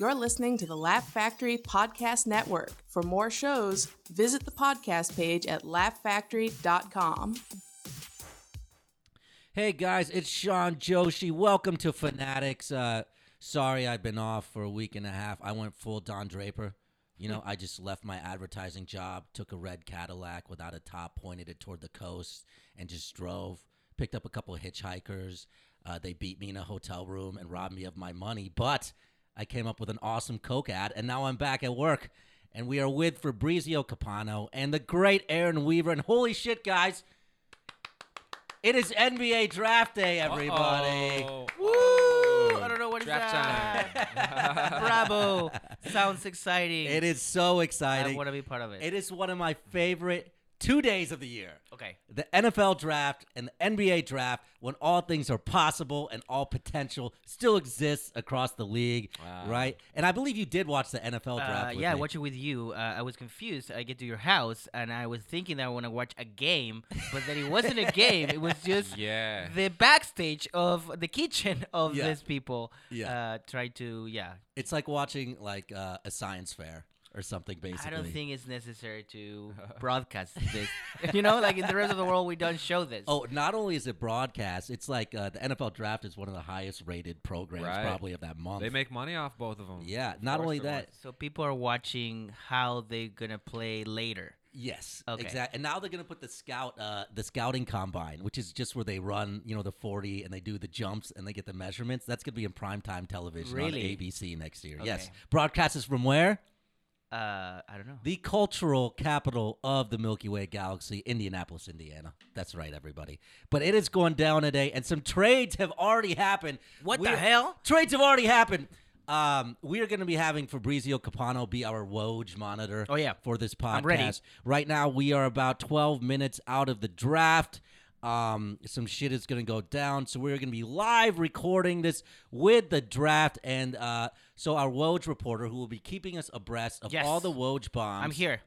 You're listening to the Laugh Factory Podcast Network. For more shows, visit the podcast page at laughfactory.com. Hey guys, it's Sean Joshi. Welcome to Fanatics. Uh, sorry, I've been off for a week and a half. I went full Don Draper. You know, I just left my advertising job, took a red Cadillac without a top, pointed it toward the coast, and just drove. Picked up a couple hitchhikers. Uh, they beat me in a hotel room and robbed me of my money, but I came up with an awesome Coke ad, and now I'm back at work. And we are with Fabrizio Capano and the great Aaron Weaver. And holy shit, guys, it is NBA draft day, everybody. Uh-oh. Woo! I don't know what is Oh. Draft that. time. Bravo! Sounds exciting. It is so I exciting. want to be part of it. It is one of my favorite two days of the year. okay. The NFL draft and the NBA draft, when all things are possible and all potential still exists across the league, Wow. right? And I believe you did watch the NFL draft. Uh, with yeah, me. watching with you, uh, I was confused. I get to your house and I was thinking that I want to watch a game, but then it wasn't a game. It was just yeah. the backstage of the kitchen of Yeah. these people. Yeah. Uh, try to yeah. It's like watching like uh, a science fair or something. Basically, I don't think it's necessary to broadcast this. you know, like in the rest of the world, we don't show this. Oh, not only is it broadcast, it's like uh, the NFL draft is one of the highest rated programs Right. probably of that month. They make money off both of them. Um, yeah. Not course only they're that, So people are watching how they're gonna play later. Yes, Okay. exactly. And now they're gonna put the scout, uh, the scouting combine, which is just where they run, you know, the forty and they do the jumps and they get the measurements. That's gonna be in primetime television Really? on ABC next year. Yes, Okay. broadcast is from where? Uh, I don't know. The cultural capital of the Milky Way galaxy, Indianapolis, Indiana. That's right, everybody. But it is going down today, and some trades have already happened. What We- the hell? Trades have already happened. Um, we are going to be having Fabrizio Capano be our Woj monitor. Oh, yeah. for this podcast. I'm ready. Right now, we are about 12 minutes out of the draft. Um, some shit is going to go down, so we're going to be live recording this with the draft, and uh, so our Woj reporter, who will be keeping us abreast of Yes. all the Woj bombs. I'm here.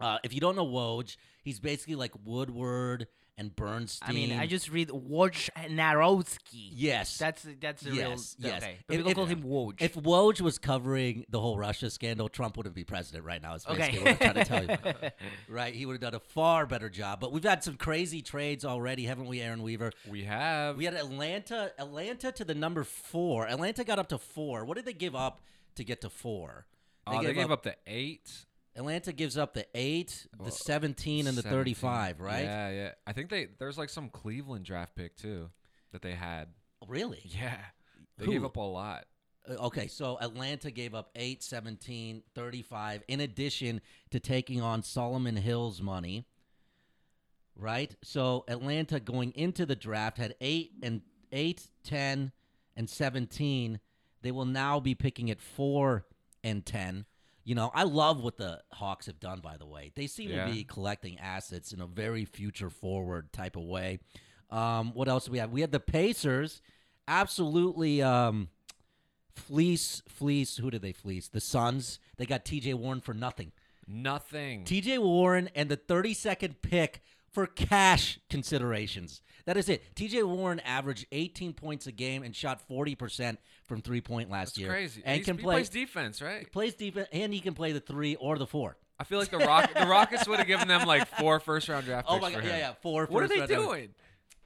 Uh, if you don't know Woj, he's basically like Woodward and Bernstein. I mean, I just read Woj Narowski. yes. That's that's the Yes, real. yes. Okay. If- But people if- call him Woj. If Woj was covering the whole Russia scandal, Trump wouldn't be president right now. Is basically okay. what I'm trying to tell you. Right? He would have done a far better job. But we've had some crazy trades already, haven't we, Aaron Weaver? We have. We had Atlanta, Atlanta to the number four. Atlanta got up to four. What did they give up to get to four? oh, they gave up the eight, Atlanta gives up the eight, the Well, seventeen, and the 17. thirty-five. Right? Yeah, yeah. I think they there's like some Cleveland draft pick too that they had. Really? Yeah, they gave Who? up a lot. Uh, Okay, so Atlanta gave up 8, 17, 35, in addition to taking on Solomon Hill's money, right? So Atlanta going into the draft had 8 and 8, 10, and 17. They will now be picking at 4 and 10. You know, I love what the Hawks have done, by the way. They seem Yeah. to be collecting assets in a very future forward type of way. Um, what else do we have? We had the Pacers absolutely. Um, fleece, fleece. Who did they fleece? The Suns. They got T.J. Warren for nothing. Nothing. T.J. Warren and the 32nd pick for cash considerations. That is it. T.J. Warren averaged 18 points a game and shot 40 percent from three point last That's year. crazy. And He's- can he play plays defense, right? plays defense, and he can play the three or the four. I feel like the Rock the Rockets would have given them like four first round draft picks. Oh my for god! him. Yeah, yeah. Four. What are first they round draft- doing?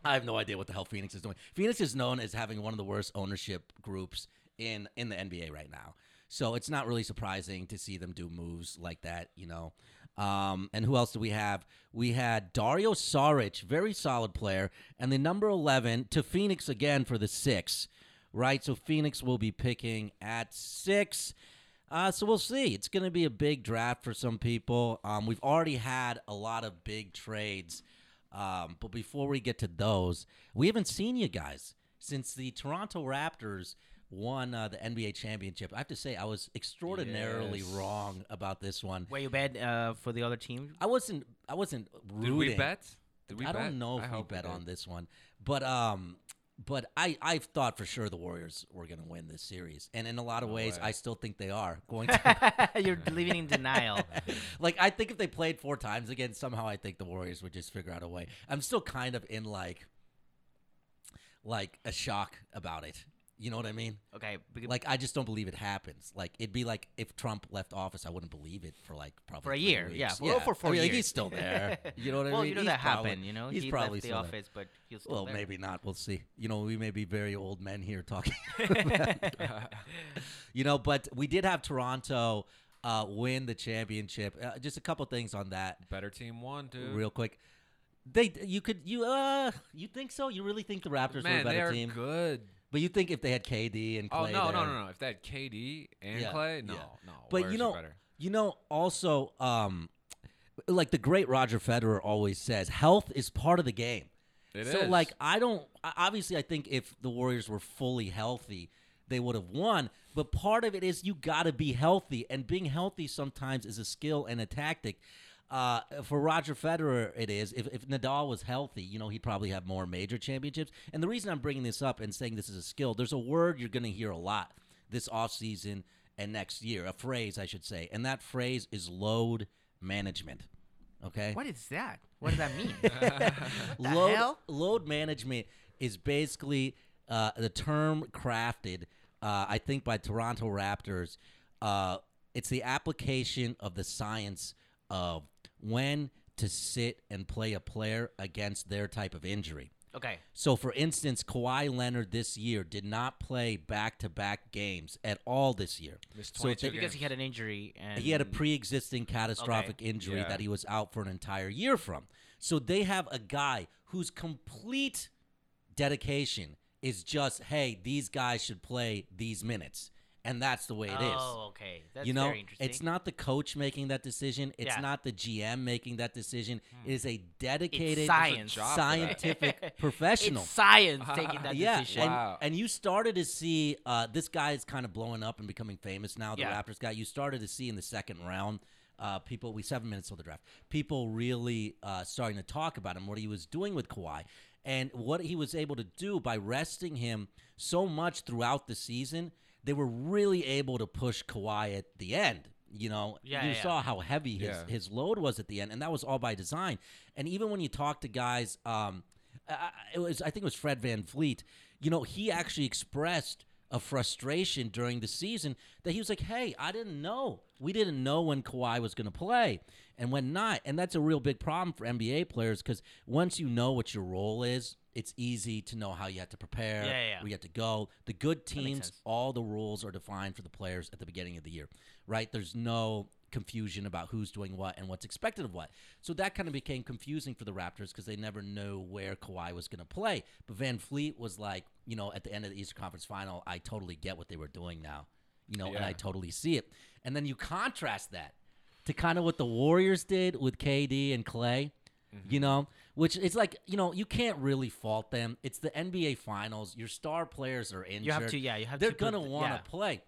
I have no idea what the hell Phoenix is doing. Phoenix is known as having one of the worst ownership groups in in the NBA right now. So it's not really surprising to see them do moves like that, you know. Um, and who else do we have? We had Dario Saric, very solid player, and the number eleven to Phoenix again for the six, right? So Phoenix will be picking at six. Uh, so we'll see. It's going to be a big draft for some people. Um, we've already had a lot of big trades. Um, but before we get to those, we haven't seen you guys since the Toronto Raptors won uh, the NBA championship. I have to say, I was extraordinarily Yes. wrong about this one. Were you bad uh, for the other team? I wasn't. I wasn't Did rooting. we bet? Did we I bet? don't know if we hope bet did. on this one, but um, but I I thought for sure the Warriors were going to win this series, and in a lot of No ways, way. I still think they are going to. You're living in denial. like I think if they played four times again, somehow I think the Warriors would just figure out a way. I'm still kind of in like like a shock about it. You know what I mean? Okay. bec- Like I just don't believe it happens. Like it'd be like if Trump left office, I wouldn't believe it for like probably For a three year, yeah. weeks. Well, for four I mean, like, years. he's still there. You know what I well, mean? you know He's that probably- happened. You know, he's he probably left the still there. office, but he'll still Well, there. maybe not. We'll see. You know, we may be very old men here talking. you know, but we did have Toronto uh, win the championship. Uh, just a couple things on that, Better team won, dude. real quick. They, you could, you, uh, you think so? You really think the Raptors Man, were a better they're team? good. But you think if they had KD and Clay, Oh no, no, there- no, no! If they had KD and Yeah, Clay, yeah. no, no. But Warriors you are know, better. you know, also, um, like the great Roger Federer always says, health is part of the game. It so is. like I don't I- obviously I think if the Warriors were fully healthy, they would have won, but part of it is you got to be healthy and being healthy sometimes is a skill and a tactic. Uh, for Roger Federer, it is. If, if Nadal was healthy, you know, he'd probably have more major championships. And the reason I'm bringing this up and saying this is a skill, there's a word you're going to hear a lot this offseason and next year, a phrase, I should say. And that phrase is load management. Okay? What is that? What does that mean? the load, hell? load management is basically uh, the term crafted, uh, I think, by Toronto Raptors. Uh, it's the application of the science of when to sit and play a player against their type of injury. okay. So, for instance, Kawhi Leonard this year did not play back to back games at all this year. Missed So it's- 22 Because he games. had an injury and He had a pre-existing catastrophic injury Yeah. that he was out for an entire year from. So they have a guy whose complete dedication is just, hey, these guys should play these minutes, and that's the way it is. Oh, okay. That's you know, very interesting. it's not the coach making that decision. It's Yeah. Hmm. not the GM making that decision. It is a dedicated, science. Job for that. scientific professional. It's science taking that Yeah, decision. and, Wow. and you started to see uh, this guy is kind of blowing up and becoming famous now. The Yeah. Raptors guy, you started to see in the second round, uh, people we seven minutes till the draft, people really uh, starting to talk about him, what he was doing with Kawhi, and what he was able to do by resting him so much throughout the season. They were really able to push Kawhi at the end. You know, Yeah, you yeah, yeah. saw how heavy his, Yeah. his load was at the end, and that was all by design. And even when you talk to guys, um, I- I, it was I think it was Fred Van Fleet. You know, he actually expressed a frustration during the season that he was like, "Hey, I didn't know. We didn't know when Kawhi was going to play and when not." And that's a real big problem for NBA players because once you know what your role is, it's easy to know how you have to prepare. Yeah, yeah, yeah. We have to go. The good teams, sense. all the rules are defined for the players at the beginning of the year, right? There's no confusion about who's doing what and what's expected of what. So that kind of became confusing for the Raptors because they never knew where Kawhi was going to play. But Van Fleet was like, you know, at the end of the Eastern Conference Final, I totally get what they were doing now, you know, and I Yeah. totally see it. And then you contrast that to kind of what the Warriors did with KD and Clay, Mm-hmm. you know, which it's like, you know, you can't really fault them. It's the NBA Finals. Your star players are injured. You have to, yeah, you have They're to. put- going to want to yeah. play.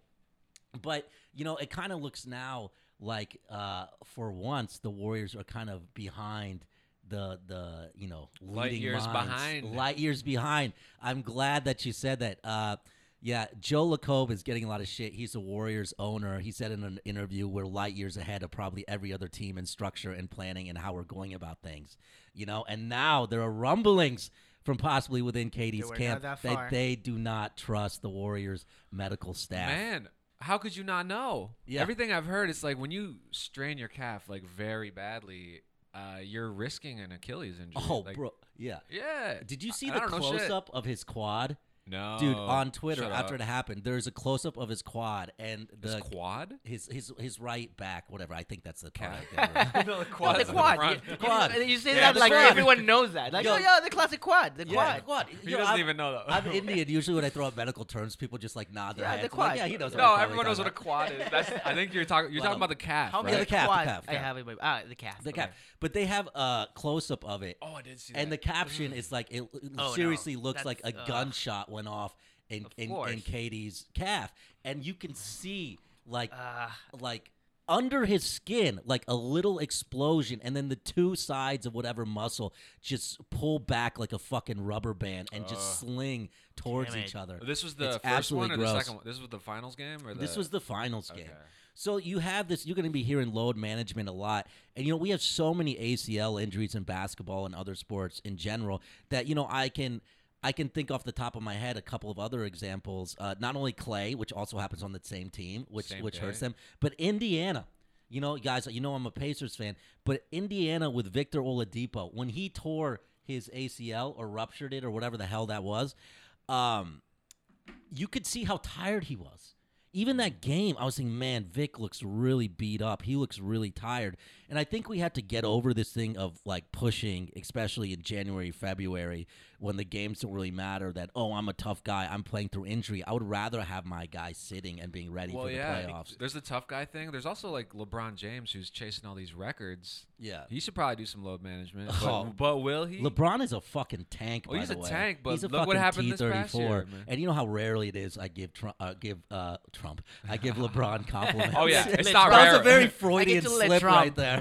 But, you know, it kind of looks now like uh, for once the Warriors are kind of behind the the you know leading Light years minds. behind. light years behind i'm glad that you said that uh yeah joe lacobe is getting a lot of shit he's a warriors owner he said in an interview we're light years ahead of probably every other team in structure and planning and how we're going about things you know and now there are rumblings from possibly within katie's were not camp that far. they do not trust the warriors medical staff Man, how could you not know? Yeah. Everything I've heard is like when you strain your calf like very badly, uh, you're risking an Achilles injury. oh like, bro yeah Yeah. did you I- see and the I don't know shit. close up of his quad No. dude on Twitter shut after up. it happened. There's a close up of his quad and His the quad? his his his right back, whatever. I think that's the part. Cat. I can't remember. no, the No, the quad. front. You- you- Quad. You, say Yeah, that the like quad. everyone knows that. Like, Yo. oh, yeah, the classic quad. The Yeah, quad. quad. He Yo, doesn't I'm, even know though. I'm Indian. Usually when I throw out medical terms, people just like nod their Yeah, the heads. I'm quad. Like, yeah, he knows. no, what I'm everyone knows what talking a quad is. That's, I think you're talking. You're Well, talking about the calf. How many many the right? calf, the quads calf, I calf. have in my ah the calf. about. The okay. cap, but they have a close up of it, Oh, I did see that. and the caption is like it l- Oh, no. seriously looks like a That's, uh, gunshot went off in Of in, in course. Mm. Katie's calf, and you can see like Ah, like under his skin, like a little explosion, and then the two sides of whatever muscle just pull back like a fucking rubber band and just Ugh. sling towards Damn each it. other. This was It's the first absolutely one or the gross. second one. This was the finals game or the. This was the finals game. Okay. So you have this. You're going to be hearing load management a lot, and you know we have so many ACL injuries in basketball and other sports in general that you know I can I can think off the top of my head a couple of other examples. Uh, not only Clay, which also happens on the same team, which Same which hurts day. them, but Indiana. You know, guys, you know I'm a Pacers fan, but Indiana with Victor Oladipo when he tore his ACL or ruptured it or whatever the hell that was, um, you could see how tired he was. Even that game, I was thinking, man, Vic looks really beat up. He looks really tired. And I think we had to get over this thing of like pushing, especially in January, February, when the games don't really matter that, oh, I'm a tough guy. I'm playing through injury. I would rather have my guy sitting and being ready Well, for the yeah. playoffs. There's the tough guy thing. There's also like LeBron James who's chasing all these records. Yeah. He should probably do some load management. But, Oh. but will he? LeBron is a fucking tank. Oh, by he's the a way. tank, but he's a look fucking what happened this past T34. year, man. And you know how rarely it is I give Trump, uh, give uh, Trump, I give LeBron compliments. Oh, yeah. It's That not was a rare. I very get Freudian to let slip Trump. right there.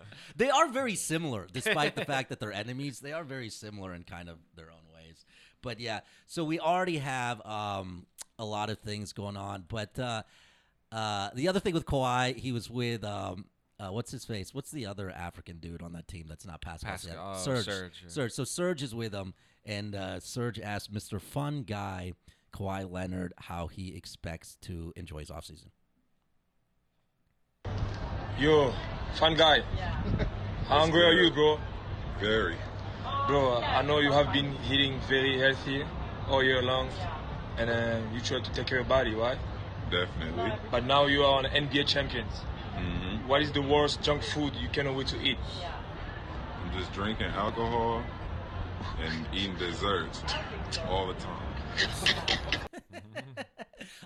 they are very similar, despite the fact that they're enemies. They are very similar in kind of their own ways. But yeah, so we already have um, a lot of things going on. But uh, uh, the other thing with Kawhi, he was with. Um, uh, what's his face? What's the other African dude on that team that's not Pascal? Pascal- Siakam? oh, Serge. Serge, yeah. Serge. So Serge is with him, and uh, Serge asked Mr. Fun Guy Kawhi Leonard how he expects to enjoy his offseason. Yo, fun guy. How hungry are you, bro? Very. Bro, I know you have been eating very healthy all year long, and uh, you try to take care of your body, right? Definitely. Mm-hmm. But now you are an NBA champions. What is the worst junk food you cannot wait to eat? I'm just drinking alcohol and eating desserts all the time.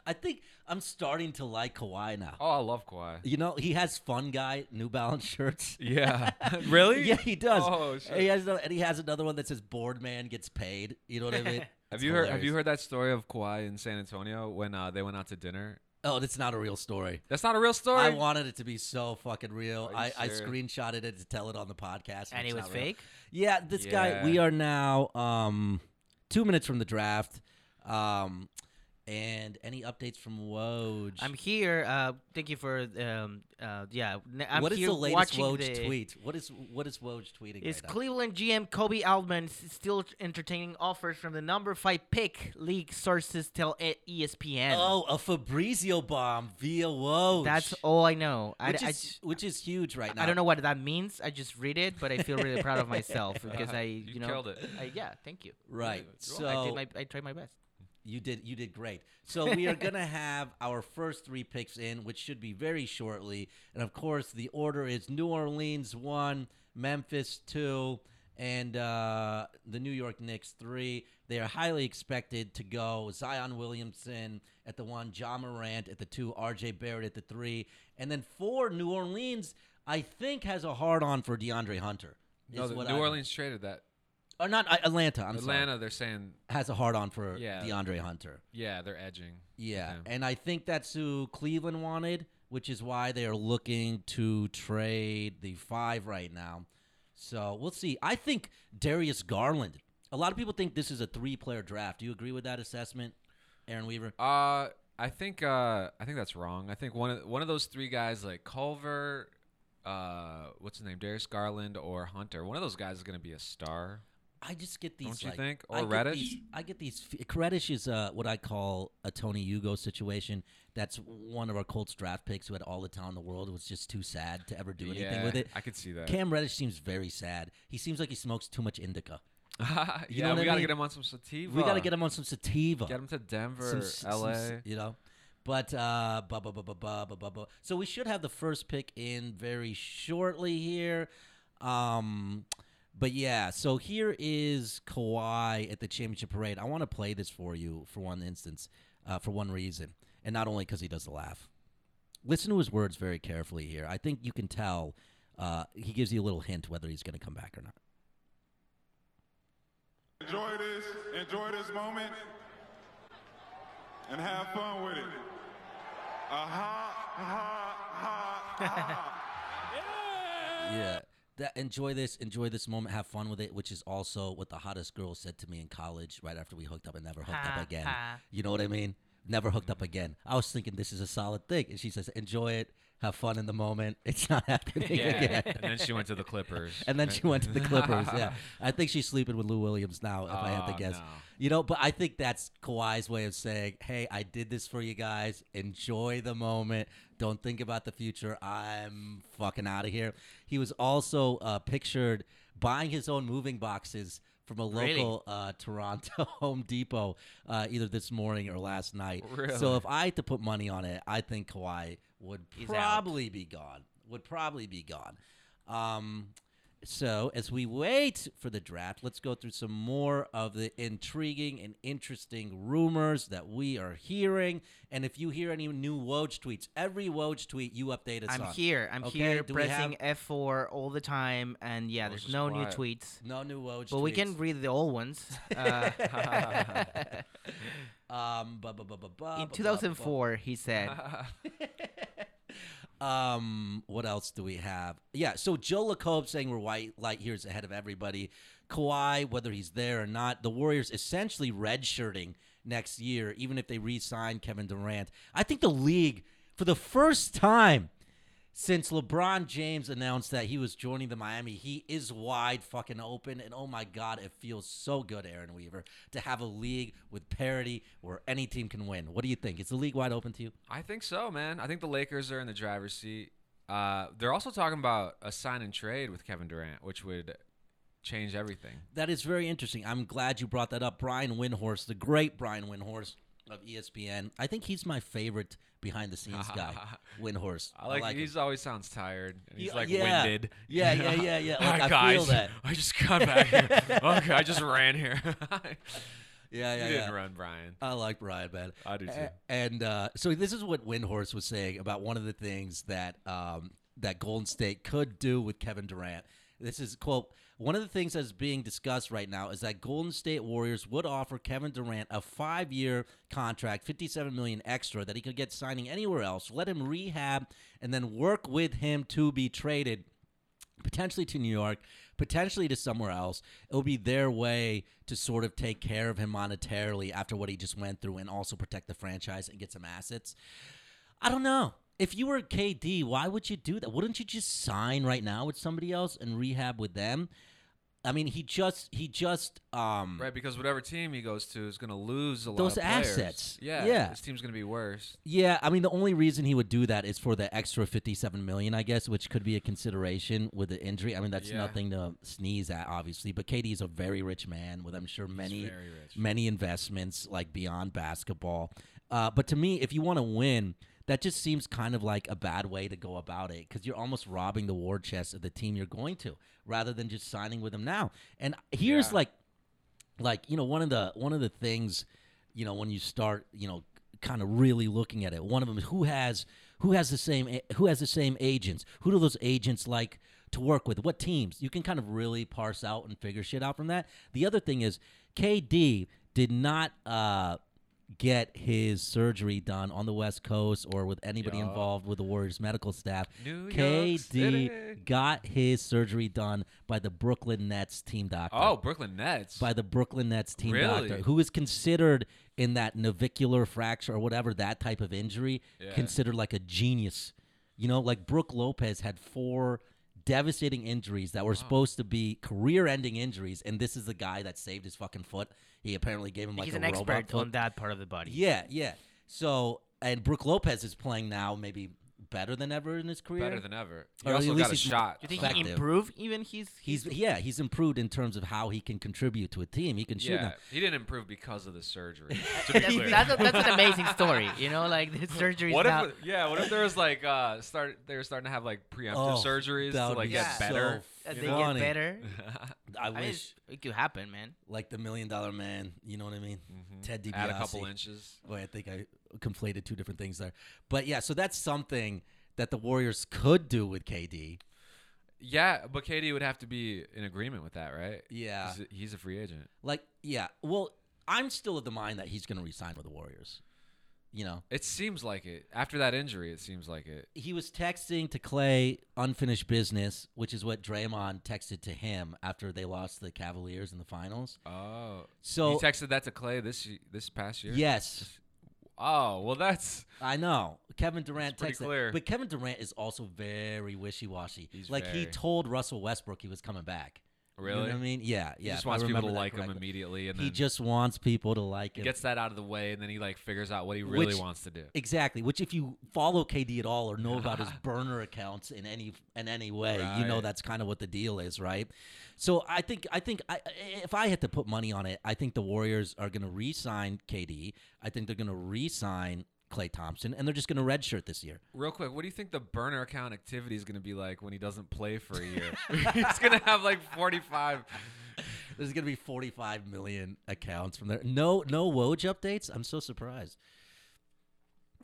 I think I'm starting to like Kawhi now. oh, I love Kawhi. You know, he has Fun Guy New Balance shirts. Yeah. really? Yeah, he does. Oh, shit. He has another, and he has another one that says "Board Man gets paid." You know what I mean? Have It's you heard? Have you hilarious. heard that story of Kawhi in San Antonio when uh, they went out to dinner? Oh, that's not a real story. That's not a real story. I wanted it to be so fucking real. Are you I, I sure? screenshotted it to tell it on the podcast, And it's it was not real. fake. Yeah, this guy. Yeah. We are now um, two minutes from the draft. Um, and any updates from Woj? I'm here. Uh, thank you for um, uh, yeah. n- I'm What is here the latest watching Woj the- tweet? What is what is Woj tweeting? Is right now? Cleveland GM Kobe Altman s- still entertaining offers from the number five pick? League sources tell E- ESPN. Oh, a Fabrizio bomb via Woj. that's all I know. I, which I is which is huge right j- now. I don't know what that means. I just read it, but I feel really proud of myself because I, you, Uh-huh. You know, killed it. I, yeah, thank you. Right. You're So I did my, I tried my best. you did you did great. So we are gonna have our first three picks in, which should be very shortly. And of course, the order is New Orleans one, Memphis two, and uh, the New York Knicks three. They are highly expected to go Zion Williamson at the one, John Morant at the two, R.J. Barrett at the three, and then four. New Orleans, I think, has a hard on for DeAndre Hunter. No, is the- what New I- Orleans traded that. or not I- Atlanta. I'm sorry. Atlanta, they're saying, has a hard on for Yeah. DeAndre Hunter. yeah, they're edging. Yeah, Okay. and I think that's who Cleveland wanted, which is why they are looking to trade the five right now. So we'll see. I think Darius Garland. A lot of people think this is a three-player draft. Do you agree with that assessment, Aaron Weaver? Uh, I think uh, I think that's wrong. I think one of one of those three guys, like Culver, uh, what's his name, Darius Garland or Hunter, one of those guys is gonna be a star. I just get these. Don't you like- think? I Or get Reddish? these- I get these. f- Reddish is uh, what I call a Tony Hugo situation. That's one of our Colts draft picks who had all the talent in the world. It was just too sad to ever do anything yeah, with it. I could see that. Cam Reddish seems very sad. He seems like he smokes too much indica. yeah, You know what we I gotta mean? get him on some sativa. We got to get him on some sativa. Get him to Some Denver, s- some L.A. s- you know. But uh, ba ba ba ba ba ba ba ba. So we should have the first pick in very shortly here. Um, but yeah, so here is Kawhi at the championship parade. I want to play this for you for one instance, uh, for one reason, and not only because he does the laugh. Listen to his words very carefully here. I think you can tell. Uh, he gives you a little hint whether he's going to come back or not. Enjoy this. Enjoy this moment. And have fun with it. Aha, aha, aha, aha. Yeah. That, enjoy this, enjoy this moment, have fun with it, which is also what the hottest girl said to me in college right after we hooked up and never hooked up Ha, again. ha. You know what I mean? Never hooked up again. I was thinking this is a solid thing, and she says, "Enjoy it, have fun in the moment. It's not happening Yeah. again." and then she went to the Clippers. And then she went to the right? Clippers. Yeah, I think she's sleeping with Lou Williams now. If I had to Oh, guess, no. you know. But I think that's Kawhi's way of saying, "Hey, I did this for you guys. Enjoy the moment. Don't think about the future. I'm fucking out of here." He was also uh, pictured buying his own moving boxes from a Really? local uh, Toronto Home Depot uh, either this morning or last night. So Really? if I had to put money on it, I think Kawhi would He's out. probably be gone. Would probably be gone. Um, so, as we wait for the draft, let's go through some more of the intriguing and interesting rumors that we are hearing. And if you hear any new Woj tweets, every Woj tweet you update us I'm on. here. I'm Okay, here do we have- pressing F4 all the time, and yeah, Well, there's just no quiet. new tweets. No new Woj tweets. But we can read the old ones. Uh, um, bu- bu- bu- bu- bu- bu- in bu- 2004, he said, Um, what else do we have? Yeah, so Joe Lacob saying we're white light years ahead of everybody. Kawhi, whether he's there or not, the Warriors essentially redshirting next year, even if they re-sign Kevin Durant. I think the league, for the first time since LeBron James announced that he was joining the Miami Heat, is wide fucking open. And oh my god, it feels so good, Aaron Weaver, to have a league with parity where any team can win. What do you think? Is the league wide open to you? I think so, man. I think the Lakers are in the driver's seat. Uh, they're also talking about a sign and trade with Kevin Durant, which would change everything. That is very interesting. I'm glad you brought that up. Brian Windhorst, the great Brian Windhorst of E ESPN. I think he's my favorite behind the scenes guy. Windhorst. I like, him. he's always sounds tired. And he's Yeah, like yeah. winded. Yeah, yeah, yeah, yeah. All Like, right, I guys, feel that. I just got back here. okay, I just ran here. Yeah, yeah, you yeah. didn't run, Brian. I like Brian, man. I do, too. A- And uh, so this is what Windhorst was saying about one of the things that um, that Golden State could do with Kevin Durant. This is quote. One of the things that's being discussed right now is that Golden State Warriors would offer Kevin Durant a five-year contract, fifty-seven million extra that he could get signing anywhere else. Let him rehab and then work with him to be traded potentially to New York, potentially to somewhere else. It will be their way to sort of take care of him monetarily after what he just went through and also protect the franchise and get some assets. I don't know. If you were KD, why would you do that? Wouldn't you just sign right now with somebody else and rehab with them? I mean, he just he just um Right, because whatever team he goes to is going to lose a lot Those of players. assets. Yeah, Yeah. This team's going to be worse. Yeah, I mean the only reason he would do that is for the extra fifty-seven million, I guess, which could be a consideration with the injury. I mean that's Yeah. nothing to sneeze at, obviously. But KD is a very rich man with, I'm sure, many very rich. many investments like beyond basketball. Uh, but to me, if you want to win, that just seems kind of like a bad way to go about it because you're almost robbing the war chest of the team you're going to, rather than just signing with them now. And here's Yeah. like like you know one of the one of the things you know when you start you know kind of really looking at it one of them is who has who has the same a- who has the same agents who do those agents like to work with what teams you can kind of really parse out and figure shit out from that the other thing is kd did not uh get his surgery done on the west coast or with anybody Yeah. involved with the warriors medical staff New York City. kd got his surgery done by the brooklyn nets team doctor Oh, Brooklyn Nets. by the Brooklyn Nets team Really? doctor, who is considered in that navicular fracture or whatever that type of injury, Yeah. considered like a genius. You know, like Brooke Lopez had four devastating injuries that were supposed to be career-ending injuries, and this is the guy that saved his fucking foot. He apparently gave him like he's a an robot expert foot. on that part of the body. Yeah, yeah. So, and Brooke Lopez is playing now, maybe better than ever in his career. Better than ever. He Or at also least got a he's- shot. Do you think Effective. he improved even? He's, he's yeah, he's improved in terms of how he can contribute to a team. He can shoot yeah, now. he didn't improve because of the surgery. to be that's, clear. that's, a, that's an amazing story. You know, like the surgery What if, now. yeah, what if there was like uh start they were starting to have like preemptive Oh, surgeries that to would like be get so better? uh, you they know? get better. I I mean, wish it could happen, man. like the million dollar man. You know what I mean? Ted DiBiase. Mm-hmm. Add a couple inches. Boy, I think I conflated two different things there. But yeah, so that's something that the Warriors could do with KD. Yeah, but KD would have to be in agreement with that, right? Yeah. 'Cause He's a free agent. Like, yeah. Well, I'm still of the mind that he's going to resign with the Warriors. You know, It seems like it. After that injury, it seems like it. he was texting to Clay unfinished business, which is what Draymond texted to him after they lost to the Cavaliers in the finals. Oh. So he texted that to Clay this y- this past year. yes, Oh, well, that's I know. Kevin Durant pretty texted. clear. But Kevin Durant is also very wishy washy. He's Like he very- told Russell Westbrook he was coming back. You really. know what I mean? Yeah, He yeah. just if I wants people to remember that like him correctly. immediately, and He then just wants people to like he him. gets that out of the way, and then he like figures out what he really Which- wants to do. Exactly. Which, if you follow KD at all or know about his burner accounts in any in any way, you know Right. that's kind of what the deal is, right? So I think I think I, if I had to put money on it, I think the Warriors are going to re-sign KD. I think they're going to re-sign Clay Thompson, and they're just going to redshirt this year. Real quick, what do you think the burner account activity is going to be like when he doesn't play for a year? He's going to have like 45. There's going to be 45 million accounts from there. No no Woj updates. I'm so surprised.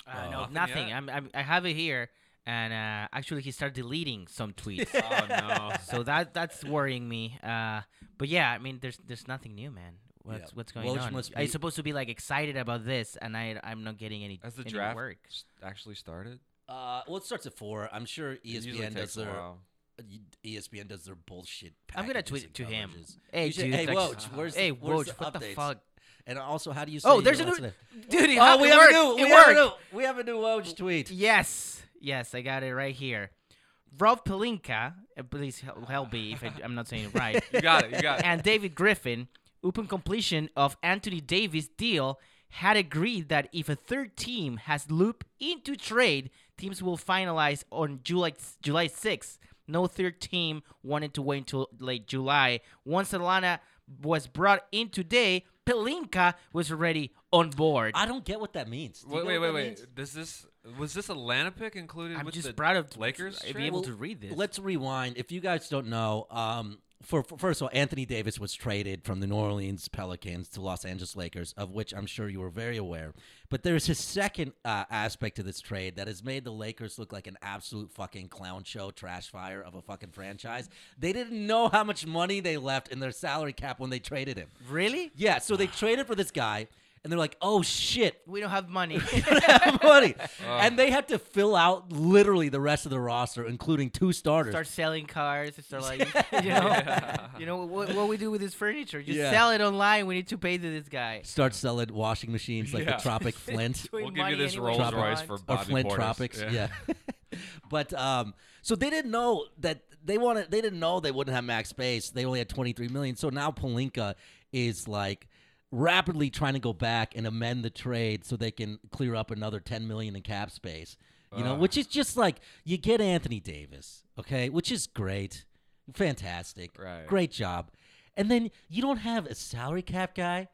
Uh, no, Oh. nothing nothing. yet? I'm, I'm, I have it here, and uh, actually, he started deleting some tweets. Oh no. so that that's worrying me. Uh, but yeah, I mean, there's there's nothing new, man. What's Yeah. what's going Woj on? must I'm be- supposed to be like excited about this, and I I'm not getting any Has the any draft work. s- actually started? Uh, well, it starts at four. I'm sure E It usually ESPN does takes a their E while. ESPN does their bullshit. I'm gonna packages tweet and it to him. coverages. Hey, You should- dude, hey, like- Woj, where's the- hey, where's Woj, the what the updates? fuck? And also, how do you? Say Oh, there's a your last new name? dude. It Oh, happened. we It have a worked. new. It We have a worked. new. We have a new Woj tweet. Yes, yes, I got it right here. Rob Pelinka, uh, please hel- help me if I, I'm not saying it right. You got it. You got it. and David Griffin, upon completion of Anthony Davis deal, had agreed that if a third team has looped into trade, teams will finalize on July July 6th. No third team wanted to wait until late July. Once Atlanta was brought in today, Pelinka was already on board. I don't get what that means. Do you Wait, know wait, what wait, that wait. means? Does this was this Atlanta pick included? I'm with just the proud of Lakers. being trade? able to read this. Let's rewind. If you guys don't know, um, for, for first of all, Anthony Davis was traded from the New Orleans Pelicans to Los Angeles Lakers, of which I'm sure you were very aware. But there's a second uh, aspect to this trade that has made the Lakers look like an absolute fucking clown show, trash fire of a fucking franchise. They didn't know how much money they left in their salary cap when they traded him. really? Yeah, so they traded for this guy, and they're like, "Oh shit, We don't have money. have money. and they had to fill out literally the rest of the roster, including two starters. start selling cars. Start like, you know, you know what, what we do with this furniture? Just Yeah. sell it online. We need to pay to this guy. Start selling washing machines like Yeah. the Tropic Flint Put We'll give money you this anywhere Rolls you Royce want. for or Bobby Flint Portis. Tropics. Yeah. but um, so they didn't know that they wanted. They didn't know they wouldn't have max space. They only had 23 million. So now Palinka is like rapidly trying to go back and amend the trade so they can clear up another 10 million in cap space. You know, Ugh. which is just like you get Anthony Davis, okay, which is great, fantastic, Right. great job, and then you don't have a salary cap guy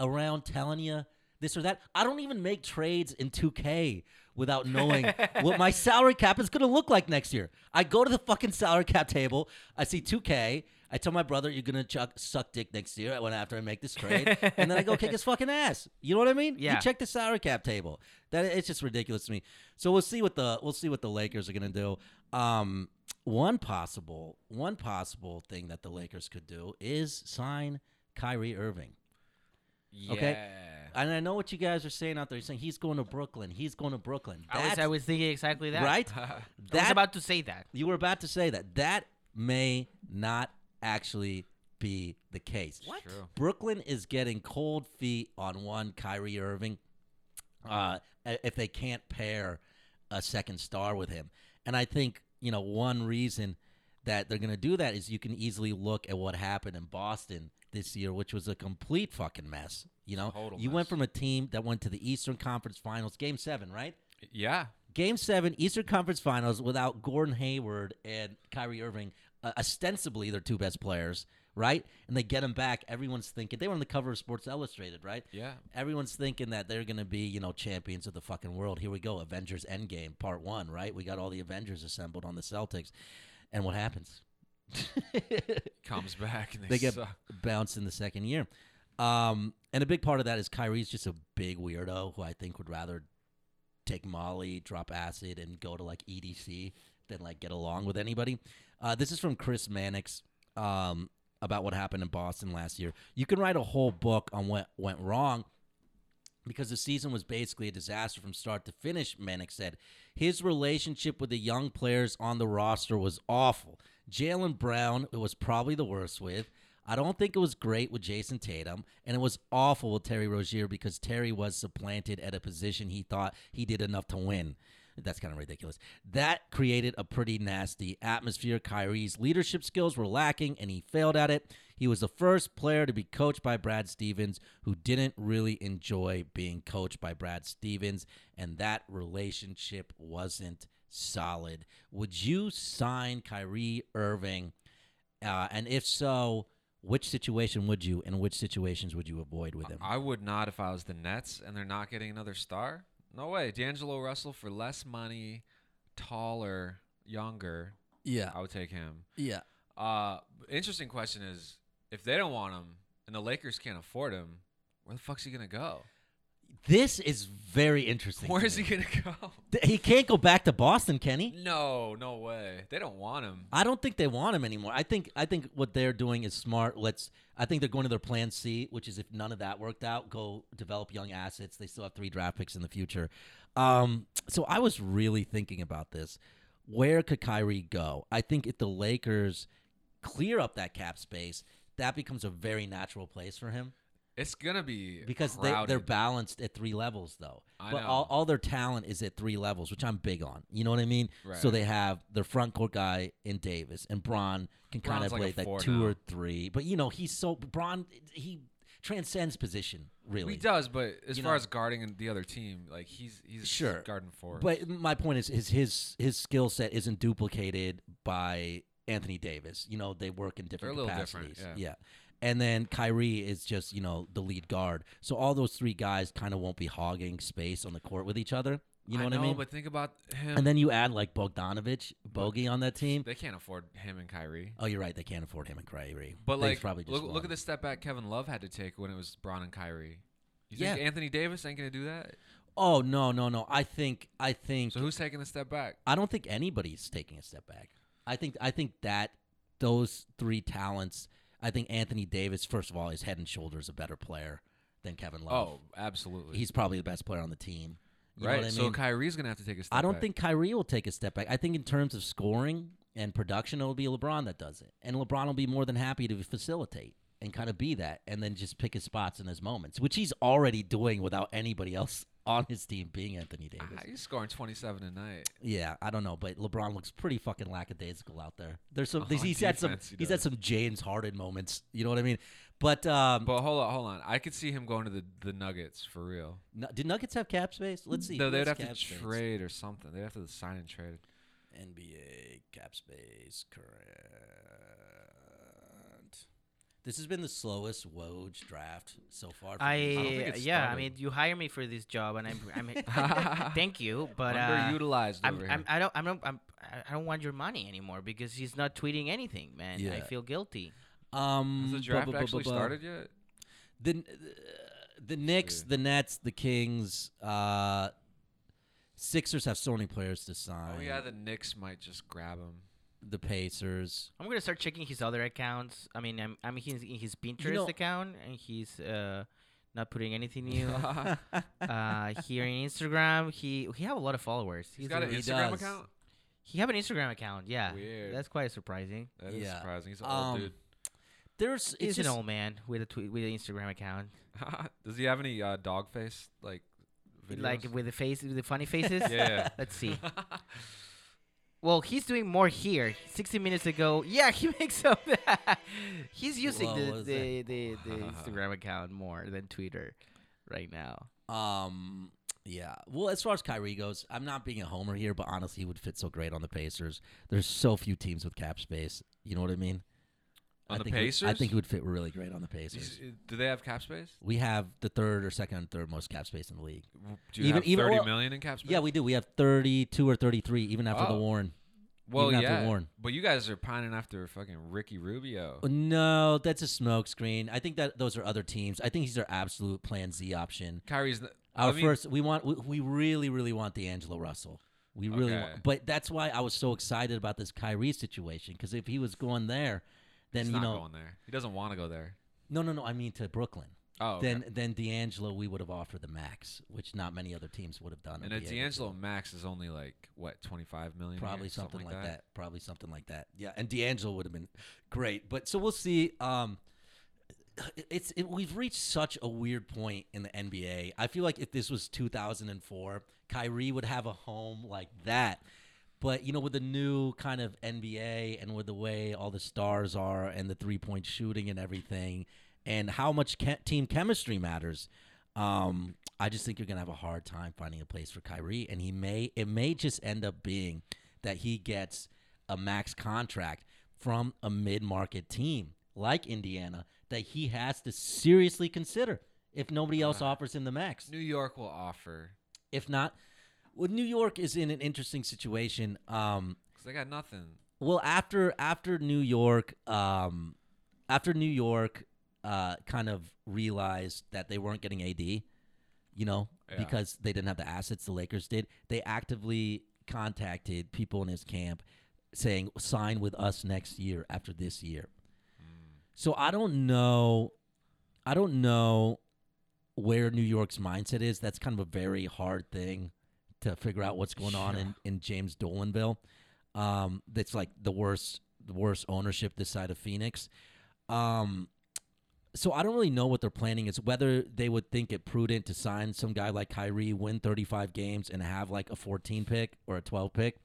around telling you this or that. I don't even make trades in 2K without knowing what my salary cap is going to look like next year. I go to the fucking salary cap table. I see 2K. I tell my brother, you're going to chuck, suck dick next year. I went after I make this trade. and then I go kick his fucking ass. You know what I mean? Yeah. You check the salary cap table. That It's just ridiculous to me. So we'll see what the, we'll see what the Lakers are going to do. Um, one possible, one possible thing that the Lakers could do is sign Kyrie Irving. Okay. And I know what you guys are saying out there. You're saying he's going to Brooklyn. He's going to Brooklyn. I was, I was thinking exactly that. right. I was That- about to say that. you were about to say that. That may not actually be the case. What? true. Brooklyn is getting cold feet on one Kyrie Irving uh, if they can't pair a second star with him. And I think, you know, one reason that they're going to do that is you can easily look at what happened in Boston this year, which was a complete fucking mess. You know, Total you went mess. from a team that went to the Eastern Conference Finals, game seven, right? Yeah. Game seven, Eastern Conference Finals, without Gordon Hayward and Kyrie Irving, uh, ostensibly their two best players, right? And they get them back. Everyone's thinking they were on the cover of Sports Illustrated, right? Yeah. Everyone's thinking that they're going to be, you know, champions of the fucking world. Here we go, Avengers Endgame Part One, right? We got all the Avengers assembled on the Celtics, and what happens? Comes back and they, they get suck. bounced in the second year. Um, and a big part of that is Kyrie's just a big weirdo who I think would rather take Molly, drop acid, and go to like EDC than like get along with anybody. Uh, this is from Chris Mannix um, about what happened in Boston last year. You can write a whole book on what went wrong because the season was basically a disaster from start to finish, Manic said. His relationship with the young players on the roster was awful. Jalen Brown was probably the worst with. I don't think it was great with Jason Tatum, and it was awful with Terry Rozier because Terry was supplanted at a position he thought he did enough to win. That's kind of ridiculous. That created a pretty nasty atmosphere. Kyrie's leadership skills were lacking, and he failed at it. He was the first player to be coached by Brad Stevens who didn't really enjoy being coached by Brad Stevens, and that relationship wasn't solid. Would you sign Kyrie Irving? Uh, and if so, which situation would you, and which situations would you avoid with him? I would not if I was the Nets and they're not getting another star. No way. D'Angelo Russell for less money, taller, younger. yeah, I would take him. yeah. Uh, interesting question is if they don't want him and the Lakers can't afford him, where the fuck's he gonna go? This is very interesting. to Where is me. he gonna go? Th- He can't go back to Boston, can he? No, no way. They don't want him. I don't think they want him anymore. I think I think what they're doing is smart. Let's I think they're going to their plan C, which is if none of that worked out, go develop young assets. They still have three draft picks in the future. Um, so I was really thinking about this. Where could Kyrie go? I think if the Lakers clear up that cap space, that becomes a very natural place for him It's gonna be because they, crowded. they're balanced at three levels though I but know. all, all their talent is at three levels which i'm big on you know what i mean Right. so they have their front court guy in davis and braun can kind of Bron's like a play like four two or now. three but you know he's so braun he transcends position really He does, but as You far know. as guarding the other team, like he's he's Sure. guarding four. But my point is, is his his skill set isn't duplicated by Anthony Davis. You know, they work in different They're a little different, capacities. yeah. And then Kyrie is just, you know, the lead guard. So all those three guys kind of won't be hogging space on the court with each other. You know I what know, I mean? But think about him. and then you add like Bogdanovich, Bogey on that team. they can't afford him and Kyrie. Oh, you're right. They can't afford him and Kyrie. But They like, probably just look, look won. at the step back Kevin Love had to take when it was Braun and Kyrie. You Yeah. think Anthony Davis ain't gonna do that? Oh no, no, no. I think, I think. So who's taking the step back? I don't think anybody's taking a step back. I think I think that those three talents. I think Anthony Davis, first of all, is head and shoulders a better player than Kevin Love. Oh, absolutely. he's probably the best player on the team. You right. Know what I So mean? Kyrie's gonna have to take a step. I don't back. think Kyrie will take a step back. I think in terms of scoring and production, it'll be LeBron that does it, and LeBron will be more than happy to facilitate and kind of be that, and then just pick his spots in his moments, which he's already doing without anybody else on his team being Anthony Davis. Ah, he's scoring 27 a night. Yeah, I don't know, but LeBron looks pretty fucking lackadaisical out there. There's some he's, On he's had some defense, he he's had does. some James Harden moments. You know what I mean? But um, But hold on, hold on. I could see him going to the, the Nuggets for real. nu- did Nuggets have cap space? Let's see. No, who they'd has have to cap space? trade or something. They'd have to sign and trade. NBA cap space current. This has been the slowest Woj draft so far. for me. I don't think I it's yeah. I started. mean, you hire me for this job, and I'm, I'm thank you, but uh, Underutilized I'm, over here. I'm, I don't, I'm, not- I'm, I don't want your money anymore because he's not tweeting anything, man. I Yeah. feel guilty. um, Has the bu- draft bu- bu- bu- actually bu- started yet? the uh, the Knicks, the Nets, the Kings, uh, Sixers have so many players to sign. Oh yeah, the Knicks might just grab him. the Pacers. I'm gonna start checking his other accounts. I mean, I'm, I'm his, in his Pinterest know- account, and he's uh, not putting anything new. uh, here in Instagram, he he have a lot of followers. He's got a, an he Instagram does. account. he have an Instagram account. Yeah, Weird. that's quite surprising. That is Yeah. surprising. He's an old Um, dude. There's He's it's just, an old man with a tweet with an Instagram account, Does he have any uh, dog face like? Videos? like with the face with the funny faces. yeah. Let's see. Well, he's doing more here. 60 minutes ago, yeah, he makes up. that. he's using Whoa, what the was the, the, the Instagram account more than Twitter right now. um yeah. Well, as far as Kyrie goes, I'm not being a homer here, but honestly, he would fit so great on the Pacers. There's so few teams with cap space. You know what I mean? On I the think he- I Pacers? think he would fit really great on the Pacers. He's- uh, Do they have cap space? We have the third or second and third most cap space in the league. W- Do you Even- have thirty even- million well, in cap space? Yeah, we do. We have 32 or 33, even after the Oh. Warren. Well, even after yeah. Warren. But you guys are pining after fucking Ricky Rubio. No, that's a smoke screen. I think that those are other teams. I think he's our absolute Plan Z option. Kyrie's. n- I Our mean, first, we want, we, we really, really want D'Angelo Russell. We really Okay. want, but that's why I was so excited about this Kyrie situation because if he was going there, then he's you not know, going there. He doesn't want to go there. no, no, no, I mean to Brooklyn. Oh, okay. Then, then D'Angelo, we would have offered the max, which not many other teams would have done. and or a be able to. D'Angelo Max is only like what twenty five million. a year? probably something, like that. Probably something like that. Yeah, and D'Angelo would have been great, but so we'll see. Um, it's it, we've reached such a weird point in the NBA. I feel like if this was 2004, Kyrie would have a home like that. But you know, with the new kind of NBA and with the way all the stars are and the three point shooting and everything, and how much ke- team chemistry matters, um, I just think you're gonna have a hard time finding a place for Kyrie, and he may it may just end up being that he gets a max contract from a mid market team like Indiana that he has to seriously consider if nobody else offers him the max. New York will offer If not, well, New York is in an interesting situation. Um, because they got nothing. well, after after New York, um, after New York, uh, kind of realized that they weren't getting AD, you know, Yeah. because they didn't have the assets the Lakers did. They actively contacted people in his camp, saying sign with us next year after this year. So I don't know, I don't know where New York's mindset is. That's kind of a very hard thing to figure out what's going on in, in James Dolanville. Um, that's like the worst, the worst ownership this side of Phoenix. Um, so I don't really know what they're planning is. Whether they would think it prudent to sign some guy like Kyrie, win 35 games, and have like a 14 pick or a 12 pick,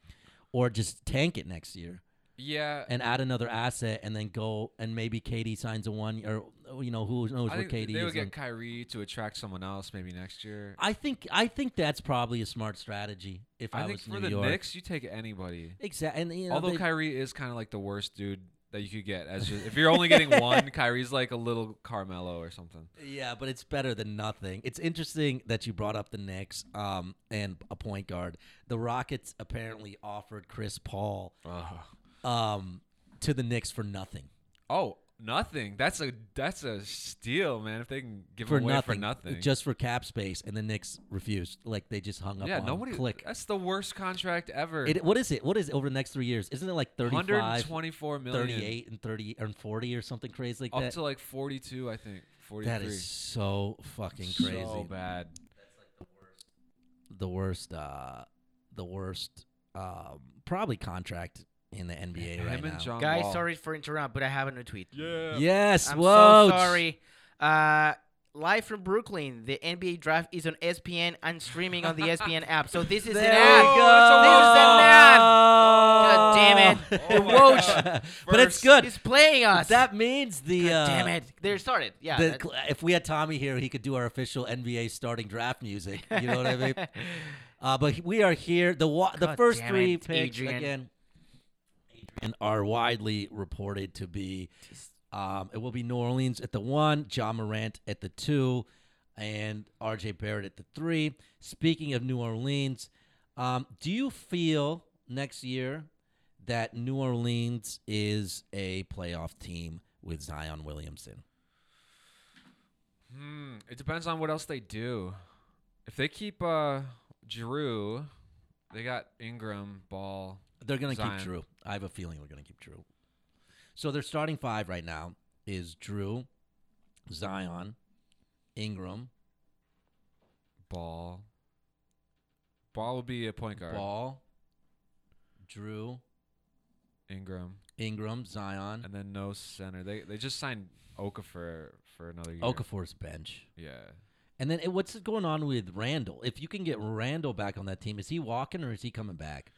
or just tank it next year Yeah, and add another asset, and then go and maybe Katie signs a one or you know who knows I where think Katie they is. would in- get Kyrie to attract someone else maybe next year. I think I think that's probably a smart strategy. If I, I, think was for New the York, Knicks, you take anybody. exactly. And you know, Although they- Kyrie is kind of like the worst dude that you could get. As just, if you're only getting one, Kyrie's like a little Carmelo or something. Yeah, but it's better than nothing. It's interesting that you brought up the Knicks um, and a point guard. The Rockets apparently offered Chris Paul um, to the Knicks for nothing. Oh, nothing. That's a that's a steal, man. If they can give For him away nothing, for nothing, Just for cap space, and the Knicks refused. Like they just hung up. yeah, on nobody. Click. That's the worst contract ever. It, what is it? What is it over the next three years? Isn't it like 35, 124 million, 38, and thirty and forty or something crazy Oh, like up that? to like 42, I think. 43. that is so fucking crazy. So bad. the worst uh the worst um probably contract in the NBA Him right and now. John Guys, Wall. sorry for interrupt, but I have a new tweet. Yeah. Yes, I'm whoa. so sorry. Uh, live from Brooklyn, the NBA draft is on E ESPN and streaming on the E ESPN app. So this is There an we ad. go. This is The an ad. God damn it. Oh Woj. Oh. but it's good. It's playing us. That means the God uh, damn it. There, start it. Yeah. The, that- if we had Tommy here, he could do our official NBA starting draft music. You know what I mean? Uh, but we are here. The wa- the God first damn three it, picks Adrian. again, Adrian, are widely reported to be. Um, it will be New Orleans at the one, John Morant at the two, and R.J. Barrett at the three. Speaking of New Orleans, um, do you feel next year that New Orleans is a playoff team with Zion Williamson? Hmm, it depends on what else they do. If they keep uh Drew, they got Ingram, Ball. They're going to keep Zion. Drew. I have a feeling they're going to keep Drew. So their starting five right now is Drew, Zion, Ingram, Ball. Ball will be a point guard. Ball, Drew, Ingram, Ingram, Zion, and then no center. They they just signed Okafor for another year. Okafor's bench. Yeah. And then eh, what's going on with Randall? If you can get Randall back on that team, is he walking or is he coming back?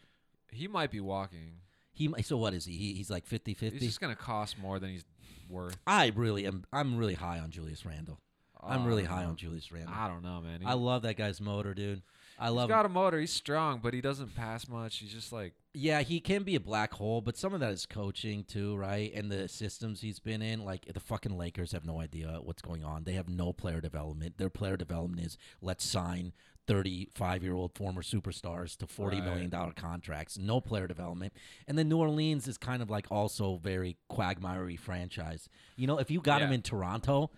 He might be walking. He mi- so what is he? he he's like 50-50. He's just gonna cost more than he's worth. I really am. I'm really high on Julius Randall. I'm Oh, really I don't high know. on Julius Randall. I don't know, man. He, I love that guy's motor, dude. I love. he's him. got a motor. He's strong, but he doesn't pass much. He's just like Yeah, he can be a black hole, but some of that is coaching too, right? And the systems he's been in, like the fucking Lakers have no idea what's going on. They have no player development. Their player development is let's sign 35-year-old former superstars to forty Right. million dollar contracts. No player development. And then New Orleans is kind of like also very quagmire franchise. You know, if you got him Yeah. in Toronto,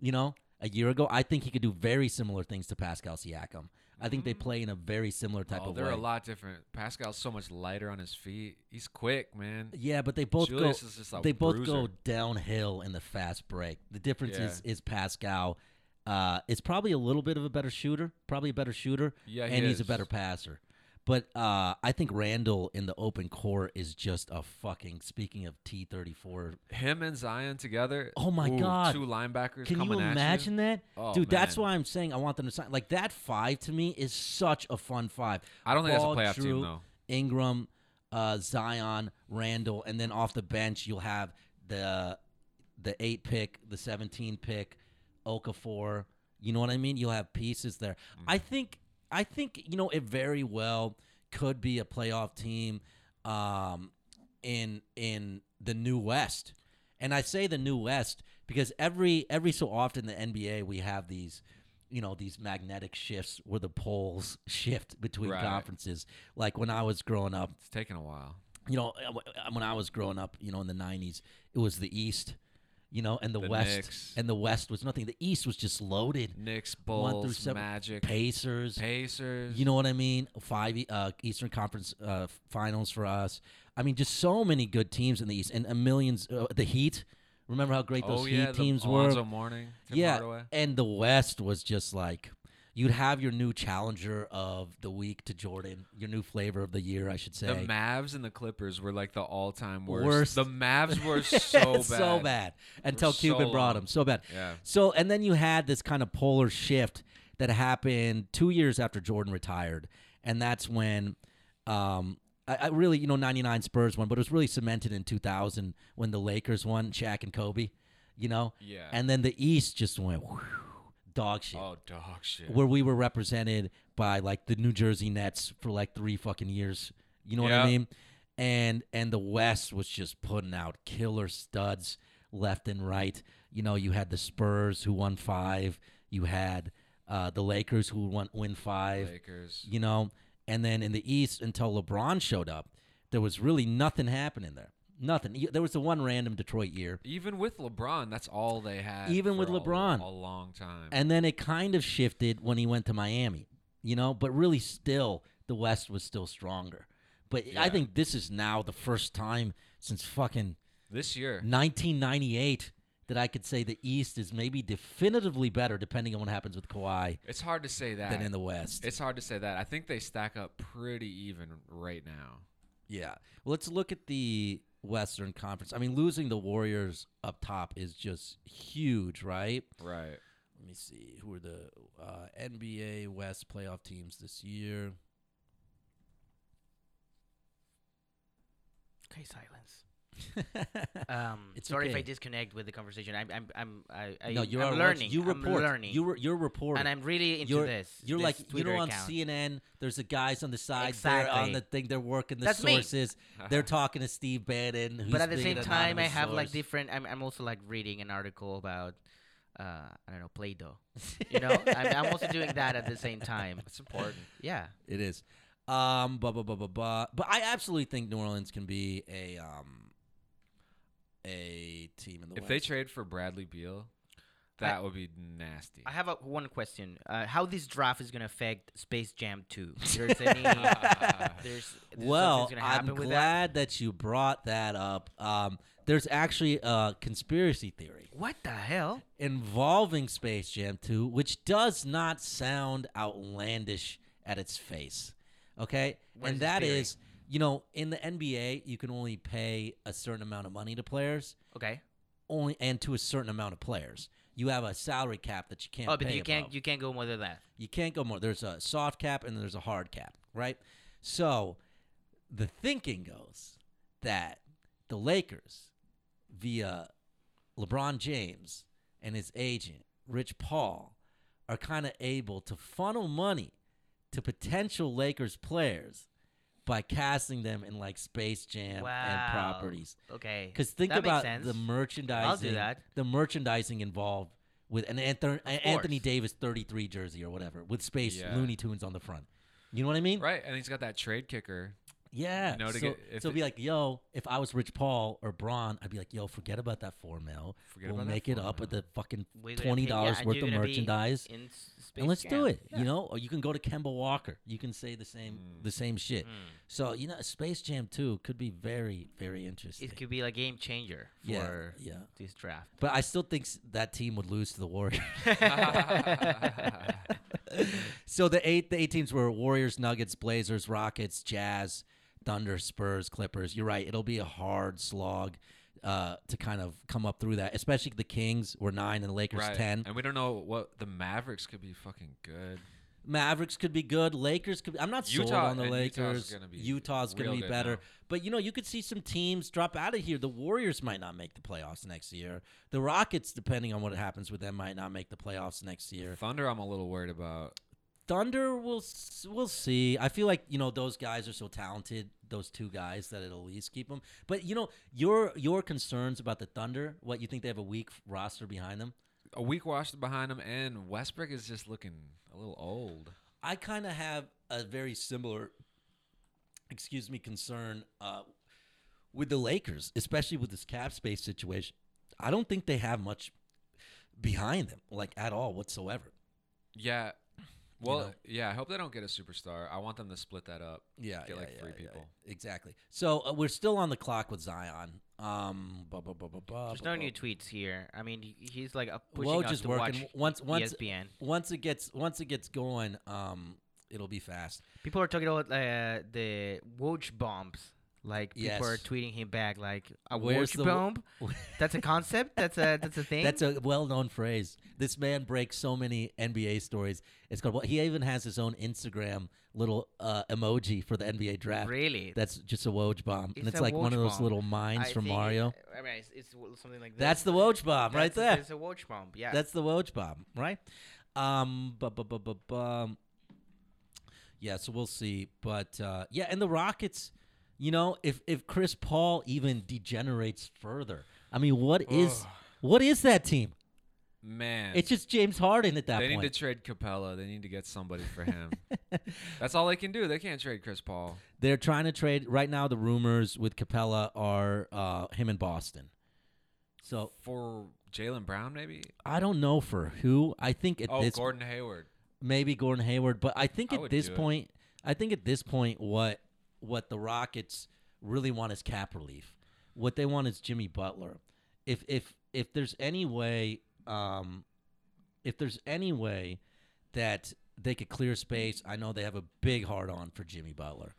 you know, a year ago, I think he could do very similar things to Pascal Siakam. I think they play in a very similar type Mm-hmm. Oh, of they're way. a lot different. Pascal's so much lighter on his feet. He's quick, man. Yeah, but they both Julius go. is just a they both go bruiser. downhill in the fast break. The difference Yeah. is is Pascal uh, is probably a little bit of a better shooter, probably a better shooter. Yeah, he and he's a is. better passer. But uh, I think Randall in the open court is just a fucking. Speaking of T thirty four, Him and Zion together. Oh my God. Two linebackers. can you coming at imagine that, Oh, dude? That's man. why I'm saying I want them to sign. Like that five to me is such a fun five. I don't think that's a Ball, playoff team, Drew, though. Ingram, uh, Zion, Randall, and then off the bench you'll have the the eight pick, the seventeen pick, Okafor. You know what I mean? You'll have pieces there. Mm. I think I think you know it very well could be a playoff team um, in in the New West. And I say the New West because every every so often in the NBA we have these you know these magnetic shifts where the poles shift between Right. conferences like when i was growing up It's taking a while. you know uh, wh- when i was growing up you know in the 90s it was the east you know and the, The west Knicks. and the west was nothing the east was just loaded Knicks, One through Bulls, seven. Magic, pacers Pacers. you know what I mean? Five uh, Eastern Conference uh, Finals for us. I mean, just so many good teams in the East, and a millions. Uh, the Heat. Remember how great those oh Heat yeah, the teams were? Alonzo Mourning, Tim yeah, Hardaway. and the West was just like you'd have your new challenger of the week to Jordan, your new flavor of the year, I should say. The Mavs and the Clippers were like the all-time worst. Worst. The Mavs were so bad. so bad until so Cuban brought long. him. So bad. Yeah. So and then you had this kind of polar shift that happened two years after Jordan retired, and that's when, um, I, I really you know '99 Spurs won, but it was really cemented in 2000 when the Lakers won, Shaq and Kobe, you know. Yeah. And then the East just went whew, dog shit Oh dog shit. where we were represented by like the New Jersey Nets for like three fucking years. You know what I Yeah. mean? And and the West was just putting out killer studs left and right. You know, you had the Spurs who won five. You had uh, the Lakers who won win five. Lakers. You know, and then in the East until LeBron showed up, there was really nothing happening there. Nothing. Y- There was the one random Detroit year. Even with LeBron, that's all they had. Even for with a- LeBron. a long time. And then it kind of shifted when he went to Miami, you know, but really still the West was still stronger. But I Yeah. think this is now the first time since fucking this year, 1998 that I could say the East is maybe definitively better, depending on what happens with Kawhi, it's hard to say that. than in the West. it's hard to say that. I think they stack up pretty even right now. yeah. Well, let's look at the Western Conference. I mean, losing the Warriors up top is just huge, right? Right. Let me see who are the uh, NBA West playoff teams this year. Okay, silence. Um, It's sorry if I okay. disconnect with the conversation. I'm, I'm, I'm, I, I, no, you I'm are learning. watching- You report. I'm learning. You re- you're reporting. and I'm really into you're, this. You're this like Twitter you know on account. CNN. There's the guys on the side. They're on Exactly. the thing. They're working the That's me. sources. They're talking to Steve Bannon. Who's But at the being same an time, I anonymous have like source. different. I'm, I'm also like reading an article about, uh, I don't know, Play-Doh. You know, I'm, I'm also doing that at the same time. That's important. Yeah. It is. Um, blah blah blah blah blah. But I absolutely think New Orleans can be a um a team in the if West. they trade for Bradley Beal, that would be nasty. I have a, one question. Uh, how this draft is gonna affect Space Jam 2? There's any? there's, there's something's well, gonna happen I'm with that? glad that you brought that up. Um, there's actually a conspiracy theory. What the hell? involving Space Jam 2, which does not sound outlandish at its face. Okay? What and is this that theory? is, you know, in the NBA, you can only pay a certain amount of money to players, Okay. only and to a certain amount of players. You have a salary cap that you can't Oh, but pay you can't. above. You can't go more than that. You can't go more. There's a soft cap and there's a hard cap, right? So the thinking goes that the Lakers, via LeBron James and his agent, Rich Paul, are kind of able to funnel money to potential Lakers players by casting them in like Space Jam Wow. and properties. Okay. Because think That makes about sense. the merchandising, that. the merchandising involved with an Anthony, Anthony course. Davis 33 jersey or whatever with space Yeah. Looney Tunes on the front. You know what I mean? right, and he's got that trade kicker. Yeah. You know, to so get- if so it- be like, yo, if I was Rich Paul or Braun, I'd be like, yo, forget about that four mil. Forget we'll about that make it four up with mil. the fucking We're gonna twenty pay- yeah, dollars and worth you're of gonna be merchandise. in S- Space And let's do Jam. it. Yeah. Mm. Mm. You know, or you can go to Kemba Walker. You can say the same the same shit. So you know, Space Jam Two could be very, very interesting. It could be like game changer Yeah, for yeah. this draft. But I still think s- that team would lose to the Warriors. so the eight the eight teams were Warriors, Nuggets, Blazers, Rockets, Jazz, Thunder, Spurs, Clippers. You're right. It'll be a hard slog uh, to kind of come up through that, especially the Kings were nine and the Lakers right. ten. And we don't know what the Mavericks could be fucking good. Mavericks could be good. Lakers could. Be, I'm not sold Utah- on the and Utah's Lakers. gonna be Utah's going real to be good better. now. But you know, you could see some teams drop out of here. The Warriors might not make the playoffs next year. The Rockets, depending on what happens with them, might not make the playoffs next year. Thunder, I'm a little worried about. Thunder, we'll s- we'll see. I feel like you know those guys are so talented. Those two guys that it'll at least keep them. But you know your your concerns about the Thunder. What you think they have a weak roster behind them? A weak wash behind him, and Westbrook is just looking a little old. I kind of have a very similar, excuse me, concern uh, with the Lakers, especially with this cap space situation. I don't think they have much behind them, like at all whatsoever. Yeah. Well, know? yeah. I hope they don't get a superstar. I want them to split that up. Yeah, get like three people. exactly. So uh, we're still on the clock with Zion. Um, bu- bu- bu- bu- bu- There's bu- no bu- new tweets here. I mean, he- he's like up pushing Woj us is to working. watch E Once- once- ESPN. Once it gets once it gets going, um, it'll be fast. People are talking about uh, the Woj bombs. Like people are Yes. tweeting him back, like a Where's Woj the wo- bomb. that's a concept. That's a that's a thing. That's a well-known phrase. This man breaks so many NBA stories. It's called. Well, he even has his own Instagram little uh, emoji for the NBA draft. really. That's just a Woj bomb, and It's it's a like one Woj of those bomb. little mines I from think it- Mario. I mean, it's, it's w- something like that. That's the Woj bomb right there. It's a Woj bomb. Yeah. That's the Woj bomb, right? Um, bu- bu- bu- bu- bum. yeah. So we'll see, but uh, yeah, and the Rockets. You know, if if Chris Paul even degenerates further, I mean, what is what is that team? Man, It's just James Harden at that they point. need to trade Capella. They need to get somebody for him. That's all they can do. They can't trade Chris Paul. They're trying to trade right now. The rumors with Capella are uh, him in Boston. So For Jalen Brown, maybe. I don't know for who. I think at Oh, this Gordon Hayward. maybe Gordon Hayward, but I think I at would this do it. point, I think at this point, what what the Rockets really want is cap relief. What they want is Jimmy Butler. If if if there's any way, um, if there's any way that they could clear space, I know they have a big hard on for Jimmy Butler.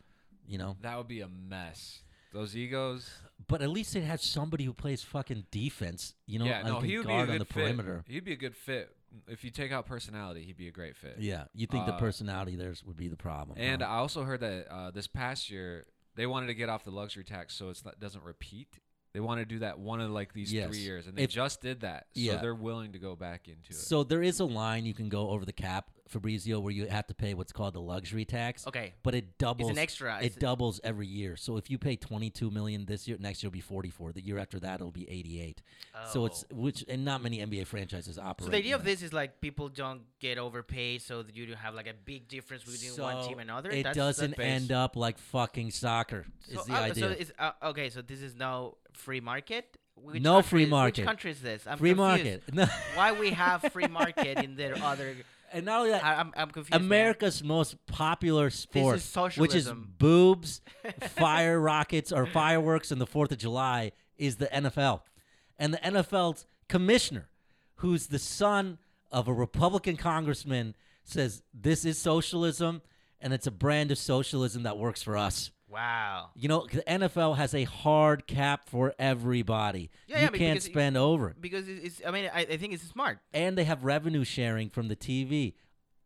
You know, That would be a mess. Those egos. But at least it has somebody who plays fucking defense. You know, yeah, and no, can he would be a guard good on the fit. perimeter. He'd be a good fit. If you take out personality, he'd be a great fit. Yeah, you think the Uh, personality there would be the problem. And huh? I also heard that uh, this past year they wanted to get off the luxury tax, so it's not, doesn't repeat. They want to do that one of like these Yes. three years, and they If- just did that. So Yeah. they're willing to go back into it. so there is a line you can go over the cap, Fabrizio, where you have to pay what's called the luxury tax. Okay. But it doubles. extra, It it's- doubles every year. So if you pay twenty two million this year, next year will be forty four. The year after that it'll be eighty eight. So it's which and not many NBA franchises operate. Oh. So the idea in of that. this is like people don't get overpaid, so that you don't have like a big difference between one So team and another. It That's- doesn't that's- end up like fucking soccer. so, Is the uh, idea. So it's, uh, okay, so this is no free market. Which No free country- market. Which country is this? I'm Free confused. market. No. Why we have free market in their other? and not only that, I, I'm I'm confused. man. America's most popular sport, which is socialism. boobs, fire rockets, or fireworks on the Fourth of July, is the NFL, and the NFL's commissioner, who's the son of a Republican congressman, says this is socialism, and it's a brand of socialism that works for us. Wow. You know, the NFL has a hard cap for everybody. Yeah, you yeah, I mean, can't because it- spend over. it. Because it- it's, I mean, I, I think it's smart. and they have revenue sharing from the TV.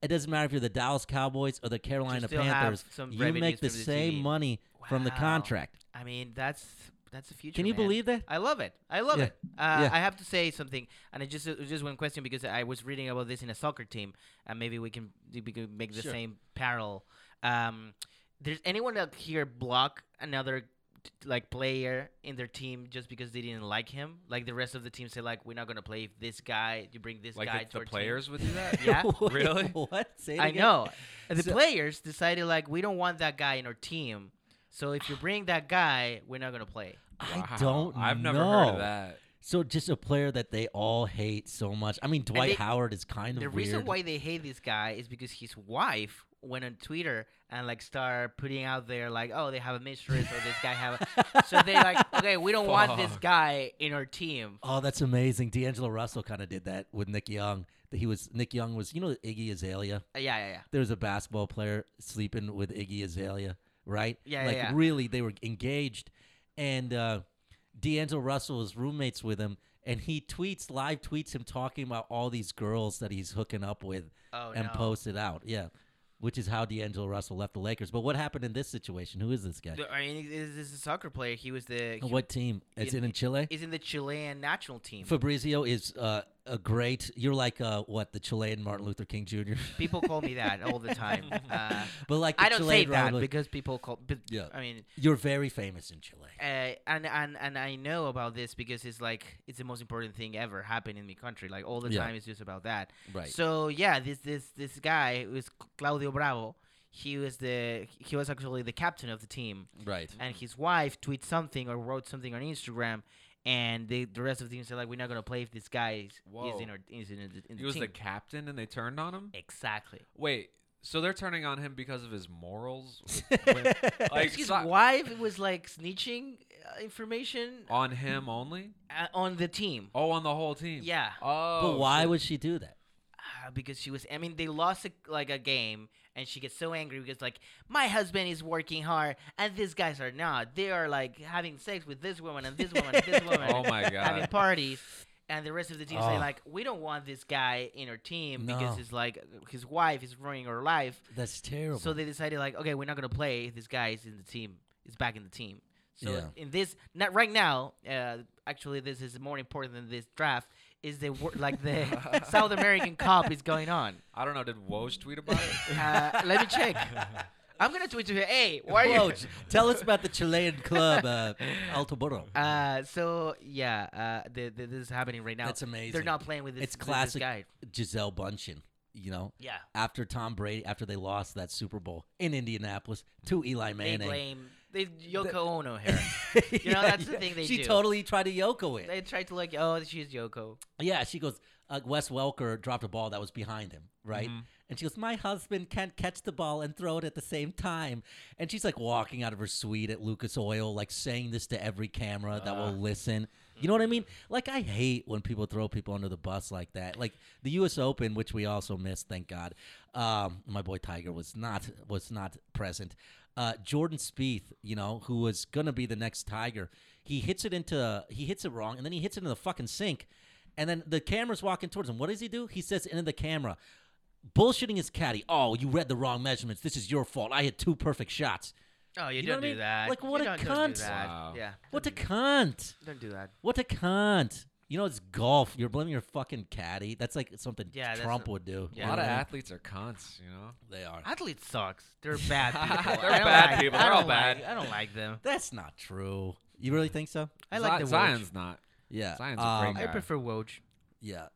It doesn't matter if you're the Dallas Cowboys or the Carolina still have Panthers. some You revenues make the, from the same TV. money from the Wow. contract. I mean, that's that's the future. Can you man. believe that? I love it. I love Yeah. it. Uh, Yeah. I have to say something, and I just uh, just one question because I was reading about this in a soccer team, and maybe we can we can make the Sure. same parallel. Um, there's anyone out here block another t- like player in their team just because they didn't like him? Like the rest of the team say, like we're not gonna play if this guy you bring this guy like to the, our the team." players would do that. Yeah. Wait, Really? What? Say it I again. know. The So- players decided like we don't want that guy in our team. So if you bring that guy, we're not gonna play. I Wow. don't I've never heard know. of that. So just a player that they all hate so much. I mean, Dwight they- Howard is kind of The weird. reason why they hate this guy is because his wife went on Twitter and like start putting out there like, oh, they have a mistress or this guy have. A... so they like, okay, we don't want this Fuck. guy in our team. Oh, that's amazing. D'Angelo Russell kind of did that with Nick Young. That He was Nick Young was you know Iggy Azalea. Uh, Yeah, yeah, yeah. There was a basketball player sleeping with Iggy Azalea, right? Yeah, yeah, like yeah. really, they were engaged, and uh, D'Angelo Russell was roommates with him, and he tweets live tweets him talking about all these girls that he's hooking up with, Oh, and no. posts it out. Yeah, which is how D'Angelo Russell left the Lakers. But what happened in this situation? Who is this guy? The- I mean, this is a soccer player. He was the. And what team? Is it in Chile? He's in the Chilean national team. Fabrizio is uh, a great. You're like uh, what the Chilean Martin Luther King Jr. people call me that all the time. Uh, but like the I don't say Chilean that Martin Luther- because people call. But, Yeah. I mean, you're very famous in Chile. uh, and and and I know about this because it's like it's the most important thing ever happened in my country. Like all the Yeah. time, it's just about that. Right. So yeah, this this this guy who is Claudio Bravo. He was the he was actually the captain of the team, Right. and Mm-hmm. his wife tweeted something or wrote something on Instagram, and the the rest of the team said like we're not gonna play if this guy is, is Whoa. in our is in, the- in He the was team. the captain, and they turned on him. exactly. Wait, so they're turning on him because of his morals? Like like his so- wife was like snitching uh, information on him only? uh, on the team. Oh, on the whole team. Yeah. Oh. but why shit. would she do that? Ah, because she was i mean they lost a, like a game and she gets so angry because like my husband is working hard and these guys are not they are like having sex with this woman and this woman and this woman Oh my having god. parties and the rest of the team say Oh. like we don't want this guy in our team because No. it's like his wife is ruining our life That's terrible. so they decided like okay we're not gonna play if this guy is in the team is back in the team so Yeah. in this not right now uh, actually this is more important than this draft is the wor- like the south american cup is going on I don't know. Did Woj tweet about it? uh, let me check. I'm gonna tweet to her. Hey, why are Whoa, you? j- tell us about the Chilean club uh, Alto Burro. Uh, so yeah, uh, the, the, this is happening right now. That's They're amazing. not playing with this. it's with this classic guy. Giselle Bundchen. You know, Yeah, after Tom Brady, after they lost that Super Bowl in Indianapolis to Eli they Manning. blame they Yoko Ono here. You know, that's the thing they she do. totally tried to Yoko it. they tried to like, oh, she's Yoko. Yeah, she goes, uh, Wes Welker dropped a ball that was behind him, right? And she goes, My husband can't catch the ball and throw it at the same time. And she's like walking out of her suite at Lucas Oil, like saying this to every camera that will listen. You know what I mean? Like, I hate when people throw people under the bus like that. Like the U.S. Open, which we also missed, thank God. Um, my boy Tiger was not was not present. Uh, Jordan Spieth, you know, who was gonna be the next Tiger, he hits it into he hits it wrong, and then he hits it in the fucking sink. And then the camera's walking towards him. What does he do? He says into the camera, bullshitting his caddy. Oh, you read the wrong measurements. This is your fault. I had two perfect shots. Oh, you, You know don't what I do mean? that. Like, what you a don't, don't cunt. do that. Wow. Yeah, What a cunt. don't do that. What a cunt. You know, it's golf. You're blaming your fucking caddy. That's like something Yeah, that's Trump a- would do. yeah. A lot of You know what athletes are cunts, you know. I mean? They are. Athletes sucks. They're bad people. They're I don't bad like- people. I They're all don't like- bad. I don't like them. That's not true. You really think so? I like Zi- the Zion's not. Yeah. um, Zion's a Oh, great Woj. I guy. prefer Woj. Yeah.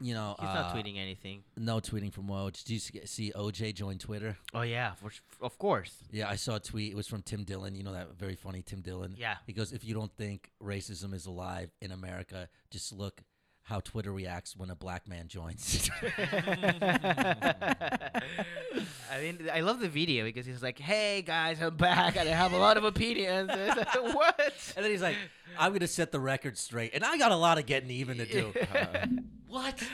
You know, He's uh, not tweeting anything. No tweeting from Woj. Did you see- see OJ join Twitter? Oh yeah, for, s- of course. Yeah, I saw a tweet. It was from Tim Dillon. You know that very funny Tim Dillon. Yeah. He goes, if you don't think racism is alive in America, just look how Twitter reacts when a black man joins. I mean, I love the video because he's like, "Hey guys, I'm back and I have a lot of opinions." It's like, what? and then he's like, I'm going to set the record straight. And I got a lot of getting even to do. what? Uh. What?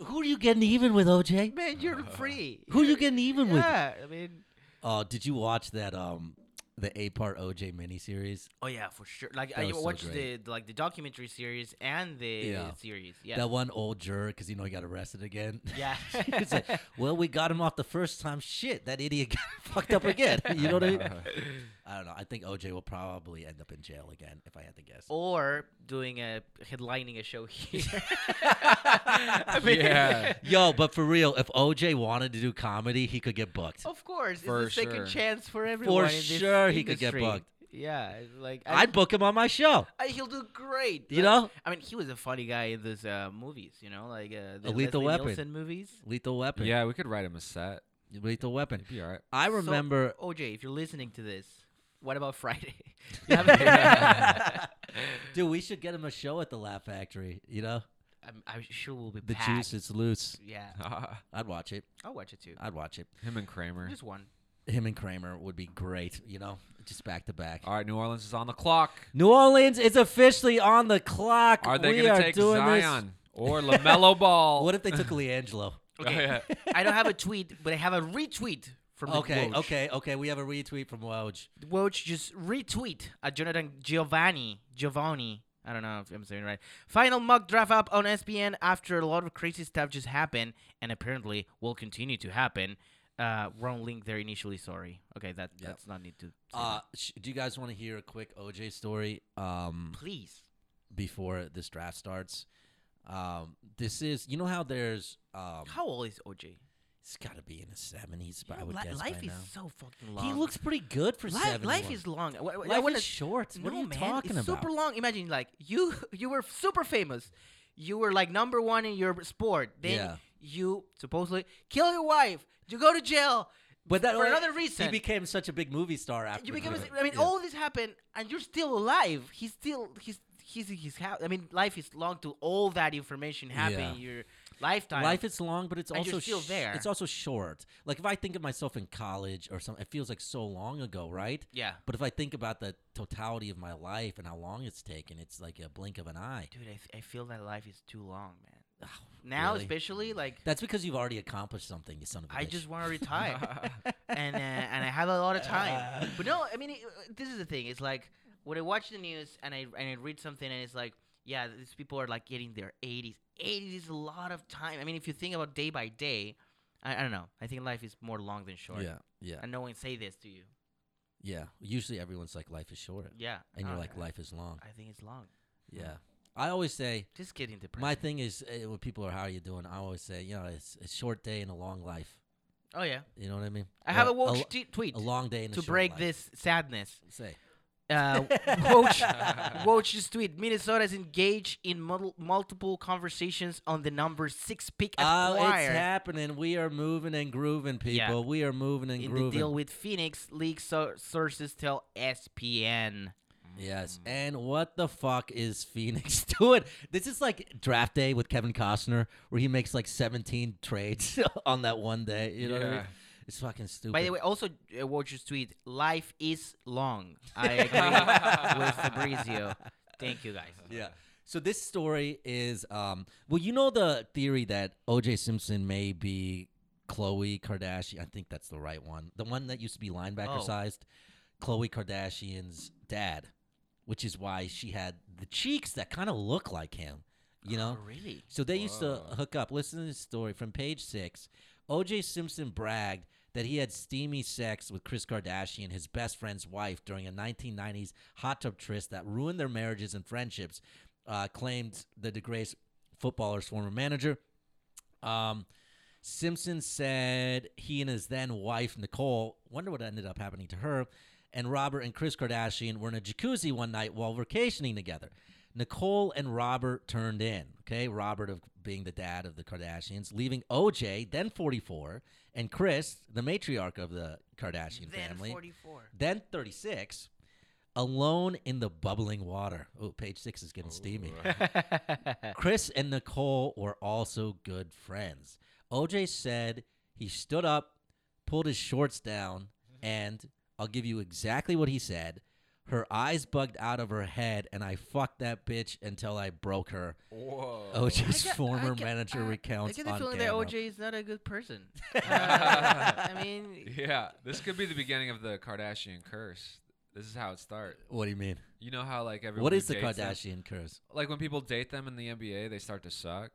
Uh. Who are you getting even with, OJ? Man, you're free. Who are you getting even with? Yeah, I mean, Oh, did you watch that, um, the eight part OJ miniseries? oh yeah, for sure. Like That I was so watched the great. like the documentary series and the Yeah. series. Yeah. That one old juror, because you know he got arrested again. yeah. It's like, well, we got him off the first time. Shit, that idiot got fucked up again. You know what I mean? Uh-huh. I don't know. I think OJ will probably end up in jail again, if I had to guess. Oh, or doing a headlining a show here. yeah. Yo, but for real, if OJ wanted to do comedy, he could get booked. Of course, For it's a second sure. chance for everyone. in this sure he could get industry. booked. Yeah, it's like I- I'd book him on my show. I- he'll do great. You Like, know? I mean, he was a funny guy in those uh, movies. You know, like uh, the Lethal Leslie Weapon. Nielsen movies. Lethal Weapon. Yeah, we could write him a set. Lethal Weapon. He'd be all right. I remember. so, OJ, if you're listening to this, what about Friday? Dude, we should get him a show at the Laugh Factory, you know? I'm, I'm sure we'll be The packed. juice is loose. Yeah, I'd watch it. I'll watch it too. I'd watch it. Him and Kramer. Just one. Him and Kramer would be great, you know, just back to back. All right, New Orleans is on the clock. New Orleans is officially on the clock. Are they we going are to take doing Zion This. or Lamelo Ball? What if they took Leangelo? Oh, yeah. I don't have a tweet, but I have a retweet from Nick Okay, Woj. okay, okay. We have a retweet from Woj. Woj just retweet at Jonathan Giovanni. Giovanni. I don't know if I'm saying it right. Final mock draft up on ESPN after a lot of crazy stuff just happened and apparently will continue to happen. Uh, wrong link there initially. Sorry. Okay, that Yep. that's not need to. say Uh, that. sh- do you guys want to hear a quick OJ story? Um, please. before this draft starts. Um, this is you know how there's um, How old is OJ? it's got to be in his seventies, but I You know, would li- guess life by is now. so fucking long. He looks pretty good for Li- seventy. life is long. I- I- I Life wanna- is short. What are No, you man, talking it's about? Super long. Imagine like you you were super famous. You were like number one in your sport. Then Yeah. you supposedly kill your wife. You go to jail. but that, for another he reason. became such a big movie star after. You become. that. a- I mean, Yeah. all this happened, and you're still alive. He's still he's he's in his house. I mean, life is long to all that information happen Yeah. in your lifetime. Life is long, but it's And also you're still sh- there. It's also short. Like if I think of myself in college or something, it feels like so long ago, right? Yeah. But if I think about the totality of my life and how long it's taken, it's like a blink of an eye. dude. I, f- I feel that life is too long, man. now, Ah, really? especially like That's because you've already accomplished something, you son of a I bitch. just want to retire, and uh, and I have a lot of time. But no, I mean, it, uh, this is the thing. It's like when I watch the news and I and I read something, and it's like, yeah, these people are like getting their 80s. 80s is a lot of time. I mean, if you think about day by day, I, I don't know. I think life is more long than short. Yeah, yeah, And no one say this to you. yeah. Usually everyone's like, life is short. Yeah. And you're uh, like, life is long. I think it's long. Yeah. I always say, Just getting depressed. my thing is, uh, when people are, how are you doing? I always say, you know, it's a short day and a long life. oh yeah. You know what I mean? I have a Or Woj lo- t- tweet A long day and a to short break life. this sadness. Say. Uh, Woj, Woj just tweet: Minnesota is engaged in mul- multiple conversations on the number six pick Oh, it's acquired happening. We are moving and grooving, people. Yeah. We are moving and in grooving. the deal with Phoenix. League so- sources tell E ESPN. Yes. And what the fuck is Phoenix doing? This is like draft day with Kevin Costner, where he makes like 17 trades on that one day. You know what I mean? Yeah. It's fucking stupid. By the way, also uh, Woj just tweet: Life is long. I agree with Fabrizio. Thank you guys. yeah. So this story is um well, you know the theory that OJ Simpson may be Chloe Kardashian. I think that's the right one. The one that used to be linebacker Oh. sized, Chloe Kardashian's dad, which is why she had the cheeks that kind of look like him. You know? Oh, really? So they used to Whoa. hook up. Listen to this story from page six. OJ Simpson bragged that he had steamy sex with Chris Kardashian, his best friend's wife, during a 1990s hot tub tryst that ruined their marriages and friendships, uh, claimed the DeGrace footballer's former manager. Um, Simpson said he and his then wife, Nicole, wonder what ended up happening to her, and Robert and Chris Kardashian were in a jacuzzi one night while vacationing together. Nicole and Robert turned in, okay? Robert of being the dad of the Kardashians, leaving OJ, then 44, and Chris, the matriarch of the Kardashian Then family, forty-four. then 36, alone in the bubbling water. Oh, page six is getting steamy. Chris and Nicole were also good friends. OJ said he stood up, pulled his shorts down, and I'll give you exactly what he said. Her eyes bugged out of her head, and I fucked that bitch until I broke her. Whoa. OJ's I get- I former get- manager I- recounts I get the on feeling camera. that OJ is not a good person. Uh, I mean, Yeah, this could be the beginning of the Kardashian curse. This is how it starts. What do you mean? You know how like everyone What who is the dates them- Kardashian curse? like when people date them in the NBA, they start to suck.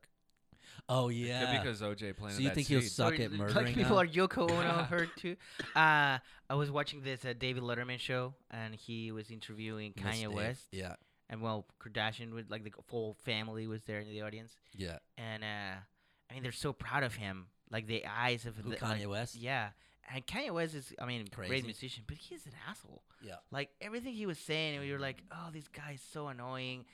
Oh It yeah. could be because OJ planted So you that think seed. he'll suck Sorry, at like, murdering? uh. people now? are Yoko Ono her too. Uh, I was watching this uh, David Letterman show, and he was interviewing Miss Kanye Dave. West, Yeah, and well, Kardashian with like the full family was there in the audience, yeah. and uh, I mean they're so proud of him, like the eyes of Who, the, Kanye like- West? Yeah, and Kanye West is, I mean, Crazy. great musician, but he's an asshole. Yeah. Like everything he was saying, we were like, oh, this guy is so annoying.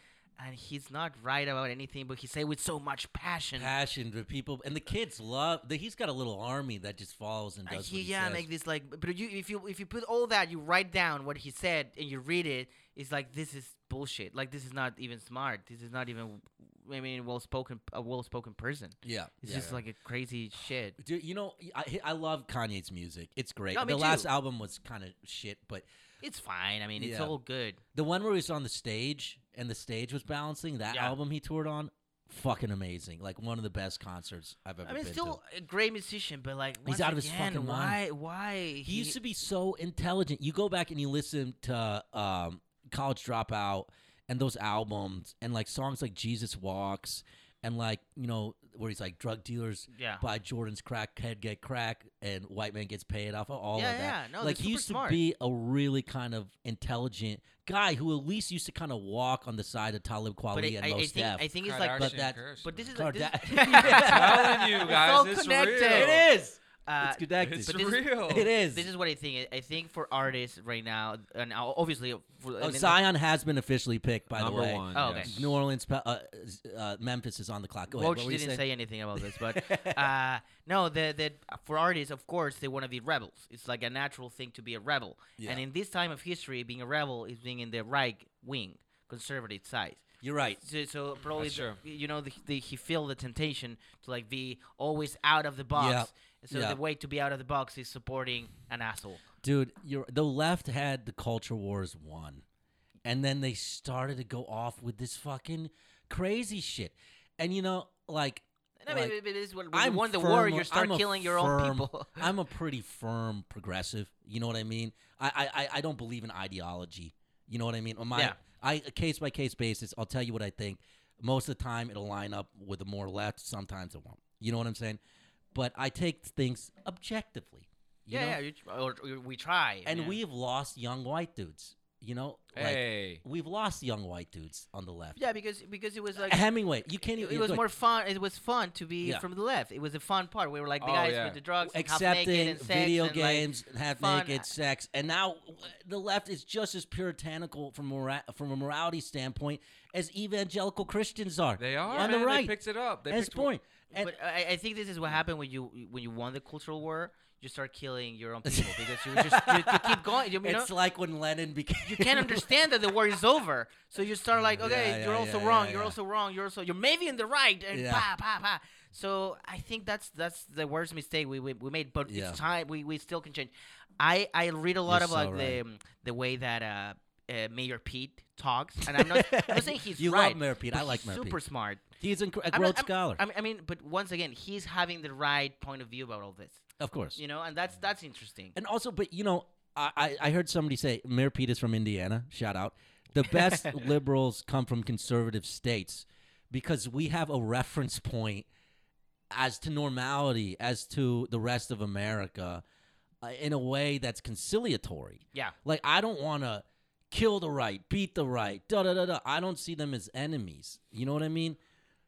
And he's not right about anything, but he said with so much passion. Passion for people, and the kids love. The, he's got a little army that just follows and Like does. he- what he yeah, says. like this, like. But you, if you, if you put all that, you write down what he said and you read it, it's like this is bullshit. Like this is not even smart. This is not even I mean, well spoken, a well spoken person. Yeah, It's yeah, just yeah. like a crazy shit. Dude, you know, I, I love Kanye's music. It's great. No, me the last too. album was kind of shit, but It's fine. I mean, it's Yeah. all good. the one where he was on the stage and the stage was balancing, that Yeah. album he toured on, fucking amazing. Like one of the best concerts I've ever I mean, been still to. a great musician, but like, once out of his again, fucking why, mind. Why? He used to be so intelligent. You go back and you listen to um, College Dropout and those albums and like songs like Jesus Walks and like, you know, where he's like drug dealers Yeah. buy Jordan's crack, head get crack, and white man gets paid off of all Yeah, of that. yeah, no, like they're he super used smart. to be a really kind of intelligent guy who at least used to kind of walk on the side of Talib But Kweli I, and I, I Mos think I Def. think it's Kardashian like, but that- curse, but man. this is like this, Karda- telling you guys, all it's connected. real. It it is. Uh, it's connected. It's but this is- real. it is. This is what I think. I I think for artists right now, and o- obviously, uh, for, I Oh, mean, Zion has been officially picked, by Number the way. one. Oh, okay. yes. New Orleans, Pe- uh, uh, Memphis is on the clock. Go ahead. Roach What were you didn't saying? say anything about this, but uh, no, the, the for artists, of course, they want to be rebels. It's like a natural thing to be a rebel, Yeah. and in this time of history, being a rebel is being in the right wing, conservative side. You're right. So, so probably That's the- you know the, the, he feel the temptation to like be always out of the box. So Yeah. the way to be out of the box is supporting an asshole. Dude, you're, the left had the culture wars won. And then they started to go off with this fucking crazy shit. And you know, like, And I like, mean, it- it is what when you I'm won the firm- war, you start I'm a killing your own firm- people. I'm a pretty firm progressive. You know what I mean? I I, I- I don't believe in ideology. You know what I mean? On My Yeah. I case by case basis, I'll tell you what I think. Most of the time, it'll line up with the more left. Sometimes it won't. You know what I'm saying? But I take things objectively. You yeah, know? yeah, you, tr- or, or we try. And yeah. we've lost young white dudes. You know, like Hey. we've lost young white dudes on the left. yeah, because because it was like Hemingway. You can't. it, even it was like, more fun. It was fun to be Yeah. from the left. It was a fun part. We were like the Oh, guys yeah. with the drugs, and half naked accepting and sex video and, like, games, half fun. naked sex, and now uh, the left is just as puritanical from mora- from a morality standpoint as evangelical Christians are. They are. on the man. right. They picked it up. They That's picked point. And but I, I think this is what happened when you when you won the cultural war. You start killing your own people because you just you, you keep going. You, you know, it's like when Lenin became. you can't understand that the war is over. So you start like, okay, yeah, you're also yeah, wrong. yeah, you're yeah. also wrong. You're also you're maybe in the right. And Yeah. pa pa pa. So I think that's that's the worst mistake we, we, we made. But Yeah. it's time we, we still can change. I, I read a lot You're of like so the um, the way that uh, uh, Mayor Pete talks, and I'm not, I'm not saying he's You love right. Mayor Pete. but I like he's Mayor super Pete. smart. He's an, a I'm Rhodes not- I'm- scholar, I'm- I mean, but once again, he's having the right point of view about all this, of course. you know, and that's that's interesting. And also, but you know, I, I I heard somebody say Mayor Pete is from Indiana. Shout out. The best liberals come from conservative states because we have a reference point as to normality, as to the rest of America, uh, in a way that's conciliatory. Yeah. Like I don't want to kill the right, beat the right, da da da da. I don't see them as enemies. You know what I mean?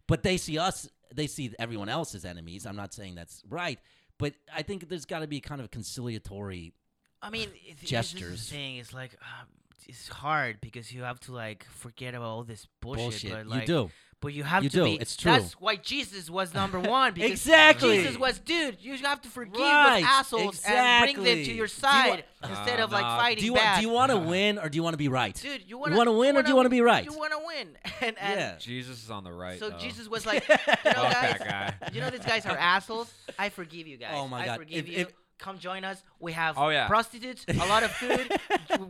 But they see us. They see everyone else as enemies. I'm not saying that's right, but I think there's got to be kind of conciliatory. I mean, it- it's, This Gestures. thing is like um, it's hard because you have to like forget about all this bullshit. Bullshit. But, You like, do. but you have You to do. be. It's That's true. why Jesus was number one. Because Exactly. Jesus was, dude. You have to forgive Right. those assholes and bring them Exactly. to Do you your wa- side instead Ah, of like nah. fighting Do you back. want? Do you want to win or do you want to be right? dude? You wanna- want you wanna win or do you wanna be right? You want to win. And, and yeah. Jesus is on the right. So though. Jesus was like, you know, Fuck guys, that guy. you know, these guys are assholes. I forgive you guys. Oh my I God. forgive If- you. if- Come join us. We have Oh, yeah. prostitutes, a lot of food,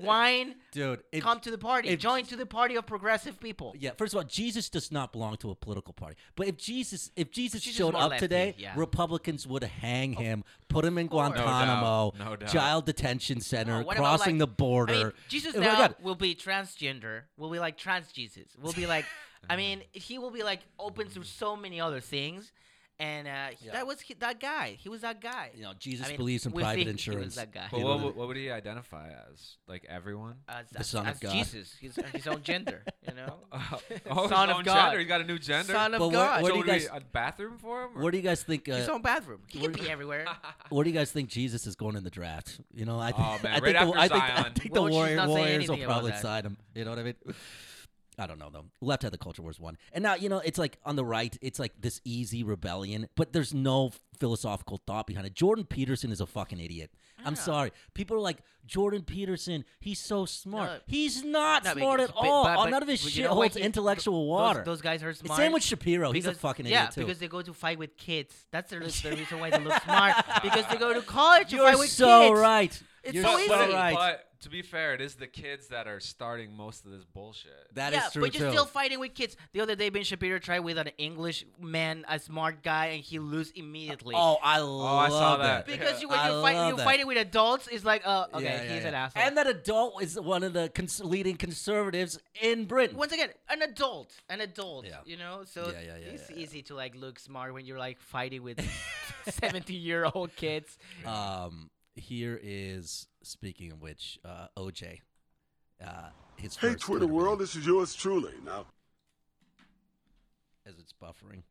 wine. Dude, if- come to the party. if- join to the party of progressive people. Yeah, first of all, Jesus does not belong to a political party. But if Jesus, if Jesus, Jesus is showed more up lefty, today, yeah. Republicans would hang him, put him in course. No Guantanamo, doubt, no doubt. child detention center, Oh, what about, crossing like- the I border. mean, Jesus Oh my now God. will be transgender. Will be like trans Jesus. Will be like, I mean, he will be like open to so many other things. And uh, he- Yeah. that was he, that guy. He was that guy. You know, Jesus I mean, believes in we private think he was insurance. that guy. You But know what, what I would- what would he identify as? Like everyone? as, The as, Son of as God. Jesus, his, his own gender. You know, oh, his Son of own God. Gender. He got a new gender. Son of But what- God. what so do you would we- guys- a bathroom for him? mean? What do you guys think? his Uh, own bathroom. He can we're- be everywhere. what do you guys think Jesus is going in the draft? You know, I, th- Oh, I man, right think the, after I think, I Zion. think the Roach is warrior, not saying Warriors will anything about probably that. sign him. You know what I mean? I don't know though. Left had the culture wars one, and now you know it's like on the right, it's like this easy rebellion, but there's no philosophical thought behind it. Jordan Peterson is a fucking idiot. I'm sorry. People are like Jordan Peterson. He's so smart. No. he's not No, but- smart at but- all. but- but None of his you shit know why holds he- intellectual those- water. Those, guys are It's smart. same with Shapiro. He's a fucking yeah, idiot, too. because they go to fight with kids. That's the, the reason why they look smart. Because they go to college to You're fight with so kids. right. It's You're so so, easy. right. But to be fair, it is the kids that are starting most of this bullshit. That is yeah, true but you're too. still fighting with kids. The other day, Ben Shapiro tried with an English man, a smart guy, and he lose immediately. oh, I love I saw that. because you, when I you fight, love you that. fighting with adults is like, uh, okay, Yeah, yeah, he's yeah. an asshole. And that adult is one of the cons- leading conservatives in Britain. once again, an adult, an adult, Yeah. you know. So Yeah, yeah, yeah, it's yeah, yeah. easy to like look smart when you're like fighting with seventy-year-old kids. Um, here is speaking of which, uh, OJ. Uh, his Hey, first Twitter world, video this is yours truly. Now, as it's buffering.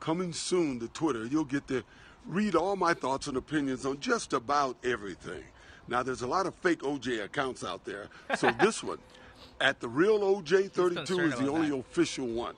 coming soon to Twitter, you'll get to read all my thoughts and opinions on just about everything. Now, there's a lot of fake OJ accounts out there, so this one, at the real OJ32, concerned is the about only that. official one.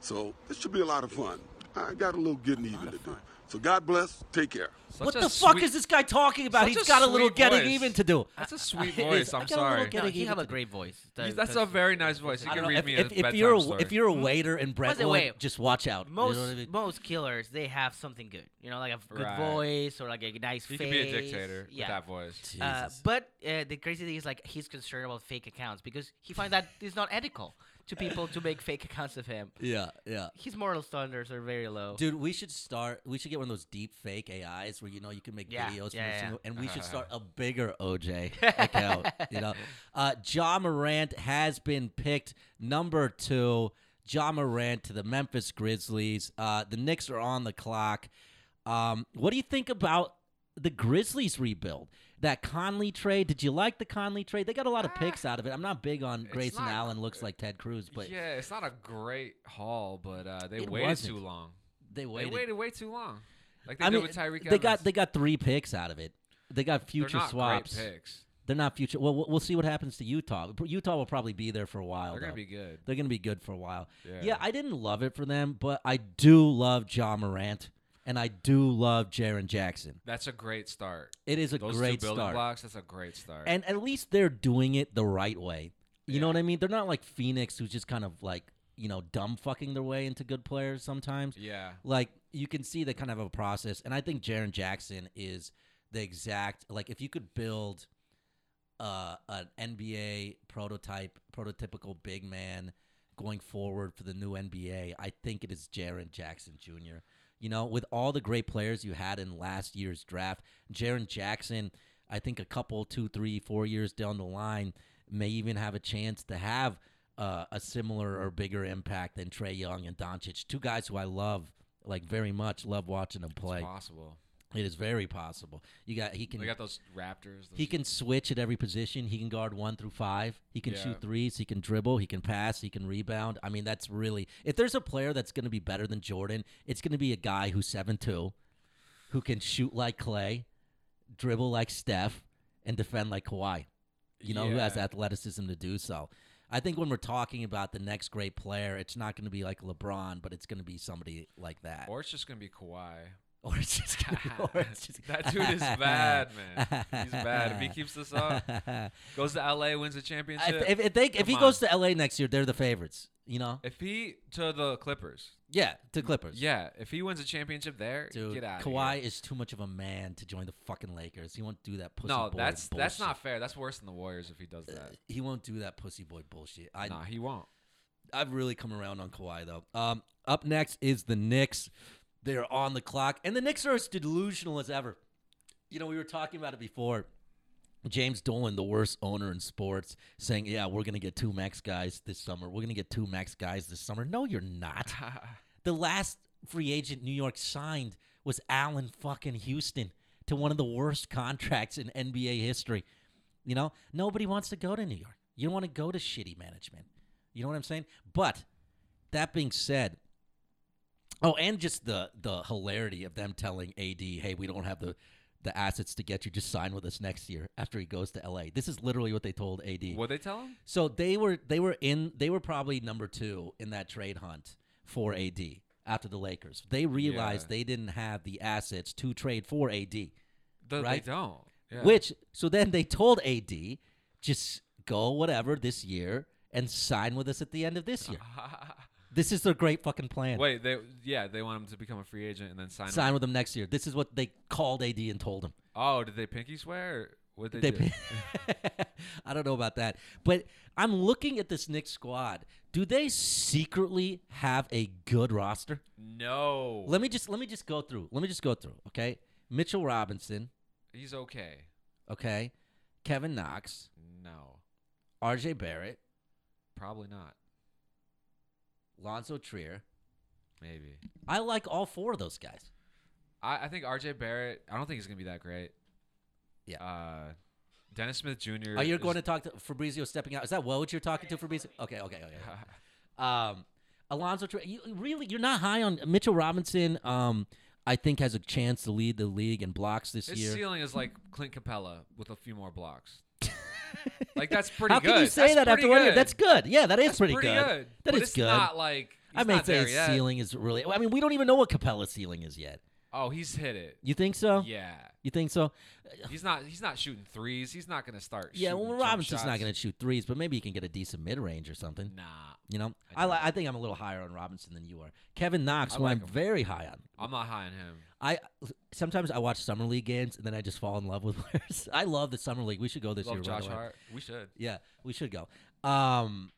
So this should be a lot of fun. I got a little getting even to do. So God bless. Take care. Such what a the fuck sweet- is this guy talking about? such He's a got a little sweet getting voice. even to do. That's a sweet It voice. is. I I'm got a little sorry. getting No, he even have to a do. great voice. You- That- That's a very nice voice. You I don't can know, read Uh, if, me if, a if bedtime you're a, story. if you're a waiter in the way, Brentwood, just watch out. You know most what I mean? most killers they have something good, you know, like a good Right. voice or like a nice you face. can be a dictator Yeah. with that voice. Uh, Jesus. but uh, the crazy thing is, like, he's concerned about fake accounts because he finds that it's not ethical to people to make fake accounts of him. yeah, yeah. His moral standards are very low. Dude, we should start. We should get one of those deep fake AIs where you know you can make Yeah, videos, from yeah, every yeah. single- and we should start a bigger OJ account. you know, uh, John Morant has been picked number two. John Morant to the Memphis Grizzlies. Uh, the Knicks are on the clock. Um, what do you think about the Grizzlies rebuild? That Conley trade. Did you like the Conley trade? They got a lot of picks out of it. I'm not big on Grayson not- Allen. Looks like Ted Cruz, but yeah, it's not a great haul, but uh, they It waited wasn't. too long. they waited. They waited way too long. Like they did with Tyreek They got Evans. they got three picks out of it. They got They're future not great swaps. picks. They're not future. Well, we'll we'll see what happens to Utah. Utah will probably be there for a while. They're gonna though. be good. They're gonna be good for a while. Yeah. Yeah. I didn't love it for them, but I do love John Morant, and I do love Jaron Jackson. That's a great start. It is a Those great two building start, blocks. That's a great start. and at least they're doing it the right way. You know what I mean? They're not like Phoenix, who's just kind of like you know dumb fucking their way into good players sometimes yeah, like you can see they kind of have a process and i think Jaron jackson is the exact like if you could build uh, an nba prototype prototypical big man going forward for the new nba i think it is Jaron jackson jr you know with all the great players you had in last year's draft Jaron jackson i think a couple two three four years down the line may even have a chance to have uh, a similar or bigger impact than Trey Young and Doncic, two guys who I love like very much, love watching them it's play. possible. It is very possible. You got he can They got those Raptors. Those he can switch at every position. He can guard one through five. He can Yeah. shoot threes. He can dribble. He can pass. He can rebound. I mean, that's really if there's a player that's going to be better than Jordan, it's going to be a guy who's seven two, who can shoot like Clay, dribble like Steph, and defend like Kawhi. You know, who has Yeah. athleticism to do so. I think when we're talking about the next great player, it's not going to be like LeBron, but it's going to be somebody like that. Or it's just gonna be Kawhi. Or it's just, gonna be- or it's just That dude is bad, man. He's bad. If he keeps this up, goes to LA, wins the I- championship. if, if they if he Come goes on. to LA next year, they're the favorites. You know, if he to the Clippers, yeah, to Clippers. yeah. If he wins a championship there, dude, get out. Kawhi is too much of a man to join the fucking Lakers. He won't do that pussy. No, boy that's bullshit. that's not fair. That's worse than the Warriors if he does that. He won't do that pussy boy bullshit. Uh, I nah, he won't. I've really come around on Kawhi though. Um, up next is the Knicks. They are on the clock, and the Knicks are as delusional as ever. You know, we were talking about it before. James Dolan, the worst owner in sports, saying, "Yeah, we're gonna get two max guys this summer. We're gonna get two max guys this summer." No, you're not. the last free agent New York signed was Allen fucking Houston to one of the worst contracts in NBA history. You know, nobody wants to go to New York. You don't want to go to shitty management. You know what I'm saying? But that being said, oh, and just the the hilarity of them telling AD, "Hey, we don't have the the assets to get you. Just sign with us next year after he goes to LA. This is literally what they told AD. What they tell him? So they were they were in they were probably number two in that trade hunt for AD after the Lakers. They realized Yeah. they didn't have the assets to trade for AD, The, Right. They don't. Yeah. which so then they told AD just go whatever this year and sign with us at the end of this year. this is their great fucking plan. Wait, they yeah they want him to become a free agent and then sign. sign with them next year. This is what they called AD and told him. Oh, did they pinky swear? Or what did they, They do? I don't know about that. But I'm looking at this Knicks squad. Do they secretly have a good roster? no, Let me just let me just go through. Let me just go through, okay? Mitchell Robinson, he's okay. okay? Kevin Knox, No, RJ Barrett, probably not. Lonzo Trier. Maybe. I like all four of those guys. I, I think R.J. Barrett. I don't think he's gonna be that great. Yeah. Uh, Dennis Smith Jr. Are you is- Oh, going to talk to Fabrizio stepping out? Is that what you're talking to Fabrizio? Okay, okay, okay. okay. Um, Alonzo, Tra- you, really, you're not high on Mitchell Robinson. Um, I think has a chance to lead the league in blocks this His year. ceiling is like Clint Capella with a few more blocks. like that's pretty How good. can you say That's that after pretty one year? good. That's good. Yeah, that is That's pretty, good. That but is it's good. not like he's I may not say there his yet. ceiling is really. I mean, we don't even know what Capella's ceiling is yet. Oh, he's hit it. You think so? Yeah. You think so? He's not. He's not shooting threes. He's not going to start. Yeah. shooting Well, jump Robinson's not shots. going to shoot threes, but maybe he can get a decent mid range or something. Nah, You know, I I, li- doubt I think I'm a little higher on Robinson than you are. Kevin Knox, I who like I'm him. very high on. I'm not high on him. I sometimes I watch summer league games and then I just fall in love with players. I love the summer league. We should go this year. Love by the Josh way. Hart. We should. Yeah, we should go. Um,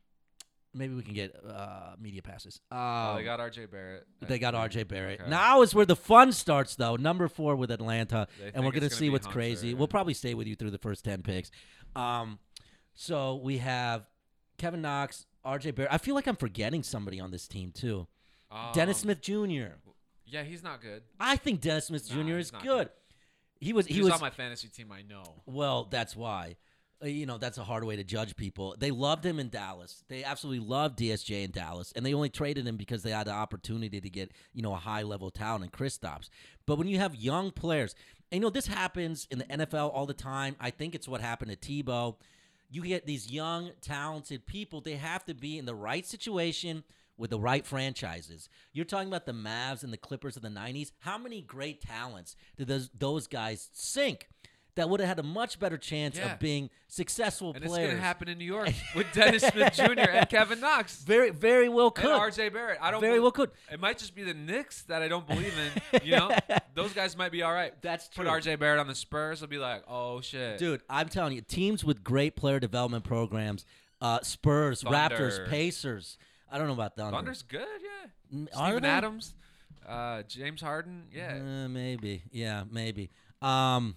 maybe we can get uh, media passes. Um, Oh, they got R.J. Barrett. They got RJ Barrett. Okay. Now is where the fun starts, though. Number four with Atlanta, They and we're think it's gonna gonna see be what's Hunter, crazy. yeah. We'll probably stay with you through the first ten picks. Um, so we have Kevin Knox, RJ Barrett. I feel like I'm forgetting somebody on this team too. Dennis Um, Smith Jr. Yeah, he's not good. I think Dennis Smith Nah, Jr. he's is not good. good. He was. He, He, was. was on my fantasy team. I know. well, that's why. Uh, You know, that's a hard way to judge people. They loved him in Dallas. They absolutely loved DSJ in Dallas, and they only traded him because they had the opportunity to get you know a high level talent in Kristaps. But when you have young players, and you know this happens in the NFL all the time. I think it's what happened to Tebow. You get these young, talented people. They have to be in the right situation with the right franchises. You're talking about the Mavs and the Clippers of the '90s. How many great talents did those those guys sink? That would have had a much better chance Yeah. of being successful And it's players. going to happen in New York with Dennis Smith Jr. and Kevin Knox Very, very well could. and R.J. Barrett. I don't. Very bel- well could. It might just be the Knicks that I don't believe in. You know, those guys might be all right. That's Put true. R.J. Barrett on the Spurs. I'll be like, oh shit, Dude, I'm telling you, teams with great player development programs, uh, Spurs, Thunder. Raptors, Pacers. I don't know about Thunder. Thunder's good. Yeah. are Steven they? Adams, uh, James Harden. Yeah. Uh, maybe. Yeah, maybe. Um,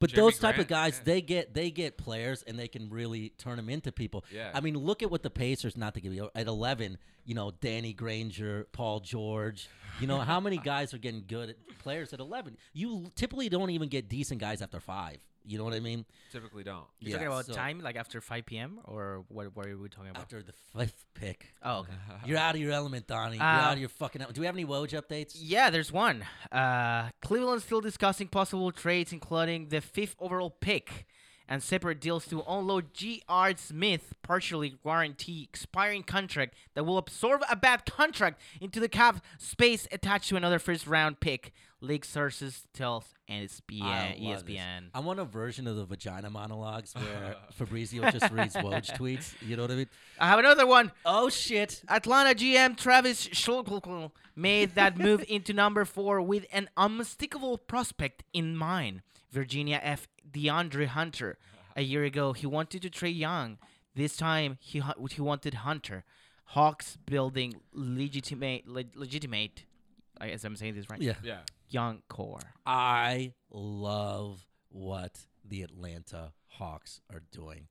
but Jeremy those type of Grant, guys, yeah. they get they get players and they can really turn them into people. Yeah. I mean, look at what the Pacers not to give you at eleven. You know, Danny Granger, Paul George. You know how many guys are getting good at players at eleven? You typically don't even get decent guys after five. You know what I mean? Typically don't. You're talking Yeah, about so- time, like after 5 p.m. or what? What are we talking about? After the fifth pick, oh, okay. Uh-huh. you're out of your element, Donnie. You're Uh, out of your fucking. el- Do we have any Woj updates? Yeah, there's one. Uh, Cleveland still discussing possible trades, including the fifth overall pick and separate deals to unload G.R. Smith partially guarantee expiring contract that will absorb a bad contract into the cap space attached to another first round pick. League sources tells I E ESPN. love this. ESPN. I want a version of the vagina monologues where Fabrizio just reads Woj tweets. You know what I mean? I have another one. Oh shit! Atlanta GM Travis Schulkel made that move into number four with an unmistakable prospect in mind Virginia F. DeAndre Hunter. A year ago, he wanted to trade Young. This time, he, hu- he wanted Hunter. Hawks building legitimate, le- legitimate, I guess I'm saying this right, Yeah, Yeah. Young core. I love what the Atlanta Hawks are doing.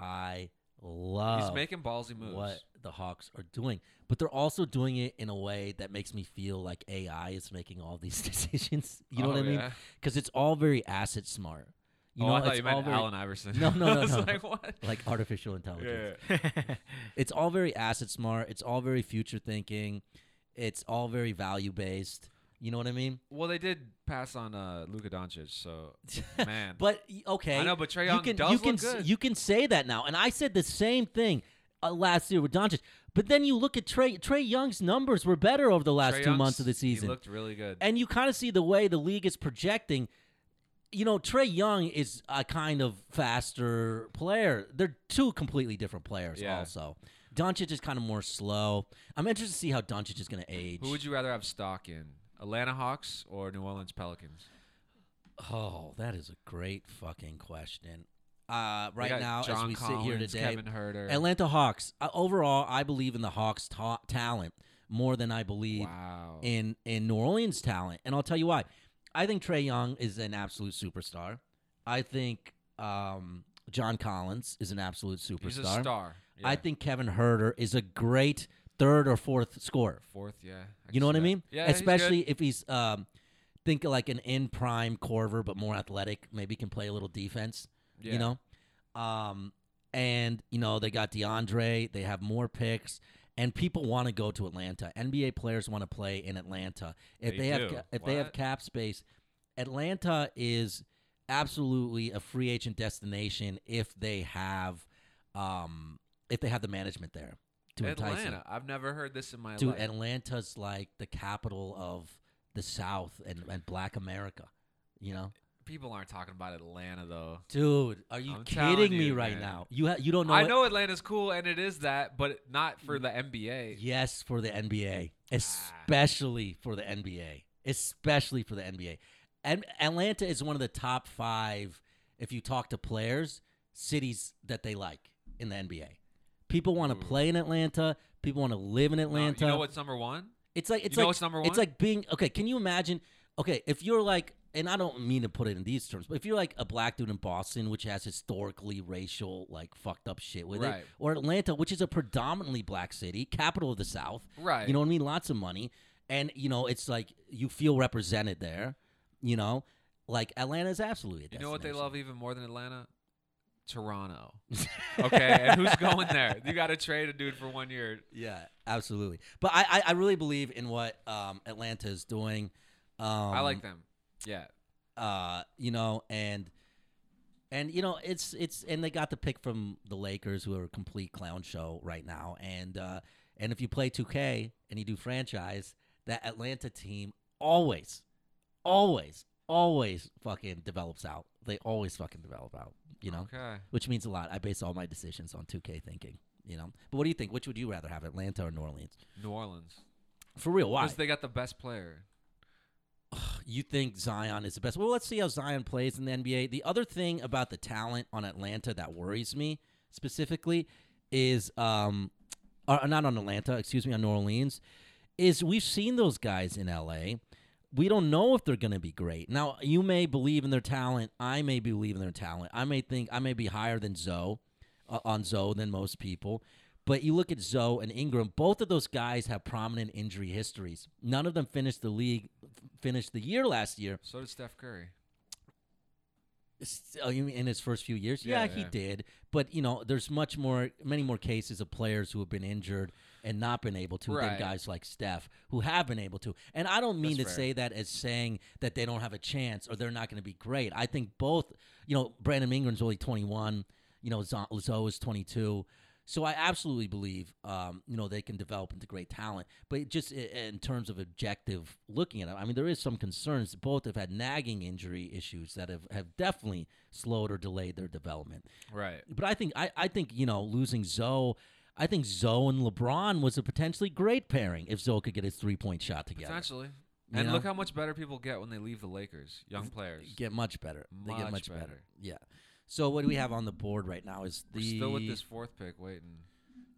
I love. He's making ballsy moves. Oh. what the Hawks are doing, but they're also doing it in a way that makes me feel like AI is making all these decisions. You know Oh, what I mean? yeah. Because it's all very asset smart. You oh, know, I thought it's you all meant very- Allen Iverson. No, no, I no, was no. like, what? like artificial intelligence. Yeah. It's all very asset smart. It's all very future thinking. It's all very value based. You know what I mean? Well, they did pass on uh, Luka Doncic, so man. But y- okay, I know, but Trae you Young can, does you look can, s- good. You can say that now, and I said the same thing uh, last year with Doncic. But then you look at Trey. Trey Young's numbers were better over the last two Trae Young's- months of the season, he looked really good. and you kind of see the way the league is projecting. You know, Trey Young is a kind of faster player. They're two completely different players. Yeah. Also, Doncic is kind of more slow. I'm interested to see how Doncic is going to age. Who would you rather have stock in, Atlanta Hawks or New Orleans Pelicans? Oh, that is a great fucking question. Uh, We right got now, as John we sit here Collins, today, Kevin Huerter. Atlanta Hawks. Uh, overall, I believe in the Hawks' ta- talent more than I believe Wow. in in New Orleans' talent, and I'll tell you why. I think Trey Young is an absolute superstar. I think um, John Collins is an absolute superstar. He's a star. I Yeah. think Kevin Herter is a great third or fourth scorer. fourth. Yeah. I You can know what see I that. mean? Yeah. he's good. Especially if he's um, think of like an in prime Corver, but more athletic. Maybe can play a little defense. Yeah. You know, um, and you know they got DeAndre. They have more picks, and people want to go to Atlanta. NBA players want to play in Atlanta. If They they, have do. ca- if they have What? cap space, Atlanta is absolutely a free agent destination if they have um, if they have the management there to entice them Atlanta. I've never heard this in my dude life. atlanta's like the capital of the south and, and black america you know People aren't talking about Atlanta though. dude are you I'm telling kidding me you, right man. now you ha- you don't know I it- know Atlanta's cool and it is that, but not for the NBA. yes for the nba Ah. especially for the nba especially for the nba and atlanta is one of the top five if you talk to players cities that they like in the nba people want to play in atlanta people want to live in No, atlanta you know what's number one? It's like it's know like what's number one? it's like being okay. Can you imagine? Okay, if you're like, and I don't mean to put it in these terms, but if you're like a black dude in Boston, which has historically racial like fucked up shit with Right. it, or Atlanta, which is a predominantly black city, capital of the South, Right. You know what I mean? Lots of money, and you know it's like you feel represented there. You know, like Atlanta is absolutely. A You know what they destination. love even more than Atlanta? Toronto. okay, and who's going there? You got to trade a dude for one year. Yeah, absolutely. But I, I, I really believe in what um, Atlanta is doing. Um, I like them. Yeah. uh, you know, and and you know, it's it's and they got the pick from the Lakers, who are a complete clown show right now. And uh, and if you play 2K and you do franchise, that Atlanta team always, always, always fucking develops out. They always fucking develop out. You know, Okay. which means a lot. I base all my decisions on 2K thinking. You know, but what do you think? Which would you rather have, Atlanta or New Orleans? New Orleans. For real, why? Because they got the best player. you think Zion is the best. Well, let's see how Zion plays in the NBA. The other thing about the talent on Atlanta that worries me specifically is um or not on Atlanta, excuse me, on New Orleans is we've seen those guys in LA. We don't know if they're going to be great. Now, you may believe in their talent. I may believe in their talent. I may think I may be higher than Zoe uh, on Zoe than most people. But you look at Zoe and Ingram, both of those guys have prominent injury histories. None of them finished the league, finished the year last year So did Steph Curry. S- oh, you mean in his first few years? Yeah, Yeah, he yeah. did. But you know, there's much more, many more cases of players who have been injured and not been able to than Right. guys like Steph who have been able to. And I don't mean That's to fair. say that as saying that they don't have a chance or they're not going to be great. I think both. You know, Brandon Ingram's only 21. You know, Zo Zo is 22. So I absolutely believe, um, you know, they can develop into great talent. But just i- in terms of objective looking at it, I mean, there is some concerns. Both have had nagging injury issues that have, have definitely slowed or delayed their development. Right. But I think I, I think you know losing Zoe, I think Zoe and LeBron was a potentially great pairing if Zoe could get his three point shot together. Potentially. You And know? look how much better people get when they leave the Lakers. Young players. Get much better. they get Much much better. better. Yeah. So what do we have on the board right now? Is We're the still with this fourth pick waiting.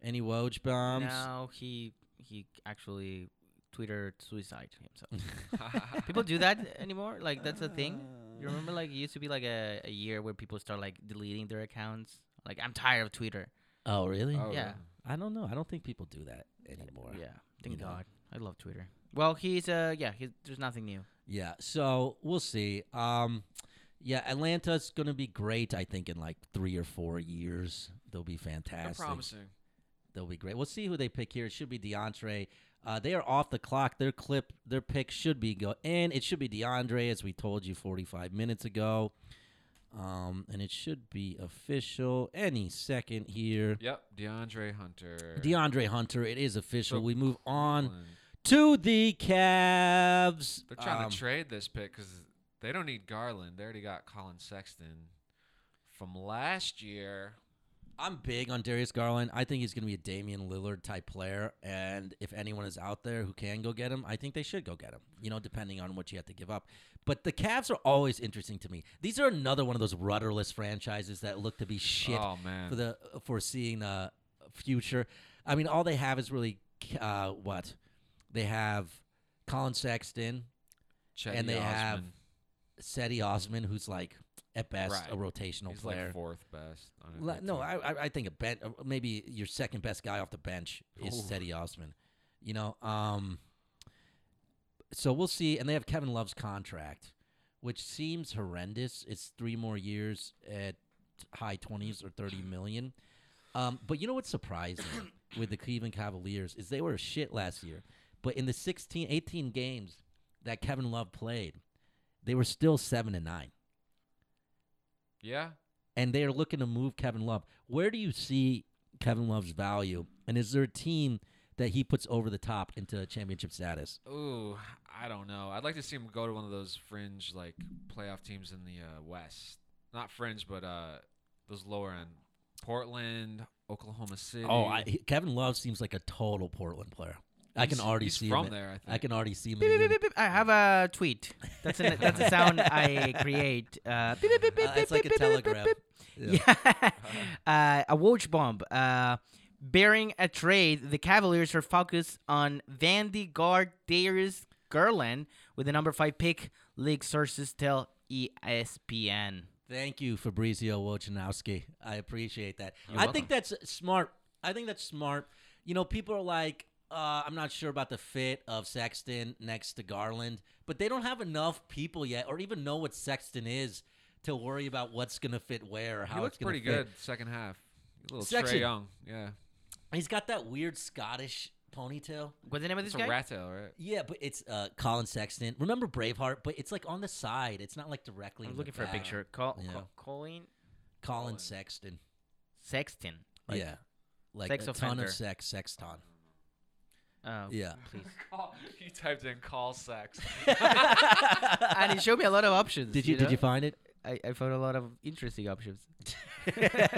any Woj bombs? now he he actually Twitter suicide himself. people do that anymore. Like that's a thing. You remember, like it used to be like a, a year where people start like deleting their accounts. Like I'm tired of Twitter. Oh really? Oh, Yeah. I don't know. I don't think people do that anymore. Yeah, thank know. God. I love Twitter. Well, he's uh yeah. He's, there's nothing new. Yeah. So we'll see. Um, yeah, Atlanta's gonna be great. I think in like three or four years, they'll be They're fantastic. promising. They'll be great. We'll see who they pick here. It should be DeAndre. Uh, they are off the clock. Their clip, their pick should be go, and it should be DeAndre, as we told you 45 minutes ago. Um, and it should be official any second here. Yep, DeAndre Hunter. DeAndre Hunter, it is official. So we move on Cleveland. to the Cavs. They're trying Um, to trade this pick because they don't need Garland. They already got Colin Sexton from last year. I'm big on Darius Garland. I think he's going to be a Damian Lillard type player. And if anyone is out there who can go get him, I think they should go get him, you know, depending on what you have to give up. But the Cavs are always interesting to me. These are another one of those rudderless franchises that look to be shit Oh, man. for the for seeing uh, future. I mean, all they have is really uh, what? They have Colin Sexton, Chetty and they have Osman. Seti Osman, who's like, at best, Right. a rotational He's player. like fourth best. on a Le- good no, team. I, I I think a ben, uh, maybe your second best guy off the bench is Ooh. Teddy Osman. You know, um, so we'll see. And they have Kevin Love's contract, which seems horrendous. It's three more years at high twenties or thirty million. Um, but you know what's surprising with the Cleveland Cavaliers is they were shit last year, but in the 16, 18 games that Kevin Love played, they were still seven and nine yeah. and they are looking to move Kevin Love. Where do you see Kevin Love's value? And is there a team that he puts over the top into championship status? Ooh, I don't know. I'd like to see him go to one of those fringe like playoff teams in the uh, West. Not fringe, but uh, those lower end. Portland, Oklahoma City. Oh, I, he- Kevin Love seems like a total Portland player. I can He's- already he's see from him. in- there, I think. can already see him. in Beep, the beep, beep, uni- beep. I have a tweet. That's a that's a sound I create. Uh, beep, beep, beep, beep, Uh, it's beep, like a beep, beep, beep, telegram. beep. Yeah. uh, a watch bomb. Uh, bearing a trade, the Cavaliers are focused on Vandy guard Darius Garland with the number five pick. League sources tell E ESPN. Thank you, Fabrizio Wojnarowski. I appreciate that. You're I welcome. think that's smart. I think that's smart. You know, people are like, uh, I'm not sure about the fit of Sexton next to Garland, but they don't have enough people yet, or even know what Sexton is, to worry about what's gonna fit where or how he it's looked gonna pretty fit. good second half. A little Sexy. Trey Young. Yeah. He's got that weird Scottish ponytail. What's the name of this It's a guy? rat tail, right? Yeah, but it's uh, Colin Sexton. Remember Braveheart, but it's like on the side. It's not like directly. in I'm the looking for a back. picture. Col- Yeah. Col- Colin Colin Sexton. Sexton. Like, yeah, like sex a ton offender. of sex, sexton. Oh, Yeah. Please. Oh, he typed in call sex. and it showed me a lot of options. Did you, know? did you find it? I, I found a lot of interesting options.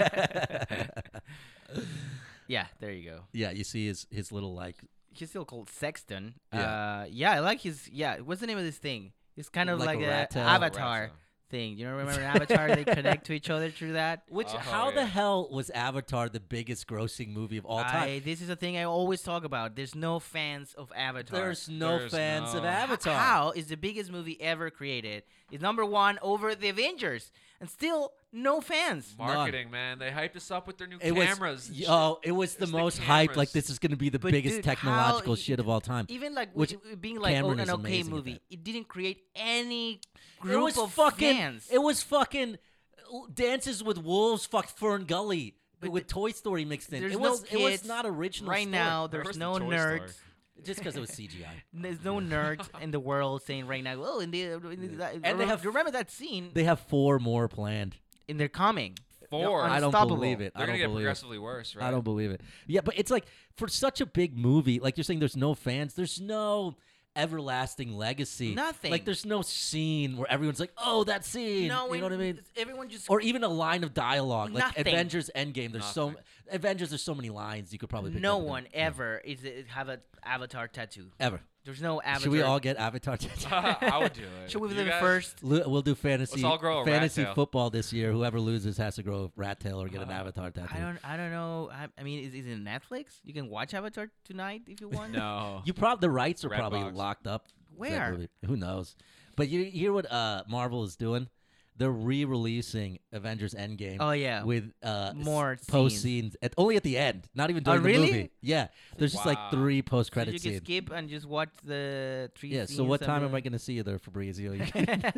yeah, there you go. yeah, you see his his little like He's still called Sexton. Yeah. Uh, yeah, I like his. Yeah, what's the name of this thing? It's kind of Like like, a a, rat tail. avatar Rat tail. thing. You don't remember in Avatar? they connect to each other through that. which Oh, how the yeah. hell was Avatar the biggest grossing movie of all time? I, this is a thing I always talk about. There's no fans of Avatar. There's no There's fans of no- Avatar. How is the biggest movie ever created? It's number one over the Avengers, and still no fans. Marketing, man. They hyped us up with their new It was cameras. and shit. oh, it was the It's the most hyped. Like cameras. this is going to be the But biggest dude, how technological he- shit of all time. Even like Which which being like oh, Cameron an is okay amazing at movie, that. it didn't create any it group was of fucking. fans. It was fucking Dances with Wolves. Fucked Fern Gully But with th- Toy Story mixed in. there's It no was it was kids. not original. right story. now, Where's there's the no Toy nerds. Story? just because it was CGI. There's no nerds in the world saying right now, oh, in the, in the And they have- you remember that scene? They have four more planned. and they're coming. Four. I don't Unstoppable. believe it. They're I don't gonna get believe it. progressively worse, right? I don't believe it. Yeah, but it's like for such a big movie, like you're saying, there's no fans, there's no everlasting legacy, Nothing. Like there's no scene where everyone's like, "Oh, that scene," No, you know what I mean? Everyone just Or even a line of dialogue, like Nothing. Avengers Endgame. There's so Avengers. There's so many lines you could probably pick no up in one it. ever is have an avatar tattoo. ever. There's no avatar. Should we all get Avatar? tattoo? I would do it. Should we You be the guys- first? Lu- We'll do fantasy all grow a rat fantasy tail. football this year. Whoever loses has to grow a rat tail or get an avatar tattoo. I don't. I don't know. I, I mean, is, is it Netflix? You can watch Avatar tonight if you want. No. You probably the rights are Red probably box. locked up. for that Where? movie. Who knows? But you hear what uh, Marvel is doing? they're re-releasing Avengers Endgame. Oh, yeah. with uh, s- More post scenes. scenes at, only at the end, not even during Oh, the really? movie. Yeah, there's just like Wow. three post So you credit can scenes. skip and just watch the three. Yeah. So what time am I gonna see you there, Fabrizio? You- gonna?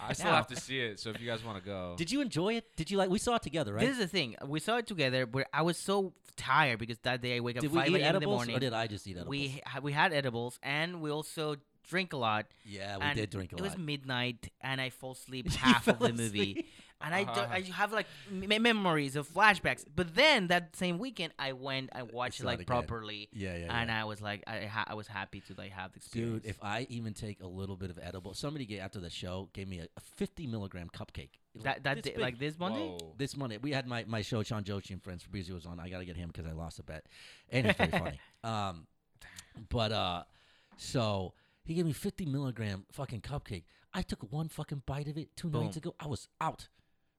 I still have to see it, so if you guys want to go, Did you enjoy it? Did you like? We saw it together, right? This is the thing. We saw it together, but I was so tired because that day I wake up did we 5 eat a.m. in the edibles morning. or did I just eat edibles? We ha- we had edibles and we also drink a lot. yeah, we and did drink a It was lot. midnight and I fall asleep You half of fell the movie. asleep. And I, don't, Ah. I have like m- memories of flashbacks. But then that same weekend, I went and watched it saw like it again. properly. Yeah, yeah, And yeah. I was like, I, ha- I was happy to like have the experience. Dude, if I even take a little bit of edible, somebody gave, after the show gave me a, a 50 milligram cupcake. It was that that day, big. like this Monday, Whoa. this Monday. We had my, my show, Sean Joshi and Friends. Fabrizio was on. I got to get him because I lost a bet. And he's very funny. Um, but uh, so he gave me 50 milligram fucking cupcake. I took one fucking bite of it two nights ago. I was out.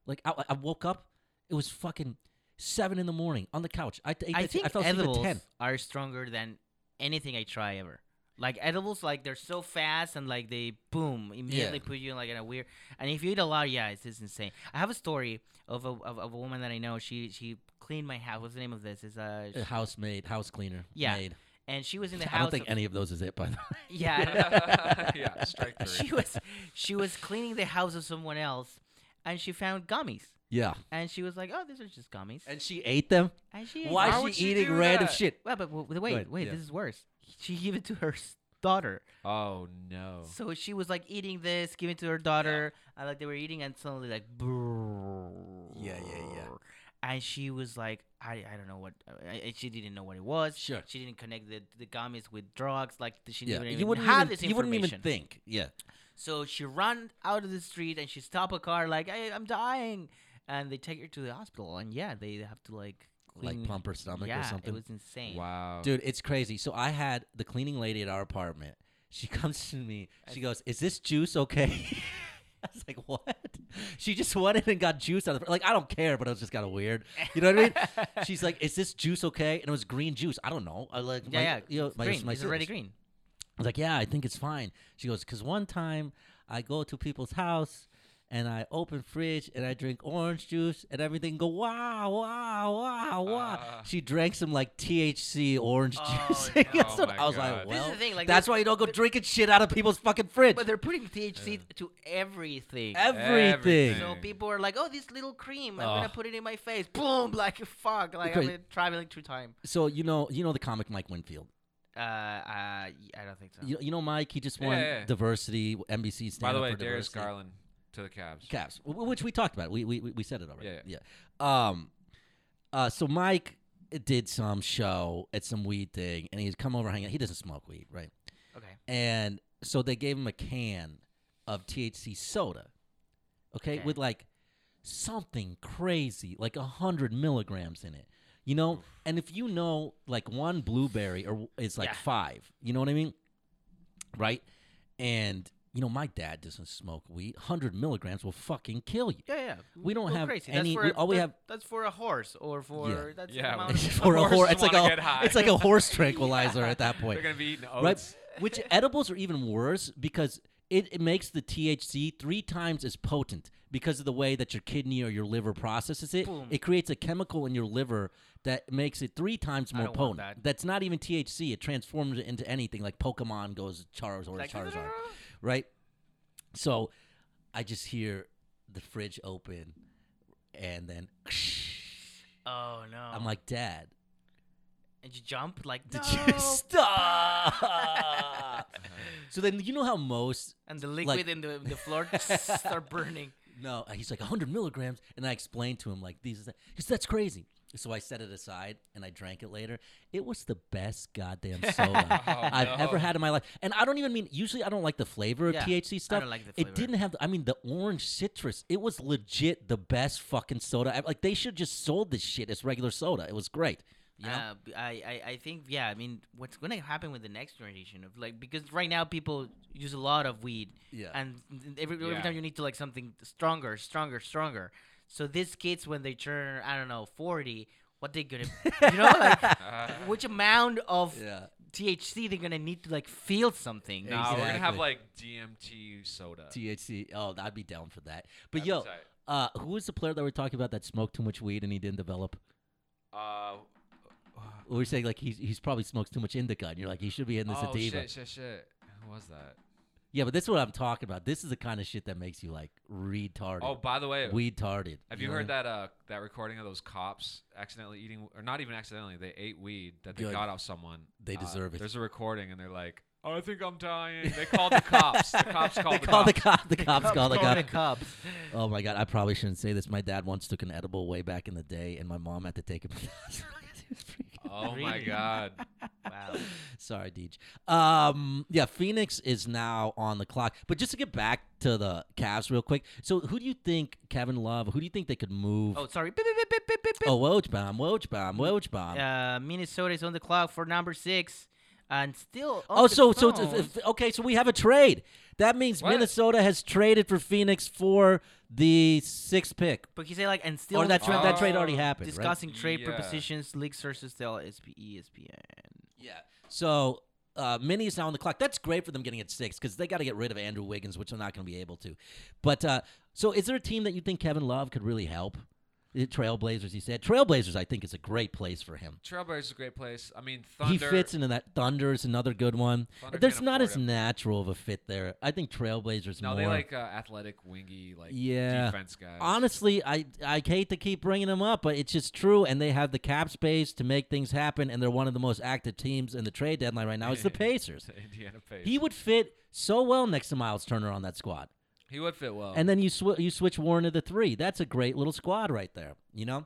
Like, I, I woke up. It was fucking seven in the morning on the couch. I, ate that I shit- think I fell asleep edibles at 10. are stronger than anything I try ever. Like edibles, like they're so fast and like they boom immediately Yeah. put you in like in a weird. And if you eat a lot, yeah, it's just insane. I have a story of a of, of a woman that I know. She she cleaned my house. What's the name of this? Is uh Uh, Housemaid, house cleaner. yeah. maid. And she was in the I house. don't think of- any of those is it, by the way. Yeah. I don't- yeah, strike three. she was she was cleaning the house of someone else, and she found gummies. Yeah. And she was like, "Oh, these are just gummies." And she ate them? And she ate Why them. Why would is she she eating do random that? shit? Well, but, w- but wait, ahead, wait, yeah. this is worse. She gave it to her s- daughter. Oh no. So she was like eating this, giving it to her daughter, and like they were eating, and suddenly like, yeah, And she was like, I, I don't know what, I, I- she didn't know what it was. Sure. She didn't connect the, the gummies with drugs. Like she Yeah. didn't even You wouldn't have even, this information. you wouldn't even think. Yeah. So she ran out of the street and she stopped a car like, I, I'm dying, and they take her to the hospital, and yeah, they have to like Like clean- pump her stomach Mm, yeah, or something. it was insane. Wow. Dude, it's crazy. So I had the cleaning lady at our apartment. She comes to me. She goes, "Is this juice okay?" I was like, "What?" She just went in and got juice out of like I don't care, but it was just kind of weird. You know what I mean? She's like, "Is this juice okay?" And it was green juice. I don't know. I like Yeah, my, yeah, You know, my, green. my it's already siblings. green. I was like, yeah, I think it's fine. She goes, because one time I go to people's house and I open fridge and I drink orange juice and everything go, wow, wow, wow, wow. Ah. she drank some like THC orange Oh, juice. no. That's Oh what- my I was like, God. This is well, the thing, like, that's they're- why you don't go they're- drinking shit out of people's fucking fridge. But they're putting THC to everything. everything. So Everything. people are like, "Oh, this little cream, I'm Ugh. gonna put it in my face." Boom! Like fuck! Like Because- I'm gonna try it like two time. So you know, you know the comic Mike Winfield. Uh, uh, y- I don't think so. You, you know Mike. He just won Yeah, yeah. diversity. NBC. By stand the up way, for Darius diversity. Garland to the Cavs. Caps, w- which we talked about. We we, we- we said it already. Yeah, yeah. Um, uh, so Mike did some show at some weed thing, and he's come over hanging. He doesn't smoke weed, right? Okay. And so they gave him a can of THC soda, okay, Okay. with like something crazy, like a hundred milligrams in it. You know, and if you know, like one blueberry or is like Yeah. five. You know what I mean? Right? And you know, my dad doesn't smoke weed. Hundred milligrams will fucking kill you. Yeah, yeah. We don't Go have crazy. any- That's we- for, a- all we that- have- That's for a horse or for Yeah. that's Yeah, yeah. Amount It's of- for a horses horse, it's like wanna a get high. it's like a horse tranquilizer at that point. They're gonna be eating oats. right? Which edibles are even worse because it, it makes the THC three times as potent because of the way that your kidney or your liver processes it. It creates a chemical in your liver that makes it three times more don't want potent. that. That's not even THC. It transforms it into anything like Pokemon goes Charizard, or Like, Charizard, right? So I just hear the fridge open and then oh no! I'm like, Dad, and you jump like did no. you stop? so then you know how most and the liquid like- in the the floor start burning. No, uh, he's like 100 milligrams, and I explained to him like these. is that- He said, that's crazy. So I set it aside and I drank it later. It was the best goddamn soda Oh, I've ever had in my life, and I don't even mean. Usually, I don't like the flavor of Yeah, I THC stuff. don't like the It flavor. didn't have. The, I mean, the orange citrus. It was legit the best fucking soda. ever. Like they should just sold this shit as regular soda. It was great. You know? Uh, b- I, I I think yeah. I mean, what's going to happen with the next generation of like because right now people use a lot of weed. Yeah. And n- every, every Yeah. time you need to like something stronger, stronger, stronger. So these kids when they turn I don't know forty, what they gonna you know like which amount of Yeah. THC, they're gonna need to like feel something. No, we're gonna have Exactly. like DMT soda. THC. Oh, I'd be down for that. But That'd be yo, tight. uh, who was the player that we are talking about that smoked too much weed and he didn't develop? Uh, We were saying like he's he's probably smokes too much indica, and you're like he should be in this oh sativa. shit, shit, shit. Who was that? Yeah, but this is what I'm talking about. This is the kind of shit that makes you like retarded. Oh, by the way, weed tarded. have you heard that uh that recording of those cops accidentally eating or not even accidentally they ate weed that they Good. got off someone. They Uh, deserve it. There's a recording and they're like, I think I'm dying. They called the cops. The cops called They the call the cops. cop. The cops call the Call the cop. cups. Oh my god, I probably shouldn't say this. My dad once took an edible way back in the day, and my mom had to take him. Oh my Really? god. Wow. Sorry, Deej. Um, yeah, Phoenix is now on the clock. But just to get back to the Cavs real quick. So, who do you think Kevin Love? Who do you think they could move? Oh, sorry. Beep, beep, beep, beep, beep, beep. oh Woj bomb, Woj bomb, Woj bomb. Uh, Minnesota is on the clock for number six, and still. on Oh, the so so phone. if- if- okay, so we have a trade. That means What? Minnesota has traded for Phoenix for the sixth pick, but he said like and still or on the that trade, that phone. trade already Oh. happened. right? discussing trade Yeah. propositions. League sources tell SP, ESPN. Yeah. So uh, Minnie is now on the clock. That's great for them getting at six because they got to get rid of Andrew Wiggins, which they're not going to be able to. But uh, so, is there a team that you think Kevin Love could really help? The Trailblazers, he said. Trailblazers, I think, is a great place for him. Trailblazers is a great place. I mean, Thunder. He fits into that. Thunder is another good one. Thunder There's can't not afford as him. natural of a fit there. I think Trailblazers No, more. they like uh, athletic, wingy, like Yeah. defense guys. Honestly, I I hate to keep bringing them up, but it's just true. And they have the cap space to make things happen, and they're one of the most active teams in the trade deadline right now. It's the Pacers. Indiana Pacers. He would fit so well next to Miles Turner on that squad. He would fit well. And then you sw- you switch Warren to the three. That's a great little squad right there. You know.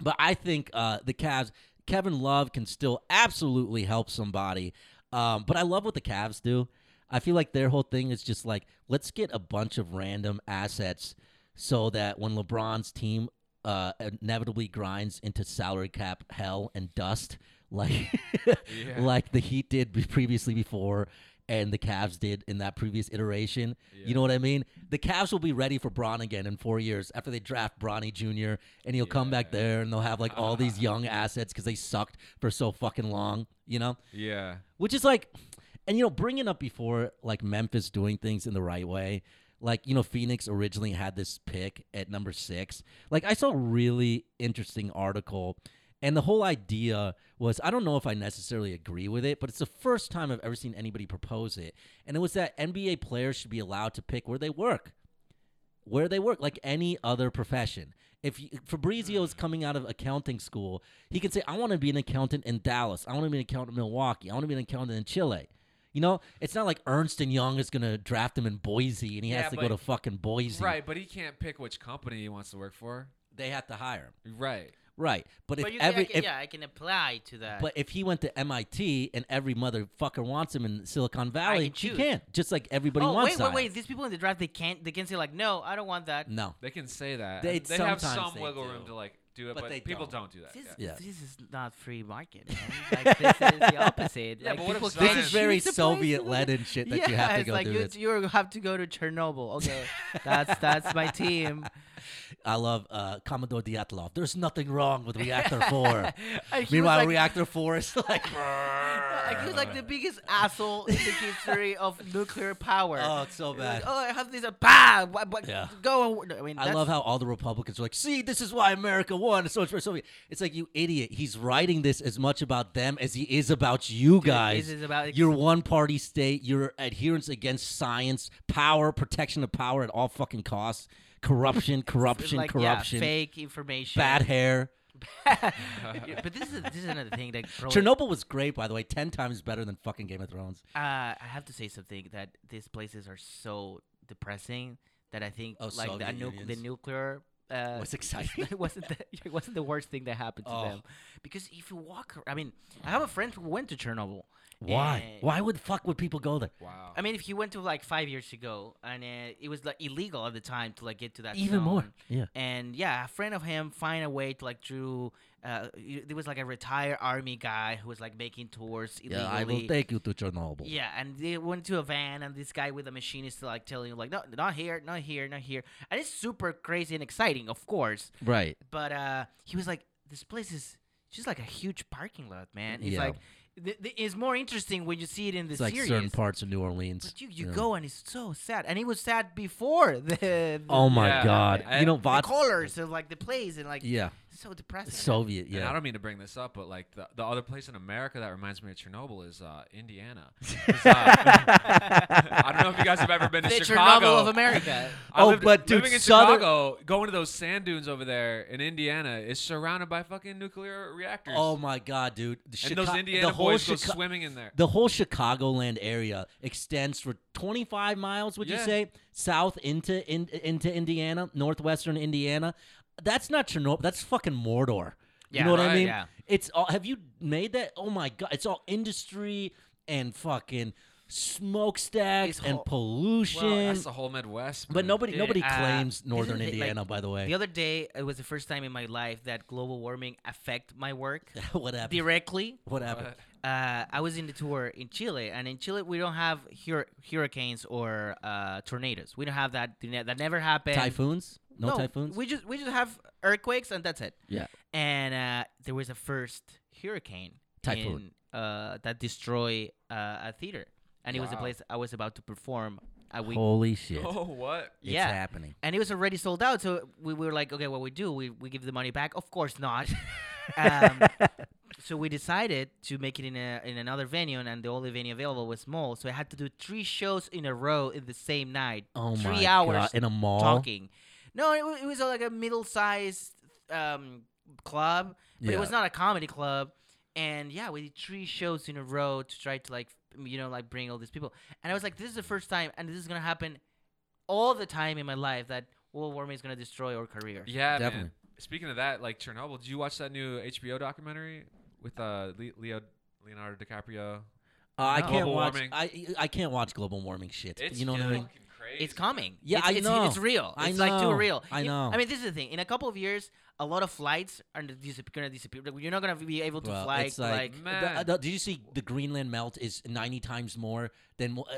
But I think uh, the Cavs, Kevin Love can still absolutely help somebody. Um, but I love what the Cavs do. I feel like their whole thing is just like let's get a bunch of random assets so that when LeBron's team uh, inevitably grinds into salary cap hell and dust, like Yeah. like the Heat did be- previously before. And the Cavs did in that previous iteration. You know what I mean? The Cavs will be ready for Bron again in four years after they draft Bronny Jr. and he'll come back there and they'll have like all these young assets because they sucked for so fucking long, you know? yeah. Which is like, and you know, bringing up before like Memphis doing things in the right way, like you know, Phoenix originally had this pick at number six. Like I saw a really interesting article, and the whole idea was I don't know if I necessarily agree with it, but it's the first time I've ever seen anybody propose it, and it was that NBA players should be allowed to pick where they work where they work, like any other profession. If you, Fabrizio Hmm. is coming out of accounting school, he can say, "I want to be an accountant in Dallas. I want to be an accountant in Milwaukee. I want to be an accountant in Chile." You know, it's not like Ernst and Young is gonna draft him in Boise, and he Yeah, has to but- go to fucking Boise. Right, but he can't pick which company he wants to work for. They have to hire him. Right. Right, but, But if you every think I can, if, yeah, I can apply to that. but if he went to MIT and every motherfucker wants him in Silicon Valley, can he choose. can't. Just like everybody oh wants. wait, wait, Zion. wait! These people in the draft, they can't, they can say like, no, I don't want that. No, They can say that. They- and They, have sometimes some they wiggle do. room to like do it, But but, they people don't. don't. do that. This, Yeah. this is not free market. Man. Like, this is the opposite. Yeah, like, but what if people Zion- this can't is very choose the place Soviet and- led and shit that you have to it's go like do. you, this. you have to go to Chernobyl. Okay, that's that's my team. I love uh, Commodore Dyatlov. There's nothing wrong with Reactor 4. And he was Meanwhile, like- Reactor 4 is like, Like, he was like the biggest asshole in the history of nuclear power. oh, it's so He was like, bad. oh, I have this. Uh, bah, wha- wha- Yeah. Go. and- I mean, I that's- love how all the Republicans are like, see, this is why America won. It's so much for Soviet. It's like, you idiot. He's writing this as much about them as he is about you guys. is about- your one party state, your adherence against science, power, protection of power at all fucking costs, corruption, it's corruption, like, yeah, corruption, fake information. bad hair. Yeah, but this is this is another thing that probably- Chernobyl was great, by the way, 10 times better than fucking Game of Thrones. Uh, I have to say something that these places are so depressing that I think Oh, like the, Soviet nu- the unions. nuclear uh, was exciting. it wasn't the, it wasn't the worst thing that happened to Oh. them because if you walk, ar- I mean, I have a friend who went to Chernobyl. Why? and- Why would fuck would people go there? Wow. I mean, if you went to like five years ago, and uh, it was like illegal at the time to like get to that Even more, zone. yeah. And yeah, a friend of him find a way to like drew. Uh, y- there was like a retired army guy who was like making tours illegally. take you to Chernobyl. Yeah, and they went to a van, and this guy with a machine is like telling you, like, no, not here, not here, not here. And it's super crazy and exciting, of course. Right. But uh, he was like, this place is just like a huge parking lot, man. It's Yeah. like th- th- it's more interesting when you see it in the It's like series. certain parts of New Orleans. But you, you know. go and it's so sad, and it was sad before the, the Oh my Yeah. god! I- you know, the Vod- colors of like the plays and like Yeah, so depressing. Soviet. And I Yeah, don't mean to bring this up, but like the, the other place in America that reminds me of Chernobyl is uh, Indiana. 'Cause, uh, I don't know if you guys have ever been to the Chicago. Chernobyl of America. I Oh, lived- but dude, living in Southern- Chicago, going to those sand dunes over there in Indiana is surrounded by fucking nuclear reactors. Oh my god, dude! The, and those Chica- Indiana the whole boys go Chica- swimming in there. The whole Chicagoland area extends for 25 miles, would you Yeah. say, south into in, into Indiana, northwestern Indiana. That's not Chernobyl. That's fucking Mordor. you Yeah, know what I right, mean? yeah. It's all. Have you made that? Oh my god! It's all industry and fucking smokestacks It's and whole- pollution. well, that's the whole Midwest. but man. nobody Dude, nobody uh, claims this northern is the- like, Indiana, by the way. The other day, it was the first time in my life that global warming affect my work what happened? directly. What happened? Uh, I was in the tour in Chile, and in Chile we don't have hur- hurricanes or uh, tornadoes. We don't have that. That never happened. Typhoons? No, typhoons. We just we just have earthquakes, and that's it. yeah. and uh, there was a first hurricane Typhoon. in, uh, that destroyed uh, a theater, and it was a Wow. place I was about to perform a week. Holy shit! Oh, what? It's yeah. happening. and it was already sold out, so we were like, okay, what we do? We we give the money back? Of course not. um, so we decided to make it in a in another venue, and the only venue available was mall. So I had to do three shows in a row in the same night. Oh three my hours God, in a mall. talking. No, it, wa- it was uh, like a middle-sized um, club, but Yeah. it was not a comedy club. And yeah, we did three shows in a row to try to like, f- you know, like bring all these people. And I was like, this is the first time, and this is gonna happen all the time in my life that global warming is gonna destroy our career. Yeah, Definitely. man. Speaking of that, like Chernobyl, did you watch that new HBO documentary with uh, Le- Leo Leonardo DiCaprio? Uh, I No. can't Global watch. warming. I I can't watch global warming shit. It's you know what I mean? fucking crazy. It's coming. Yeah, it's, I it's, know. It's real. I It's like too know. real. I You- know. I mean, this is the thing. In a couple of years, a lot of flights are gonna disap- gonna disappear. Like, You're not gonna be able to Bro, fly. it's like, like- the- Man. the- did you see the Greenland melt is ninety times more than mo- uh,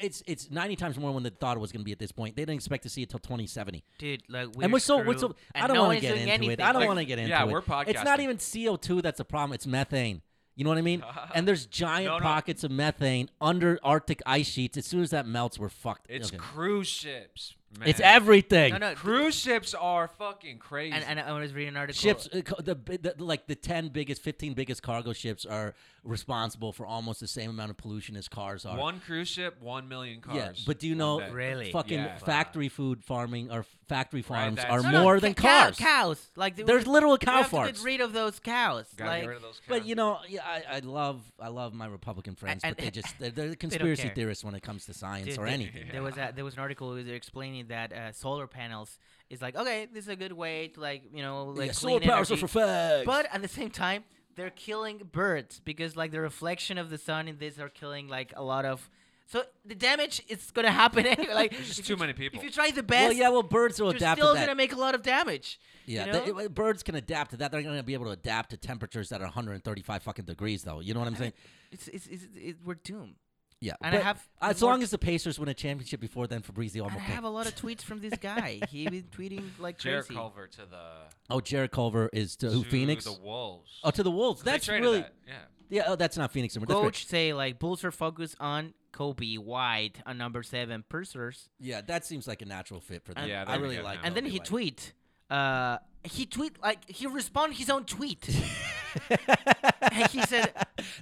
it's it's ninety times more than they thought it was going to be at this point. They didn't expect to see it till twenty seventy. dude, like we're And we're so we're so screwed. I And don't no want to one's get doing into it. anything. I don't Like, want to get into yeah, it. we're It's not podcasting. even CO two that's a problem. It's methane. You know what I mean? and there's giant No, no. pockets of methane under Arctic ice sheets. As soon as that melts, we're fucked. It's Okay. cruise ships, man. it's everything. No, no. Cruise ships are fucking crazy. And, and I was reading an article. ships uh, co- the, bi- the like the 10 biggest 15 biggest cargo ships are responsible for almost the same amount of pollution as cars are one cruise ship, one million cars. yeah but do you One know day. Really? fucking Yeah. factory food farming or factory farms that's- are No, no, more ca- than cow- cars Cows, like they- There's literal we cow have To farts. get rid of those cows. Gotta like, get rid of those. but cows. you know yeah, I, I love I love my Republican friends, and- but they just they're, they're conspiracy care. theorists when it comes to science Dude, or there- anything. There was a, there was an article where they were explaining that uh, solar panels is like okay, this is a good way to like you know like yeah, solar clean powers are energy. for fags. But at the same time, they're killing birds because like the reflection of the sun in this are killing like a lot of. So the damage is gonna happen anyway. Like There's just if too you- many people. If you try the best, well, yeah, well, birds will you're adapt still to that. gonna make a lot of damage. Yeah, you the- know? it- birds can adapt to that. They're going to be able to adapt to temperatures that are 135 fucking degrees, though. You know what I'm saying? it's, it's, it's, it, we're doomed. Yeah, And I but have- as the more- long as the Pacers win a championship before then, oh Fabrizio, I'm And I okay. have a lot of tweets from this guy. he been tweeting like Jared crazy. Culver to the oh, Jared Culver is to, who to Phoenix. the Wolves. oh, to the Wolves. 'Cause they That's traded really that, yeah. yeah. Oh, that's not Phoenix anymore. That's great. Coach say like Bulls are focused on Kobe White on number seven Pursers, Yeah, that seems like a natural fit for them. Yeah, I that'd be really good, like. yeah. and then Kobe he White. tweet. Uh, he tweet like he respond his own tweet. and he said,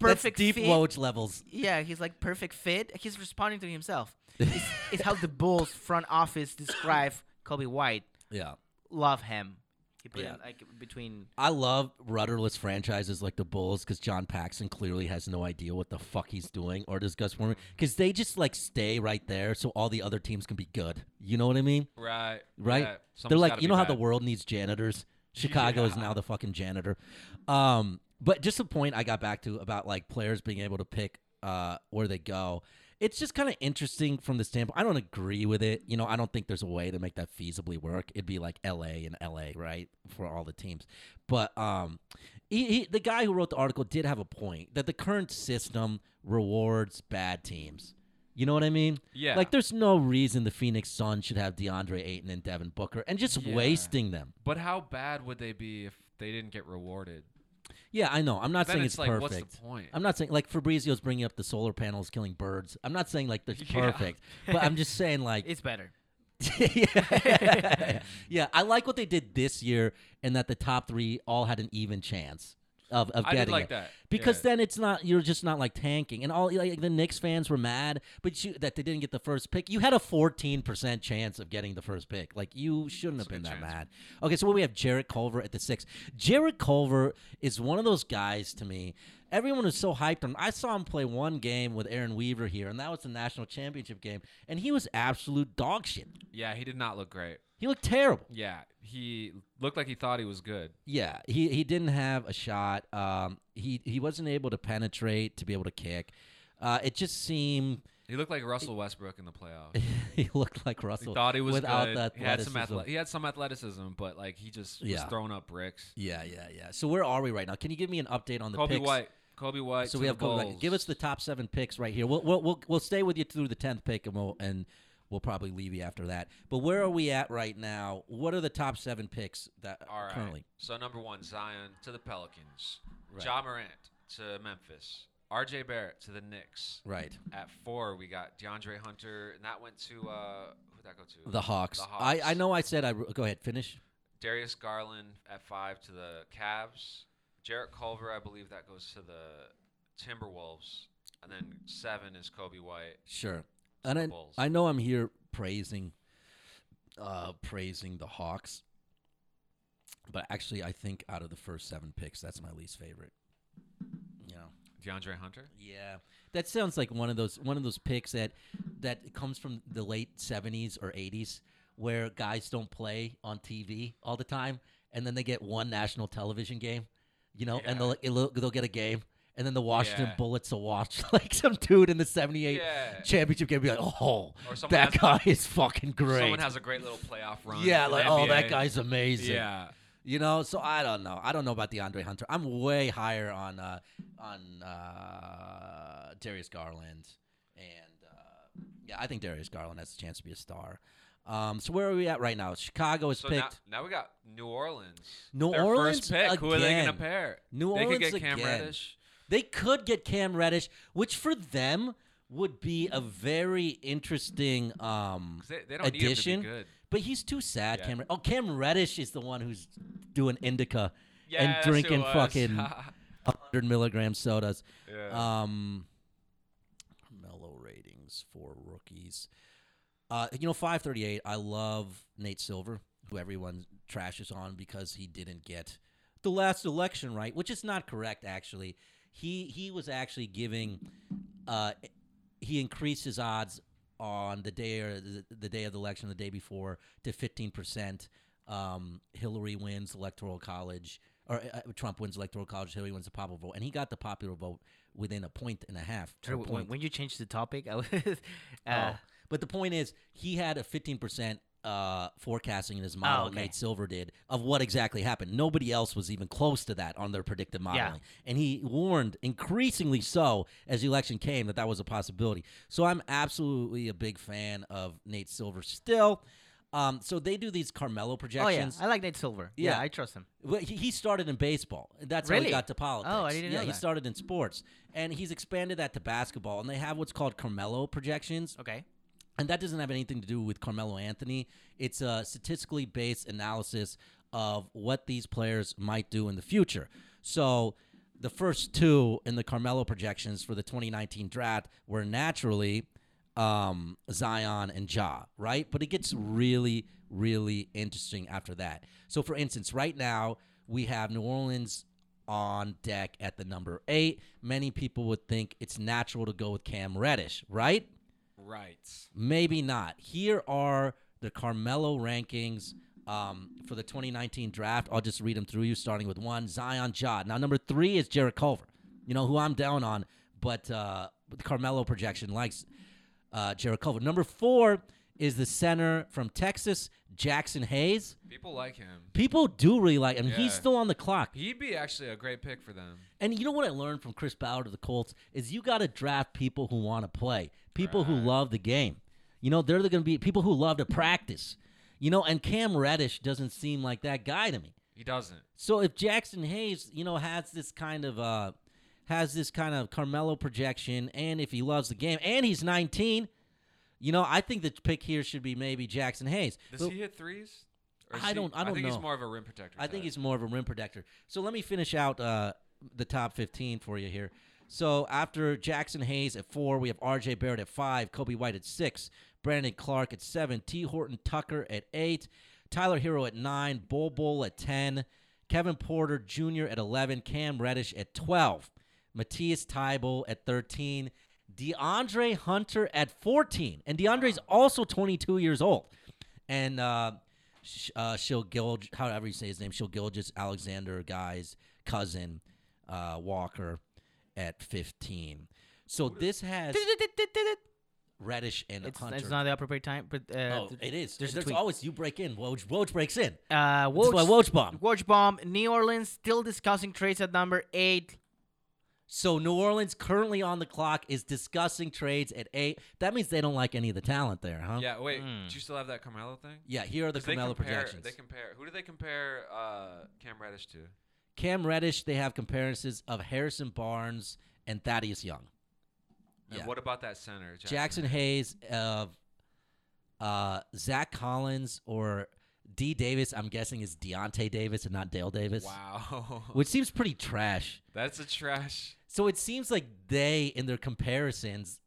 "Perfect That's deep fit." Woj levels. Yeah, he's like perfect fit. He's responding to himself. it's, it's how the Bulls front office describe Kobe White. Yeah. Love him. He put Yeah. it like between I love rudderless franchises like the Bulls because John Paxson clearly has no idea what the fuck he's doing or does Gus Warren because they just like stay right there so all the other teams can be good. You know what I mean? Right. Right? yeah. They're Someone's like, gotta you be know how the bad. world needs janitors. Chicago is now the fucking janitor. Um, but just the point I got back to about like players being able to pick uh, where they go. It's just kind of interesting from the standpoint. I don't agree with it. You know, I don't think there's a way to make that feasibly work. It'd be like L.A. and L.A. right for all the teams. But um, he, he, the guy who wrote the article did have a point that the current system rewards bad teams. You know what I mean? Yeah. Like there's no reason the Phoenix Suns should have DeAndre Ayton and Devin Booker and just Yeah. wasting them. But how bad would they be if they didn't get rewarded? Yeah, I know. I'm not Then saying it's it's, like, perfect. what's the point? I'm not saying like Fabrizio's bringing up the solar panels killing birds. I'm not saying like that's Yeah. perfect, but I'm just saying like It's better. yeah. yeah, I like what they did this year, and that the top three all had an even chance of, of I did getting like it. that, Because yeah. then it's not you're just not like tanking, and all like the Knicks fans were mad, but you that they didn't get the first pick. You had a 14 percent chance of getting the first pick. Like Mm, you shouldn't have been that mad. Okay, so what we have Jarrett Culver at the six. Jarrett Culver is one of those guys to me. Everyone was so hyped on. him. I saw him play one game with Aaron Weaver here, and that was the national championship game, and he was absolute dog shit. Yeah, he did not look great. He looked terrible. Yeah, he looked like he thought he was good. Yeah, he, he didn't have a shot. Um, he he wasn't able to penetrate to be able to kick. Uh, it just seemed He looked like Russell Westbrook in the playoffs. he looked like He Russell. thought he was without good. the he had some athleticism. athle- he had some athleticism, but like he just was Yeah. throwing up bricks. Yeah, yeah, yeah. So where are we right now? Can you give me an update on the Kobe picks? White, Kobe White. So to we the have Kobe White. Bulls. Give us the top seven picks right here. We'll we'll we'll, we'll stay with you through the tenth pick, and we'll and we'll probably leave you after that. But where are we at right now? What are the top seven picks that All right. currently? So number one, Zion to the Pelicans. Right. Ja Morant to Memphis. R.J. Barrett to the Knicks. Right. At four, we got DeAndre Hunter, and that went to uh, who that go to? The Hawks. The Hawks. I, I know I said I go ahead finish. Darius Garland at five to the Cavs. Jarrett Culver, I believe that goes to the Timberwolves. And then seven is Kobe White. Sure. And the I, Bulls. I know I'm here praising uh praising the Hawks. But actually I think out of the first 7 picks that's my least favorite. You know. DeAndre Hunter. Yeah. That sounds like one of those one of those picks that that comes from the late 70s or 80s where guys don't play on TV all the time and then they get one national television game, you know, and they'll it'll- they'll get a game and then the Washington Yeah. Bullets will watch like some dude in the 78 Yeah. championship game be like, "Oh, Or someone that has- guy is fucking great." Someone has a great little playoff run. yeah, in the like, "Oh, that NBA. guy's amazing." Yeah. You know, so I don't know. I don't know about DeAndre Hunter. I'm way higher on uh, on uh, Darius Garland, and uh, yeah, I think Darius Garland has a chance to be a star. Um, so where are we at right now? Chicago is So now, picked. now we got New Orleans. New Their Orleans first pick. Who are they going to again. pair? New they Orleans could get Cam again. Reddish. They could get Cam Reddish, which for them would be a very interesting um, 'Cause they- they don't need him to be addition. good. But he's too sad. Yeah. Cam. Red- Oh, Cam Reddish is the one who's doing indica Yeah, and that's who it drinking was. fucking. 100 milligram sodas. Yeah. Um, Carmelo ratings for rookies. Uh, you know, 538, I love Nate Silver, who everyone trashes on because he didn't get the last election right, which is not correct, actually. He, he was actually giving, uh, he increased his odds on the day or the, the day of the election, the day before, to 15%. Um, Hillary wins electoral college, or uh, Trump wins electoral college, Hillary wins the popular vote. And he got the popular vote within a point and a half. to a When- When, point. when you changed the topic, I was. Uh, Uh, But the point is, he had a 15% uh, forecasting in his model, Oh, okay. Nate Silver did, of what exactly happened. Nobody else was even close to that on their predictive modeling. And he warned, increasingly so, as the election came, that that was a possibility. So I'm absolutely a big fan of Nate Silver still. Um, so they do these Carmelo Oh yeah, projections. I like Nate Silver. Yeah, Yeah. I trust him. Well, he, he started in baseball. That's how he Really? got to politics. Oh, I didn't yeah, know he that. started in sports, and he's expanded that to basketball. And they have what's called Carmelo projections, Okay. and that doesn't have anything to do with Carmelo Anthony. It's a statistically based analysis of what these players might do in the future. So the first two in the Carmelo projections for the 2019 draft were naturally um, Zion and Ja, right? But it gets really, really interesting after that. So, for instance, right now we have New Orleans on deck at the number eight. Many people would think it's natural to go with Cam Reddish, right? right. Maybe not. Here are the Carmelo rankings um, for the 2019 draft. I'll just read them through you, starting with one Zion Jod. Now, number three is Jared Culver, you know, who I'm down on, but uh, the Carmelo projection likes uh, Jared Culver. Number four is the center from Texas, Jackson Hayes. People like him. People do really like him. Yeah. He's still on the clock. He'd be actually a great pick for them. And you know what I learned from Chris Ballard of the Colts is you got to draft people who want to play, people who love the game. You know, they're going to be people who love to practice. You know, and Cam Reddish doesn't seem like that guy to me. He doesn't. So if Jackson Hayes, you know, has this kind of uh has this kind of Carmelo projection and if he loves the game and he's 19, you know, I think the pick here should be maybe Jackson Hayes. Does But he hit threes? is I he- don't- I don't think know. he's more of a rim protector. I think type. he's more of a rim protector. So let me finish out uh the top 15 for you here. So after Jackson Hayes at 4, we have RJ Barrett at 5, Kobe White at 6, Brandon Clark at 7, T Horton Tucker at 8, Tyler Hero at 9, Bull Bull at 10, Kevin Porter Jr. at 11, Cam Reddish at 12, Matthias Tybel at 13, DeAndre Hunter at 14. And DeAndre's also 22 years old. And uh, Sh- uh, Shil Gilge, however you say his name, Shil Gilgis Alexander Guy's cousin, uh, Walker at 15. So this has Reddish and It's, Hunter. it's not the appropriate time, but uh, oh, it is. There's There's, a tweet. always, you break in, Woj, Woj breaks in. Uh, That's why Woj bomb. Woj bomb. New Orleans still discussing trades at number eight. So New Orleans currently on the clock is discussing trades at 8. That means they don't like any of the talent there, huh? Yeah. Wait. Mm. Do you still have that Carmelo thing? Yeah, here are the 'Cause they Carmelo compare, projections. They compare. Who do they compare uh, Cam Reddish to? Cam Reddish, they have comparisons of Harrison Barnes and Thaddeus Young. And Yeah. what about that center? Jackson Hayes of uh, Zach Collins or D Davis, I'm guessing is Deontay Davis and not Dale Davis. Wow. Which seems pretty trash. That's a trash. So it seems like they, in their comparisons,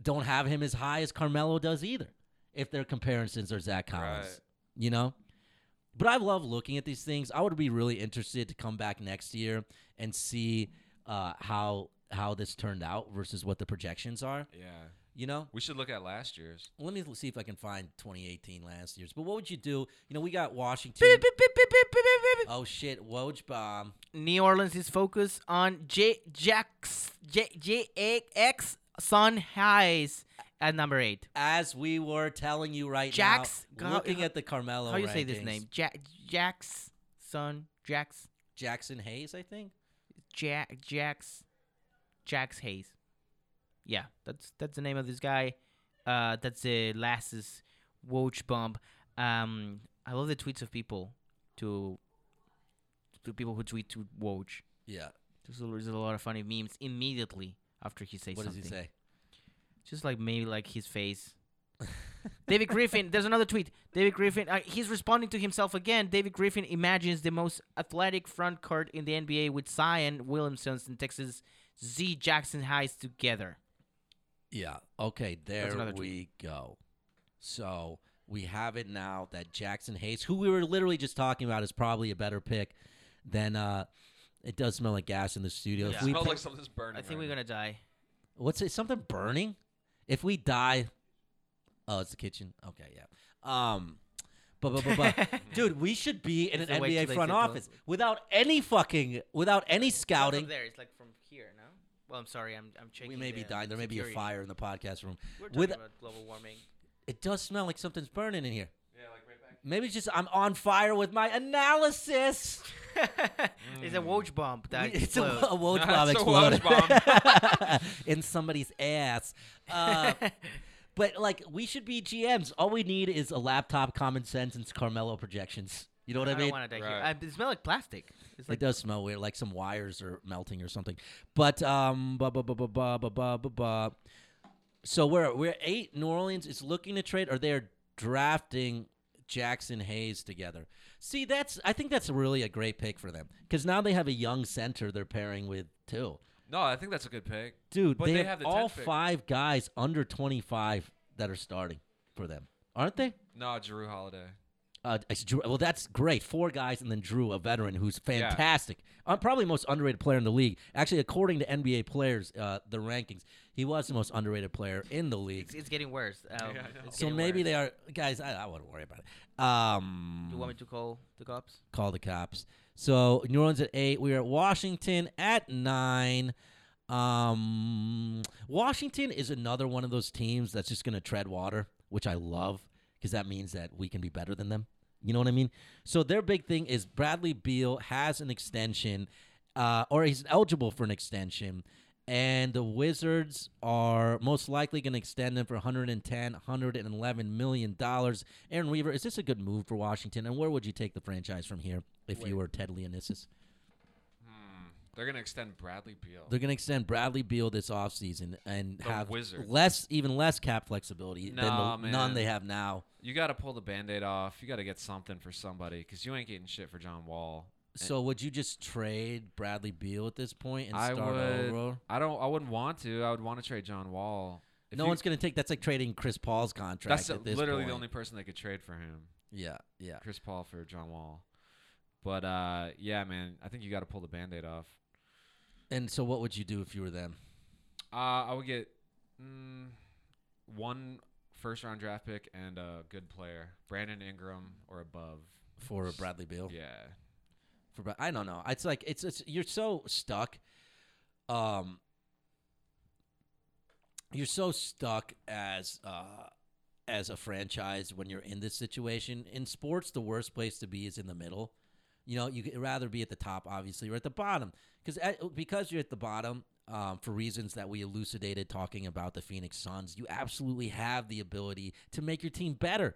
don't have him as high as Carmelo does either. If their comparisons are Zach Collins, Right. you know. But I love looking at these things. I would be really interested to come back next year and see uh, how how this turned out versus what the projections are. Yeah. You know, We should look at last year's. let me see if I can find 2018 last year's. But what would you do? You know, we got Washington. Oh shit, Woj bomb. New Orleans is focused on J Jax J J A X Son Highs at number eight. As we were telling you right Jax- now, how- looking at the Carmelo. How you say this rankings, name? Ja- Jax Son Jax Jackson Hayes, I think. ja- Jax Jax Hayes. Yeah, that's that's the name of this guy. Uh, that's the last's Woj bump. Um, I love the tweets of people to to people who tweet to Woj. Yeah. There's a, there's a lot of funny memes immediately after he says what something. does he say? Just like maybe like his face. David Griffin, there's another tweet. David Griffin, uh, he's responding to himself again. David Griffin imagines the most athletic front court in the NBA with Zion Williamson and Texas Z Jackson Highs together. Yeah. Okay, there another we tweet. go. So we have it now that Jackson Hayes, who we were literally just talking about, is probably a better pick than. uh It does smell like gas in the studio. If Yeah. we Smells pick- like something's burning. I think right we're gonna die. What's it? Something burning? If we die, oh, it's the kitchen. Okay, yeah. Um, but but but, but dude, we should be in It's an way too NBA late front to do it. office without any fucking, without any From scouting. there, it's like from here, no? Well, I'm sorry, I'm I'm checking. We may be the dying. There may be a security. fire in the podcast room. We're talking With about global warming. it does smell like something's burning in here. now. Yeah, like right back. Maybe it's just I'm on fire with my analysis. it's a Woj bump that it's a, explodes. a Woj bomb That's a exploded Woj in somebody's ass. Uh, but like, we should be GMs. All we need is a laptop, common sense, and Carmelo projections. You know what I, I mean? don't want to die Right. here. I, it smells like plastic. It's It like does smell weird, like some wires are melting or something. But um, ba ba ba ba ba ba ba ba. ba. So we're we're eight. New Orleans is looking to trade, or they're drafting Jackson Hayes together. See, that's I think that's really a great pick for them because now they have a young center they're pairing with too. No, I think that's a good pick. Dude, But they, they have, have the all 10th pick. five guys under twenty five that are starting for them, aren't they? No, Drew Holiday. Uh, it's Drew, well, that's great. Four guys and then Drew, a veteran who's Yeah. fantastic. Uh, probably the most underrated player in the league. Actually, according to NBA players, uh, the rankings, he was the most underrated player in the league. it's, it's getting worse. Um, Yeah, I know. it's So getting maybe worse. they are guys. I, I wouldn't worry about it. Um, You want me to call the cops? call the cops. So New Orleans at eight. We are at Washington at nine. Um, Washington is another one of those teams that's just going to tread water, which I love because that means that we can be better than them. You know what I mean? So their big thing is Bradley Beal has an extension, uh, or he's eligible for an extension, and the Wizards are most likely going to extend him for 110, 111 million dollars. Aaron Weaver, is this a good move for Washington? And where would you take the franchise from here if you were Ted Leonisis? They're gonna extend Bradley Beal. They're going to extend Bradley Beal this offseason and have Wizards. less, even less cap flexibility than Nah, the, none man. they have now. you got to pull the Band-Aid off. You got to get something for somebody because you ain't getting shit for John Wall. So would you just trade Bradley Beal at this point and I start would. over? I don't. I wouldn't want to. I would want to trade John Wall. If no you- one's going to take. That's like trading Chris Paul's contract. That's at this literally the point. only person that could trade for him. Yeah, yeah. Chris Paul for John Wall. But uh, yeah, man, I think you got to pull the Band-Aid off. And so, what would you do if you were them? Uh, I would get mm, one first-round draft pick and a good player, Brandon Ingram or above. for Bradley Beal. Yeah, For Bra- I don't know. It's like it's it's you're so stuck. Um, you're so stuck as uh as a franchise when you're in this situation. In sports, the worst place to be is in the middle. You know, you'd rather be at the top, obviously, or at the bottom, because because you're at the bottom. Um, for reasons that we elucidated talking about the Phoenix Suns, you absolutely have the ability to make your team better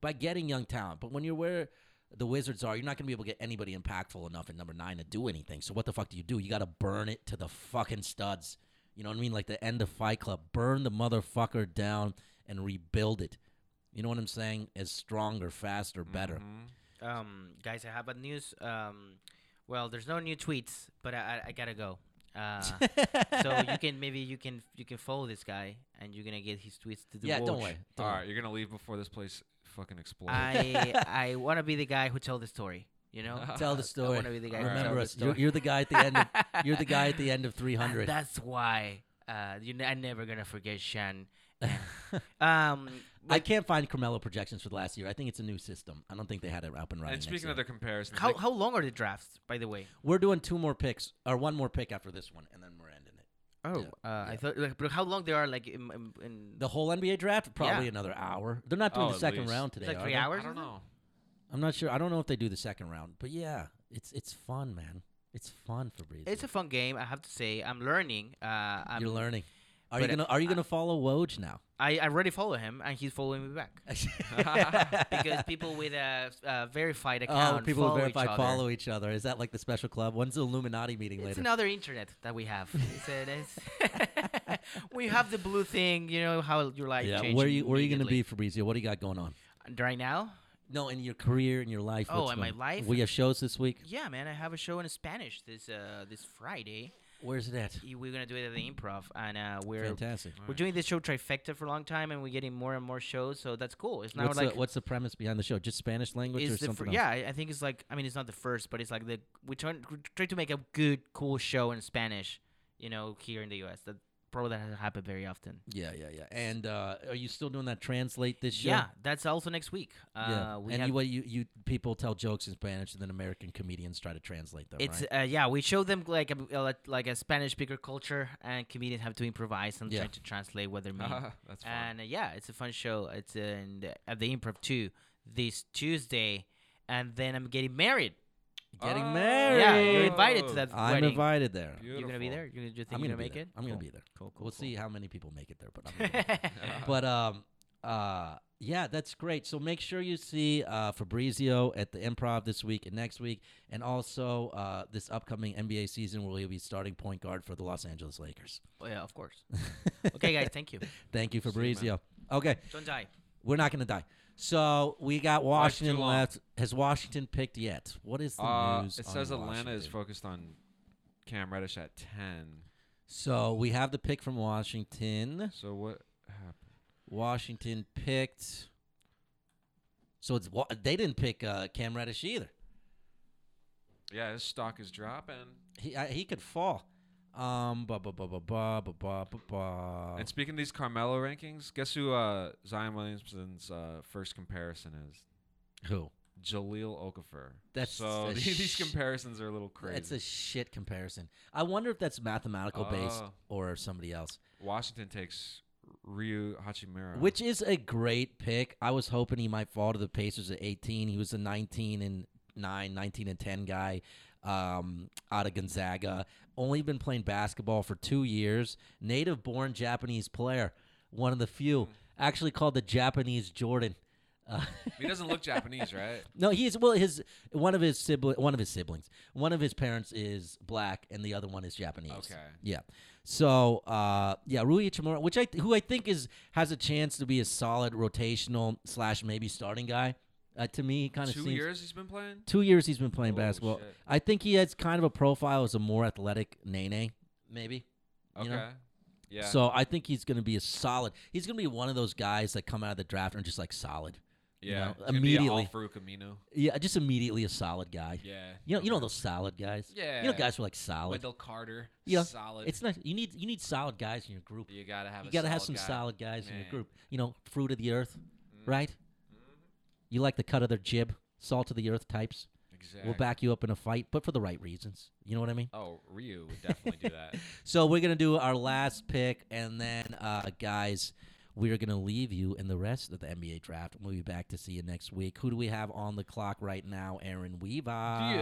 by getting young talent. But when you're where the Wizards are, you're not going to be able to get anybody impactful enough at number nine to do anything. So what the fuck do you do? You got to burn it to the fucking studs. You know what I mean? Like the end of Fight Club. Burn the motherfucker down and rebuild it. You know what I'm saying? As stronger, faster, better. Mm-hmm. Mm-hmm. Um, guys, I have a news. Um, well, there's no new tweets, but I, I, I gotta go. Uh, so you can maybe you can you can follow this guy, and you're gonna get his tweets to the yeah, don't watch. worry. Don't All worry. right, you're gonna leave before this place fucking explodes. I I want to be the guy who tell the story. You know, Tell the I story. want to be the guy. who tell Remember the us. story. You're, you're the guy at the end. Of, you're the guy at the end of And 300. that's why uh, you n- I'm never gonna forget Shan. um, I can't find Carmelo projections for the last year. I think it's a new system. I don't think they had it up and running. and next speaking year. of their comparisons, how they- how long are the drafts, by the way? We're doing two more picks or one more pick after this one, and then we're ending it. Oh, uh, I thought. Like, but how long they are? Like in, in, in The whole NBA draft probably Yeah. another hour. They're not doing Oh, the at second least. round it's today. like are three they? hours. I don't isn't it? know. I'm not sure. I don't know if they do the second round, but yeah, it's it's fun, man. It's fun, Fabrizio. It's a fun game, I have to say. I'm learning. Uh, I'm, You're learning. Are you but, uh, gonna Are you I- gonna follow Woj now? I, I already follow him, and he's following me back because people with a, a verified oh, account people follow who verify each other. follow each other. Is that like the special club? When's the Illuminati meeting It's later? another internet that we have. It's, a- it's we have the blue thing. You know how your life yeah. changes. Where you Where are you gonna be, Fabrizio? What do you got going on? right now? No, in your career, in your life. Oh, what's in my going- life? We have shows this week. Yeah, man. I have a show in Spanish this uh, this Friday. Where's it at? Y- We're gonna do it at the improv, and uh, we're Fantastic. we're doing this show trifecta for a long time, and we're getting more and more shows. So that's cool. It's not What's, like the, what's the premise behind the show? Just Spanish language or is the something? fir- else? yeah i I think it's like i mean it's not the first but it's like the we try, we try to make a good cool show in spanish you know here in the us that probably that hasn't happened very often Yeah, yeah, yeah. And uh, are you still doing that translate this year? yeah that's also next week uh yeah. we and have, you, what you you people tell jokes in Spanish, and then American comedians try to translate them. it's right? uh, yeah we show them like a, a lot- like a spanish speaker culture and comedians have to improvise and Yeah. try to translate what they mean That's fun. and uh, yeah it's a fun show it's in the, at the improv too this tuesday and then i'm getting married getting Oh. married. yeah you're invited to Oh. that I'm wedding invited there. Beautiful. You're gonna be there. You're gonna, do you think I'm you're gonna gonna be make there. it? I'm gonna Cool. be there. Cool, cool. we'll cool. see how many people make it there, but I'm gonna be there. but um uh yeah, that's great. So make sure you see uh Fabrizio at the improv this week and next week, and also uh this upcoming NBA season where he'll be starting point guard for the Los Angeles Lakers. Oh, yeah, of course. okay, guys. Thank you. Thank you, Fabrizio. Okay, Don't die. we're not gonna die. So we got Life's too Washington long. left. Has Washington picked yet? What is the Uh, news? it on says Atlanta is Washington? focused on Cam Reddish at ten. So we have the pick from Washington. So what happened? Washington picked. So it's Wa- they didn't pick uh, Cam Reddish either. Yeah, his stock is dropping. He I, he could fall. Um, ba ba ba ba ba ba ba ba ba. and speaking of these Carmelo rankings, guess who uh, Zion Williamson's uh, first comparison is? Who? Jaleel Okafor. That's so a these sh- comparisons are a little crazy. It's a shit comparison. I wonder if that's mathematical based Oh. or somebody else. Washington takes Ryu Hachimura. Which is a great pick. I was hoping he might fall to the Pacers at 18. He was a 19 and 9, 19 and 10 guy. um, out of Gonzaga. Only been playing basketball for two years. Native born Japanese player. One of the few. Actually called the Japanese Jordan. Uh, He doesn't look Japanese, right? No, he's well. His one of his sibling, one of his siblings, one of his parents is black, and the other one is Japanese. Okay. Yeah. So, uh, yeah, Rui Ichimura, which I who I think is has a chance to be a solid rotational slash maybe starting guy. Uh, to me, kind of Two seems, years he's been playing. Two years he's been playing Oh, basketball. shit. I think he has kind of a profile as a more athletic Nene, maybe. Okay. You know? Yeah. So I think he's going to be a solid. He's going to be one of those guys that come out of the draft and are just like solid. yeah. know, It's gonna be a immediately. Al-Farouk Aminu. Yeah, just immediately a solid guy. Yeah. You know, you know okay. those solid guys. You Yeah. know guys who are like solid. Wendell Carter. Yeah, Solid. It's nice. You need you need solid guys in your group. you gotta have. you a gotta have some solid guy. solid guys in your Man. Mm-hmm. group. You know, fruit of the earth, right? You like the cut of their jib, salt of the earth types. Exactly. We'll back you up in a fight, but for the right reasons. You know what I mean? Oh, Ryu would definitely do that. So we're gonna do our last pick, and then uh, guys, we are gonna leave you in the rest of the NBA draft. We'll be back to see you next week. Who do we have on the clock right now? Aaron Weaver. the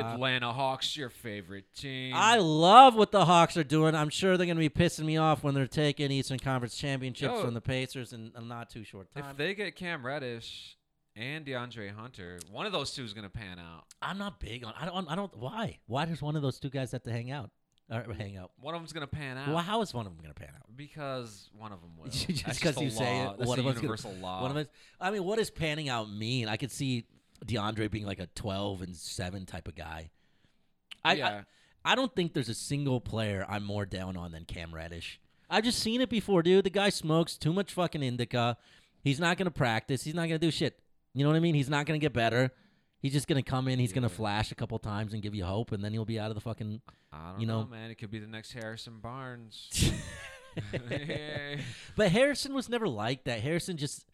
Atlanta Hawks, your favorite team. Uh, I love what the Hawks are doing. I'm sure they're going to be pissing me off when they're taking Eastern Conference championships Yo. from the Pacers in a not too short time. if they get Cam Reddish and DeAndre Hunter, one of those two is gonna pan out. I'm not big on. I don't. I don't. Why? Why does one of those two guys have to hang out? Or hang out. One of them's gonna pan out. Well, how is one of them going to pan out? Because one of them will. Just That's because a you say law. it, That's one a of us gonna- universal law. One of us. I mean, what does panning out mean? I could see DeAndre being like a 12 and seven type of guy. I, yeah. I don't think there's a single player I'm more down on than Cam Reddish. I've just seen it before, dude. The guy smokes too much fucking indica. He's not going to practice. He's not going to do shit. You know what I mean? He's not going to get better. He's just going to come in. He's going to Yeah. flash a couple times and give you hope, and then he'll be out of the fucking. I don't you know, know- man. It could be the next Harrison Barnes. But Harrison was never like that. Harrison just.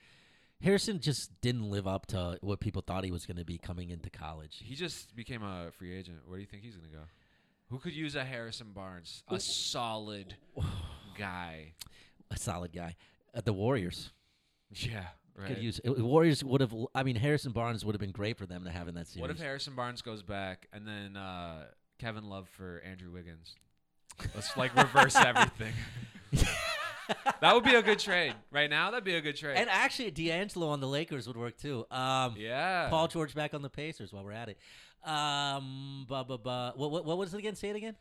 Harrison just didn't live up to what people thought he was going to be coming into college. he just became a free agent. Where do you think he's gonna go? Who could use a Harrison Barnes, a solid guy? A solid guy. Uh, the Warriors Yeah, right. could use. uh, Warriors would have. I mean, Harrison Barnes would have been great for them to have in that series. What if Harrison Barnes goes back and then uh, Kevin Love for Andrew Wiggins? Let's like reverse everything. that would be a good trade. Right now, that'd be a good trade. And actually, D'Angelo on the Lakers would work too. Um, yeah, Paul George back on the Pacers while we're at it. Um, ba ba ba. What, what, what was it again? Say it again.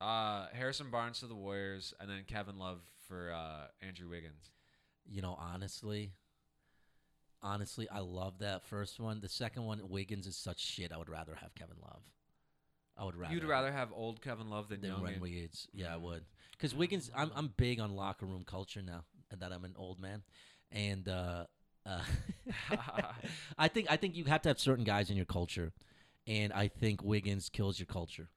Uh, Harrison Barnes to the Warriors, and then Kevin Love for uh, Andrew Wiggins. You know, honestly, honestly, I love that first one. The second one, Wiggins is such shit. I would rather have Kevin Love. I would rather. You'd rather have old Kevin Love than, than young. run and- Wiggins. Yeah, I would. Because Wiggins, I'm I'm big on locker room culture now that I'm an old man, and uh, uh, I think I think you have to have certain guys in your culture, and I think Wiggins kills your culture,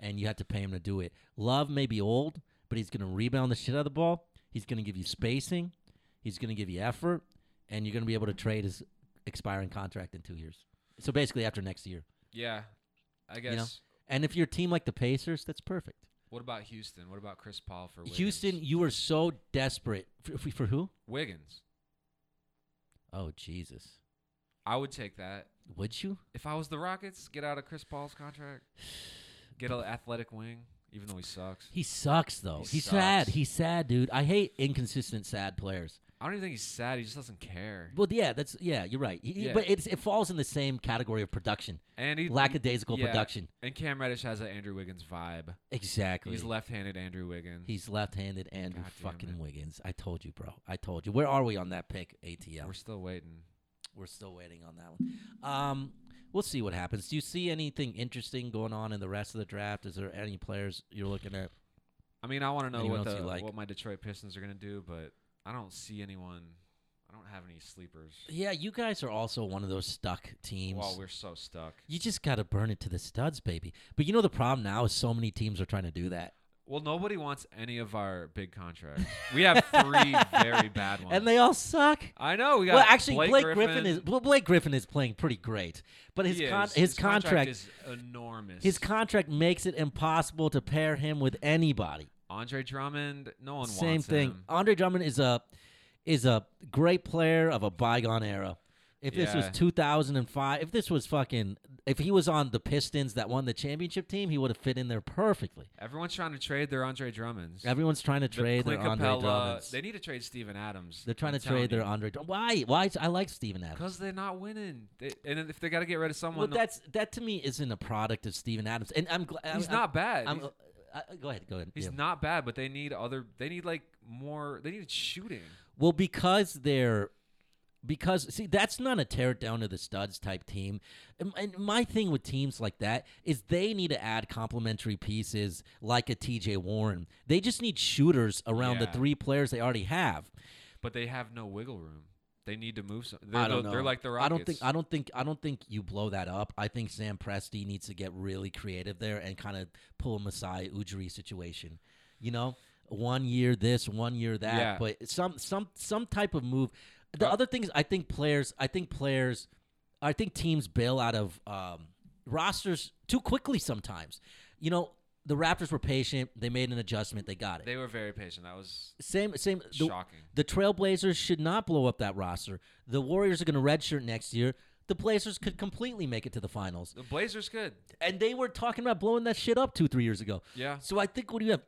and you have to pay him to do it. Love may be old, but he's gonna rebound the shit out of the ball. He's gonna give you spacing. He's gonna give you effort, and you're gonna be able to trade his expiring contract in two years. So basically, after next year, Yeah, I guess. know? and if you're a team like the Pacers, that's perfect. What about Houston? What about Chris Paul for Wiggins? Houston, you were so desperate for, for, for who? Wiggins. Oh Jesus! I would take that Would you? if I was the Rockets. Get out of Chris Paul's contract. Get an athletic wing, even though he sucks. He sucks though. He He's sad. sucks. He's sad, dude. I hate inconsistent, sad players. I don't even think he's sad. He just doesn't care. Well, yeah, that's yeah. You're right. He- he- Yeah. But it's, it falls in the same category of production. And he Lackadaisical production. And Cam Reddish has an Andrew Wiggins vibe. Exactly. He's left-handed Andrew Wiggins. He's left-handed Andrew God damn fucking it. Wiggins. I told you, bro. I told you. Where are we on that pick, ATL? We're still waiting. We're still waiting on that one. Um, we'll see what happens. Do you see anything interesting going on in the rest of the draft? Is there any players you're looking at? I mean, I want to know Anyone what else the, you like? what my Detroit Pistons are gonna do, but I don't see anyone. I don't have any sleepers. Yeah, you guys are also one of those stuck teams. Wow, we're so stuck. you just got to burn it to the studs, baby. But you know the problem now is so many teams are trying to do that. Well, nobody wants any of our big contracts. We have three very bad ones, And they all suck. I know. We got Well, actually, Blake, Griffin, is well, Blake Griffin is playing pretty great, but his He con- is. his, contract, contract is enormous. his contract makes it impossible to pair him with anybody. Andre Drummond, no one Same wants thing. him. Andre Drummond is a is a great player of a bygone era. If this was Yeah. 2005, if this was fucking, if he was on the Pistons that won the championship team, he would have fit in there perfectly. Everyone's trying to trade their Andre Drummonds. Everyone's trying to The trade their Clint Andre Capella, Drummonds. They need to trade Steven Adams. They're trying to trade their Andre. Drum- Why? Why? I like Steven Adams. Because they're not winning. They, and then if they got to get rid of someone, Well, they'll- that's that to me isn't a product of Steven Adams, and I'm glad He's not bad. I'm, He's- uh, uh, go ahead, go ahead. he's yeah. not bad, but they need other. They need like more. They need shooting. Well, because they're because see that's not a tear it down to the studs type team. And- And my thing with teams like that is they need to add complementary pieces like a TJ Warren. They just need shooters around the Yeah. three players they already have. But they have no wiggle room. They need to move some. They're, I don't they're, know. they're like the Rockets. I don't think I don't think I don't think you blow that up. I think Sam Presti needs to get really creative there and kind of pull a Masai Ujiri situation. You know, one year this, one year that, Yeah. but some some some type of move. The Uh, other thing is, I think players, I think players, I think teams bail out of um, rosters too quickly sometimes. You know, the Raptors were patient. They made an adjustment. They got it. they were very patient. That was Same, same. The, Shocking. The Trailblazers should not blow up that roster. The Warriors are going to redshirt next year. The Blazers could completely make it to the finals, the Blazers. Good. and they were talking about blowing that shit up two, three years ago. Yeah. So I think when you have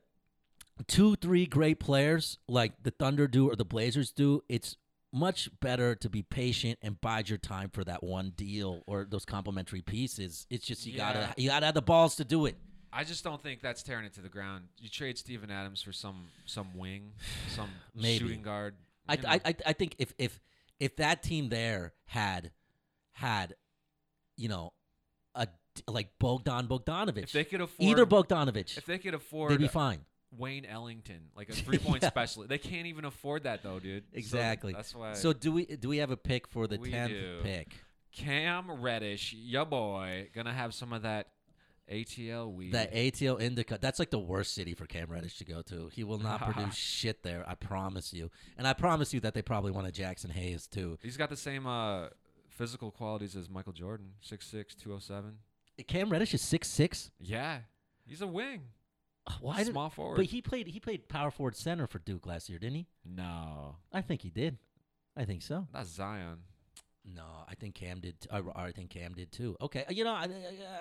two, three great players like the Thunder do or the Blazers do, it's much better to be patient and bide your time for that one deal or those complementary pieces. It's just you Yeah. gotta you gotta have the balls to do it. I just don't think that's tearing it to the ground. You trade Steven Adams for some some wing, some Maybe. shooting guard. I, you know. I, I I think if if if that team there had had you know a d- like Bogdan Bogdanovic, if they could afford either Bogdanovic, if they could afford they'd be fine. Wayne Ellington, like a three point Yeah. specialist. They can't even afford that though, dude. So Exactly. that's why. So do we do we have a pick for the We tenth do. pick? Cam Reddish, your boy, gonna have some of that ATL weed. That ATL Indica. That's like the worst city for Cam Reddish to go to. He will not produce shit there. I promise you. And I promise you that they probably want a Jackson Hayes too. He's got the same uh, physical qualities as Michael Jordan, 6'6", 207. Cam Reddish is six six. Yeah, he's a wing. Why did- Small forward. But he played he played power forward center for Duke last year, didn't he? No, I think he did. I think so. that's Zion. No, I think Cam did. T- I, I think Cam did too. Okay, uh, you know, I, I,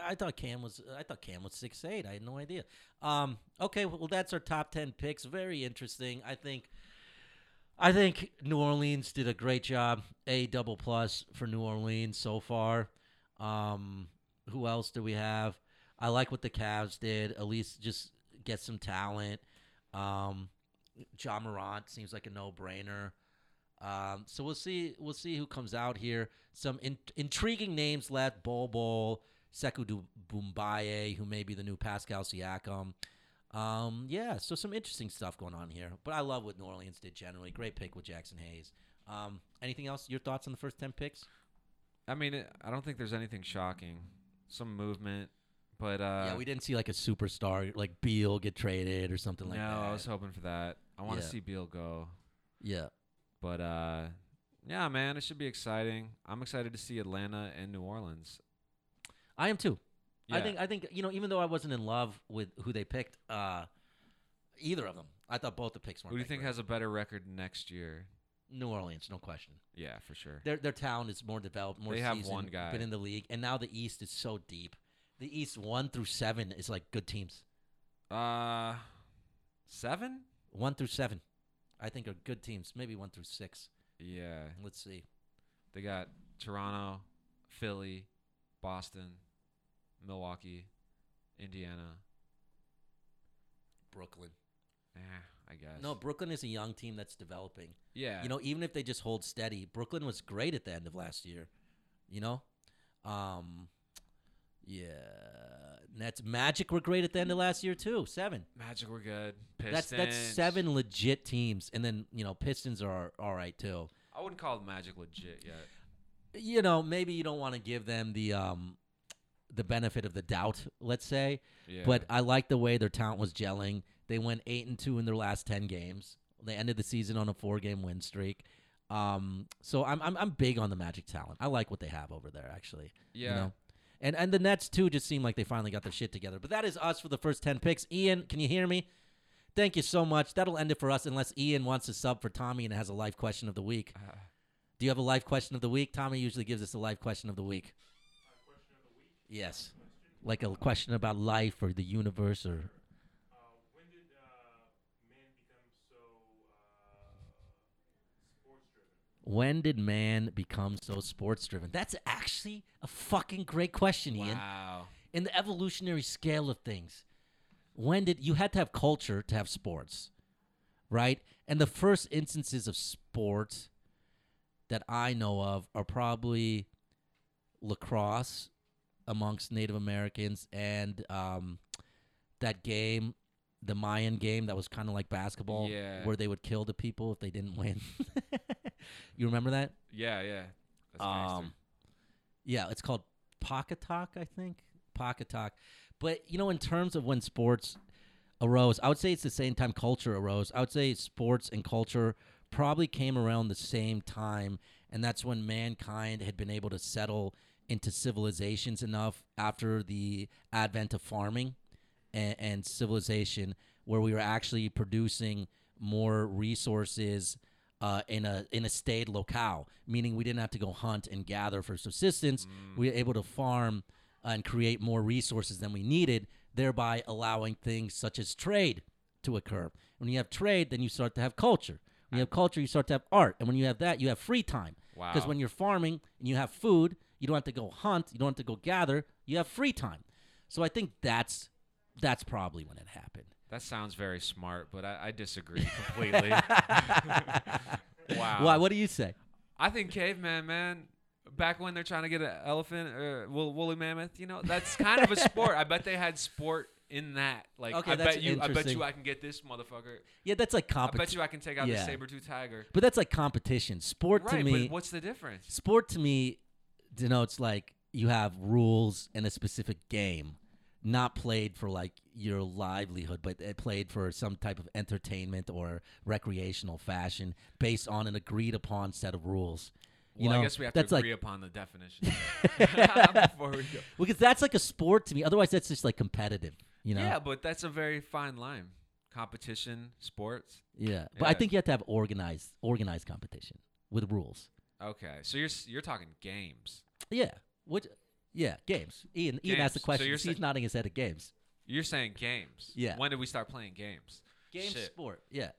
I thought Cam was. I thought Cam was six eight. I had no idea. Um. Okay. Well, that's our top ten picks. Very interesting. I think. I think New Orleans did a great job. A double plus for New Orleans so far. Um. Who else do we have? I like what the Cavs did. At least just get some talent. Um. John Morant seems like a no brainer. Um, so we'll see. We'll see who comes out here. Some in, intriguing names left: Bol Bol, Sekou Du- Bumbaye, who may be the new Pascal Siakam. Um, yeah, so some interesting stuff going on here. But I love what New Orleans did generally. Great pick with Jackson Hayes. Um, anything else? Your thoughts on the first ten picks? I mean, it- I don't think there's anything shocking. Some movement, but uh, yeah, we didn't see like a superstar like Beal get traded or something like no, that. I was hoping for that. I want to Yeah. see Beal go, yeah, but uh, yeah, man, it should be exciting. I'm excited to see Atlanta and New Orleans. I am too. I Yeah. think I think you know even though I wasn't in love with who they picked, uh, either of them, I thought both the picks were. Who do you think has a better record next year? New Orleans? No question. Yeah, for sure. Their their town is more developed, more They have seasoned, one guy. been in the league, and now the East is so deep. The East one through seven is like good teams. Uh, seven? One through seven, I think are good teams. Maybe one through six. Yeah, Let's see. they got Toronto, Philly, Boston, Milwaukee, Indiana. Brooklyn. Eh, I guess. No, Brooklyn is a young team that's developing. yeah, You know, even if they just hold steady, Brooklyn was great at the end of last year. You know, um, yeah, Nets Magic were great at the end of last year too. Seven. Magic were good. That's Pistons. that's seven legit teams, and then you know Pistons are all right too. I wouldn't call Magic legit yet. You know, maybe you don't want to give them the um the benefit of the doubt, let's say. Yeah. But uh, I like the way their talent was gelling. They went eight and two in their last ten games. They ended the season on a four game win streak. Um, so I'm, I'm I'm big on the Magic talent. I like what they have over there actually. Yeah. And and the Nets too just seem like they finally got their shit together. But that is us for the first ten picks. Ian, can you hear me? Uh. Thank you so much. That'll end it for us unless Ian wants to sub for Tommy and has a life question of the week. Do you have a life question of the week? Tommy usually gives us a life question of the week. Yes. Like a question about life or the universe or when did man become so uh, sports driven? That's actually a fucking great question, Ian. Wow. In the evolutionary scale of things, when did you had to have culture to have sports, right? And the first instances of sports that I know of are probably lacrosse amongst Native Americans and um, that game, the Mayan game that was kind of like basketball, Yeah. where they would kill the people if they didn't win. you remember that? Yeah, yeah. That's Um, yeah, it's called Pocket Talk, I think. Pocket Talk. But, you know, in terms of when sports arose, I would say it's the same time culture arose. I would say sports and culture probably came around the same time, and that's when mankind had been able to settle into civilizations enough after the advent of farming and, and civilization where we were actually producing more resources uh, in a in a stayed locale, meaning we didn't have to go hunt and gather for subsistence. We were able to farm and create more resources than we needed, thereby allowing things such as trade to occur. When you have trade, then you start to have culture. When you have culture, you start to have art, and when you have that, you have free time. Because Wow. when you're farming and you have food, you don't have to go hunt, you don't have to go gather. You have free time. So I think that's that's probably when it happened. That sounds very smart, but I, I disagree completely. wow. Why? What do you say? I think caveman, man. Back when they're trying to get an elephant or wool- woolly mammoth, you know, that's kind of a sport. I bet they had sport in that. Like, Okay, I that's bet you, I bet interesting. you, I can get this motherfucker. Yeah, that's like I bet competition. you, I can take out yeah. the saber tooth tiger. But that's like competition. Sport right, to me. but what's the difference? Sport to me denotes like you have rules and a specific game, not played for like your livelihood, but it played for some type of entertainment or recreational fashion based on an agreed upon set of rules. You well, know, I guess we have to that's like agree upon the definition before we go. because that's like a sport to me. Otherwise, that's just like competitive. You know. Yeah, but that's a very fine line. Competition, sports. Yeah, but I Yeah. think you have to have organized organized competition with rules. Okay, so you're s- you're talking games. Yeah. What? Yeah, games. Ian Ian asked the Games. So question. you're He's saying- nodding his head at games. You're saying games. Yeah. When did we start playing games? Game Shit. sport. Yeah.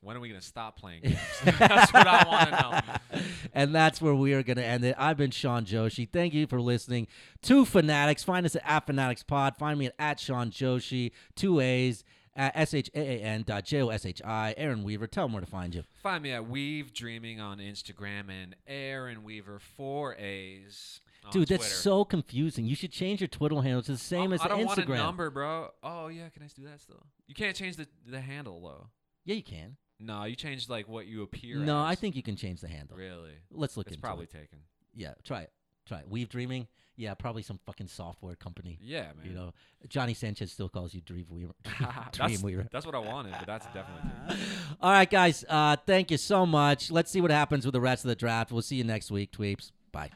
When are we gonna stop playing games? That's what I want to know. and that's where we are going to end it. I've been Sean Joshi. Thank you for listening to Fanatics. Find us at, at Fanatics Pod. Find me at, at Sean Joshi, two A's, at S H A A N dot J O S H I. Aaron Weaver, tell them where to find you. Find me at Weave Dreaming on Instagram and Aaron Weaver four A's. On Dude, that's Twitter. so confusing. You should change your Twitter handle to the same I, as I don't Instagram. want a number, bro. Oh yeah, can I do that still? You can't change the the handle though. Yeah, you can. No, you changed like what you appear. No, as. I think you can change the handle. Really? Let's look it's into probably it. taken. Yeah, try it. Try it. Weave Dreaming. Yeah, probably some fucking software company. Yeah, man. You know, Johnny Sanchez still calls you Dream Weaver. Dream that's, Weaver. that's what I wanted, but that's definitely taken. All right, guys. Uh, thank you so much. Let's see what happens with the rest of the draft. We'll see you next week, tweeps. Bye.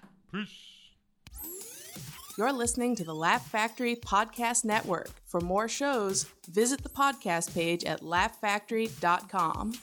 You're listening to the Laugh Factory Podcast Network. For more shows, visit the podcast page at laughfactory.com.